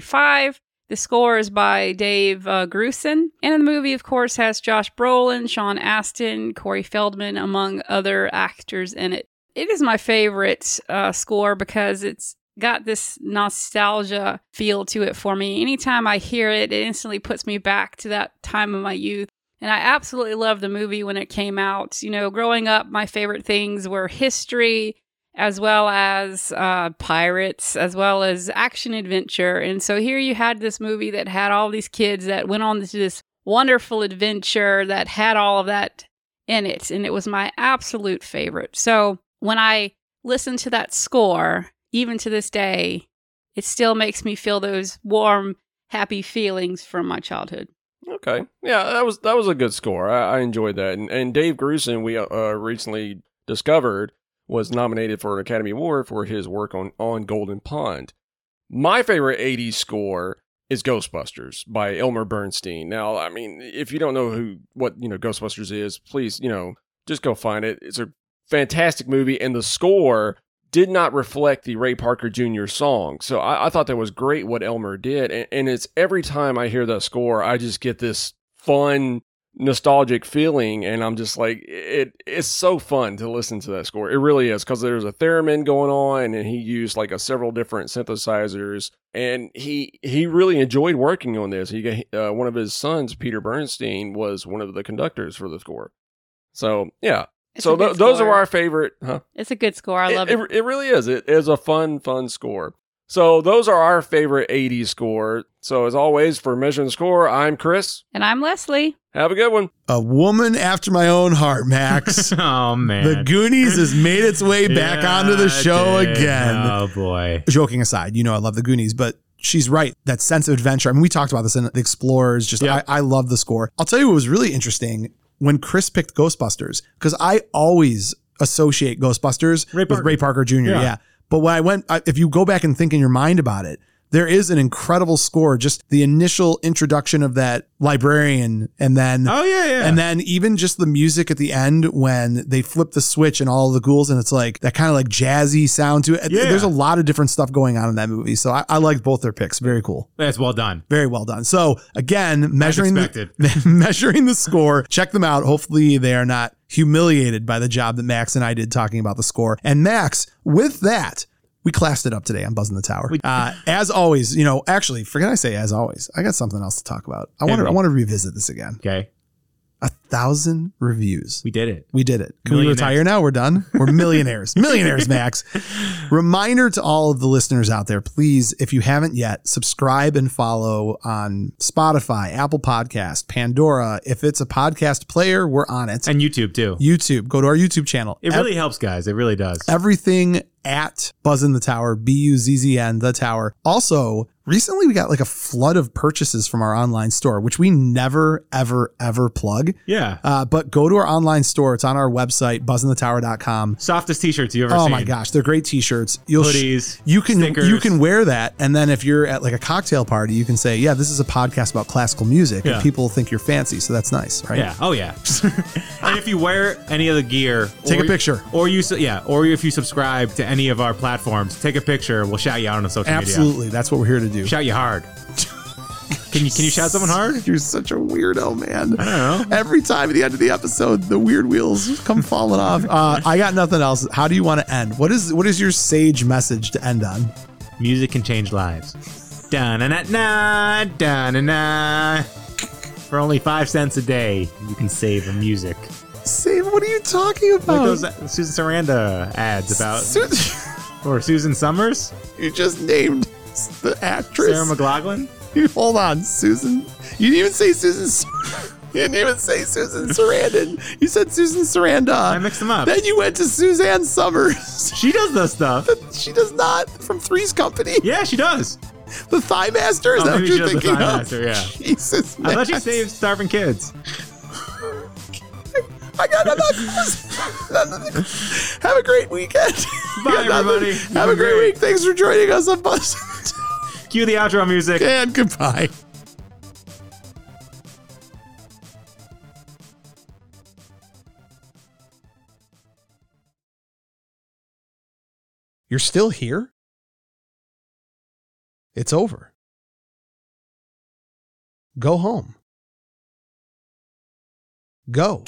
Speaker 5: 1985. The score is by Dave uh, Grusin, and in the movie, of course, has Josh Brolin, Sean Astin, Corey Feldman, among other actors in it. It is my favorite uh, score because it's got this nostalgia feel to it for me. Anytime I hear it, it instantly puts me back to that time of my youth. And I absolutely loved the movie when it came out. You know, growing up, my favorite things were history as well as uh, pirates, as well as action adventure. And so here you had this movie that had all these kids that went on to this wonderful adventure that had all of that in it. And it was my absolute favorite. So when I listen to that score, even to this day, it still makes me feel those warm, happy feelings from my childhood.
Speaker 4: Okay. Yeah, that was that was a good score. I, I enjoyed that. And, and Dave Grusin, we uh, uh, recently discovered, was nominated for an Academy Award for his work on, on Golden Pond. My favorite 80s score is Ghostbusters by Elmer Bernstein. Now, I mean, if you don't know who what, you know, Ghostbusters is, please, you know, just go find it. It's a fantastic movie and the score did not reflect the Ray Parker Jr. song. So I, I thought that was great what Elmer did. And, and it's every time I hear that score, I just get this fun, nostalgic feeling. And I'm just like, it, it's so fun to listen to that score. It really is because there's a theremin going on and he used like a several different synthesizers. And he, he really enjoyed working on this. He, got- uh, one of his sons, Peter Bernstein, was one of the conductors for the score. So yeah.
Speaker 5: It's
Speaker 4: so
Speaker 5: a good
Speaker 4: tho- those are
Speaker 5: score.
Speaker 4: our favorite, huh?
Speaker 5: It's a good score. I love it.
Speaker 4: it, it really is. It is a fun, fun score. So those are our favorite 80s score. So as always, for measuring score, I'm Chris.
Speaker 5: And I'm Leslie.
Speaker 4: Have a good one.
Speaker 1: A woman after my own heart,
Speaker 2: (laughs)
Speaker 1: Max.
Speaker 2: oh, man.
Speaker 1: the Goonies has made its way back
Speaker 2: Yeah,
Speaker 1: onto the show
Speaker 2: it did.
Speaker 1: again.
Speaker 2: Oh, boy.
Speaker 1: (laughs) Joking aside, you know I love the Goonies, but she's right. That sense of adventure. I mean, we talked about this in the Explorers. Just
Speaker 2: Yeah.
Speaker 1: I, I love the score. I'll tell you what was really interesting when Chris picked Ghostbusters because I always associate Ghostbusters
Speaker 2: Ray
Speaker 1: with
Speaker 2: Parker.
Speaker 1: Ray Parker Jr. Yeah.
Speaker 2: Yeah.
Speaker 1: But when I went, I- if you go back and think in your mind about it, there is an incredible score. Just the initial introduction of that librarian, and then
Speaker 2: Oh, yeah, yeah.
Speaker 1: and then even just the music at the end when they flip the switch and all the ghouls and it's like that kind of like jazzy sound to it.
Speaker 2: Yeah.
Speaker 1: There's a lot of different stuff going on in that movie. So I, I liked both their picks. Very cool.
Speaker 2: That's well done.
Speaker 1: Very well done. So again, measuring the, (laughs)
Speaker 2: expected.
Speaker 1: measuring the score. Check them out. Hopefully they are not humiliated by the job that Max and I did talking about the score. And Max, with that, we classed it up today on Buzzing the Tower. Uh, as always, you know, actually, forget I say as always. I got something else to talk about. I want to
Speaker 2: we?
Speaker 1: I want to revisit this again.
Speaker 2: Okay.
Speaker 1: a thousand reviews.
Speaker 2: We did it.
Speaker 1: We did it. Can we
Speaker 2: Millionaires.
Speaker 1: retire now? We're done.
Speaker 2: (laughs)
Speaker 1: We're millionaires. millionaires, Max. Reminder to all of the listeners out there, please, if you haven't yet, subscribe and follow on Spotify, Apple Podcast, Pandora. If it's a podcast player, we're on it.
Speaker 2: And YouTube too.
Speaker 1: YouTube. Go to our YouTube channel.
Speaker 2: It really helps, guys. It really does.
Speaker 1: Everything at Buzz in the Tower, B U Z Z N, the Tower. Also, recently we got like a flood of purchases from our online store, which we never, ever, ever plug.
Speaker 2: Yeah.
Speaker 1: Uh, but go to our online store. It's on our website, buzzinthetower.com.
Speaker 2: Softest t shirts you ever
Speaker 1: Oh
Speaker 2: seen.
Speaker 1: my gosh, they're great t-shirts. You'll sh-
Speaker 2: Hoodies,
Speaker 1: you can
Speaker 2: stickers.
Speaker 1: you can wear that, and then if you're at like a cocktail party, you can say, "Yeah, this is a podcast about classical music,"
Speaker 2: Yeah.
Speaker 1: and people think you're fancy, so that's nice, right?
Speaker 2: Yeah. Oh
Speaker 1: (laughs)
Speaker 2: yeah. and if you wear any of the gear,
Speaker 1: Take a
Speaker 2: or-
Speaker 1: picture.
Speaker 2: Or you, su- yeah. Or if you subscribe to any of our platforms, take a picture. We'll shout you out on social media.
Speaker 1: Absolutely, that's what we're here to do.
Speaker 2: Shout you hard. Can you can you shout someone hard?
Speaker 1: You're such a weirdo, man.
Speaker 2: I don't
Speaker 1: Every time at the end of the episode, the weird wheels come falling off.
Speaker 2: (laughs)
Speaker 1: Uh, I got nothing else. How do you want to end? What is what is your sage message to end on?
Speaker 2: Music can change lives. Dun na na dun na na. For only five cents a day, you can save a music.
Speaker 1: Save? What are you talking
Speaker 2: Like
Speaker 1: about?
Speaker 2: those uh, Susan Saranda ads
Speaker 1: Oh.
Speaker 2: about,
Speaker 1: Su-
Speaker 2: or Susan Summers,
Speaker 1: you just named the actress.
Speaker 2: Sarah McLaughlin.
Speaker 1: You- (laughs) Hold on, Susan. You didn't even say Susan. Sar- (laughs) You didn't even say
Speaker 2: (laughs)
Speaker 1: Susan Sarandon. You said Susan Saranda.
Speaker 2: I mixed them up.
Speaker 1: Then you went to Suzanne Summers. (laughs)
Speaker 2: She does those stuff.
Speaker 1: she does not from Three's Company.
Speaker 2: Yeah, she does.
Speaker 1: The Thigh Master is
Speaker 2: Oh,
Speaker 1: that what
Speaker 2: maybe she
Speaker 1: you're
Speaker 2: does the
Speaker 1: thinking
Speaker 2: Thigh
Speaker 1: of?
Speaker 2: Master, yeah.
Speaker 1: Jesus,
Speaker 2: I thought she
Speaker 1: Max.
Speaker 2: saved starving kids.
Speaker 1: I
Speaker 2: (laughs)
Speaker 1: got nothing. Have a great weekend. (laughs)
Speaker 2: Bye,
Speaker 1: Got nothing.
Speaker 2: everybody.
Speaker 1: Have a great,
Speaker 2: Great.
Speaker 1: week. Thanks for joining us on Buzz (laughs)
Speaker 2: Cue the outro music.
Speaker 1: and goodbye. You're still here? It's over. Go home. Go.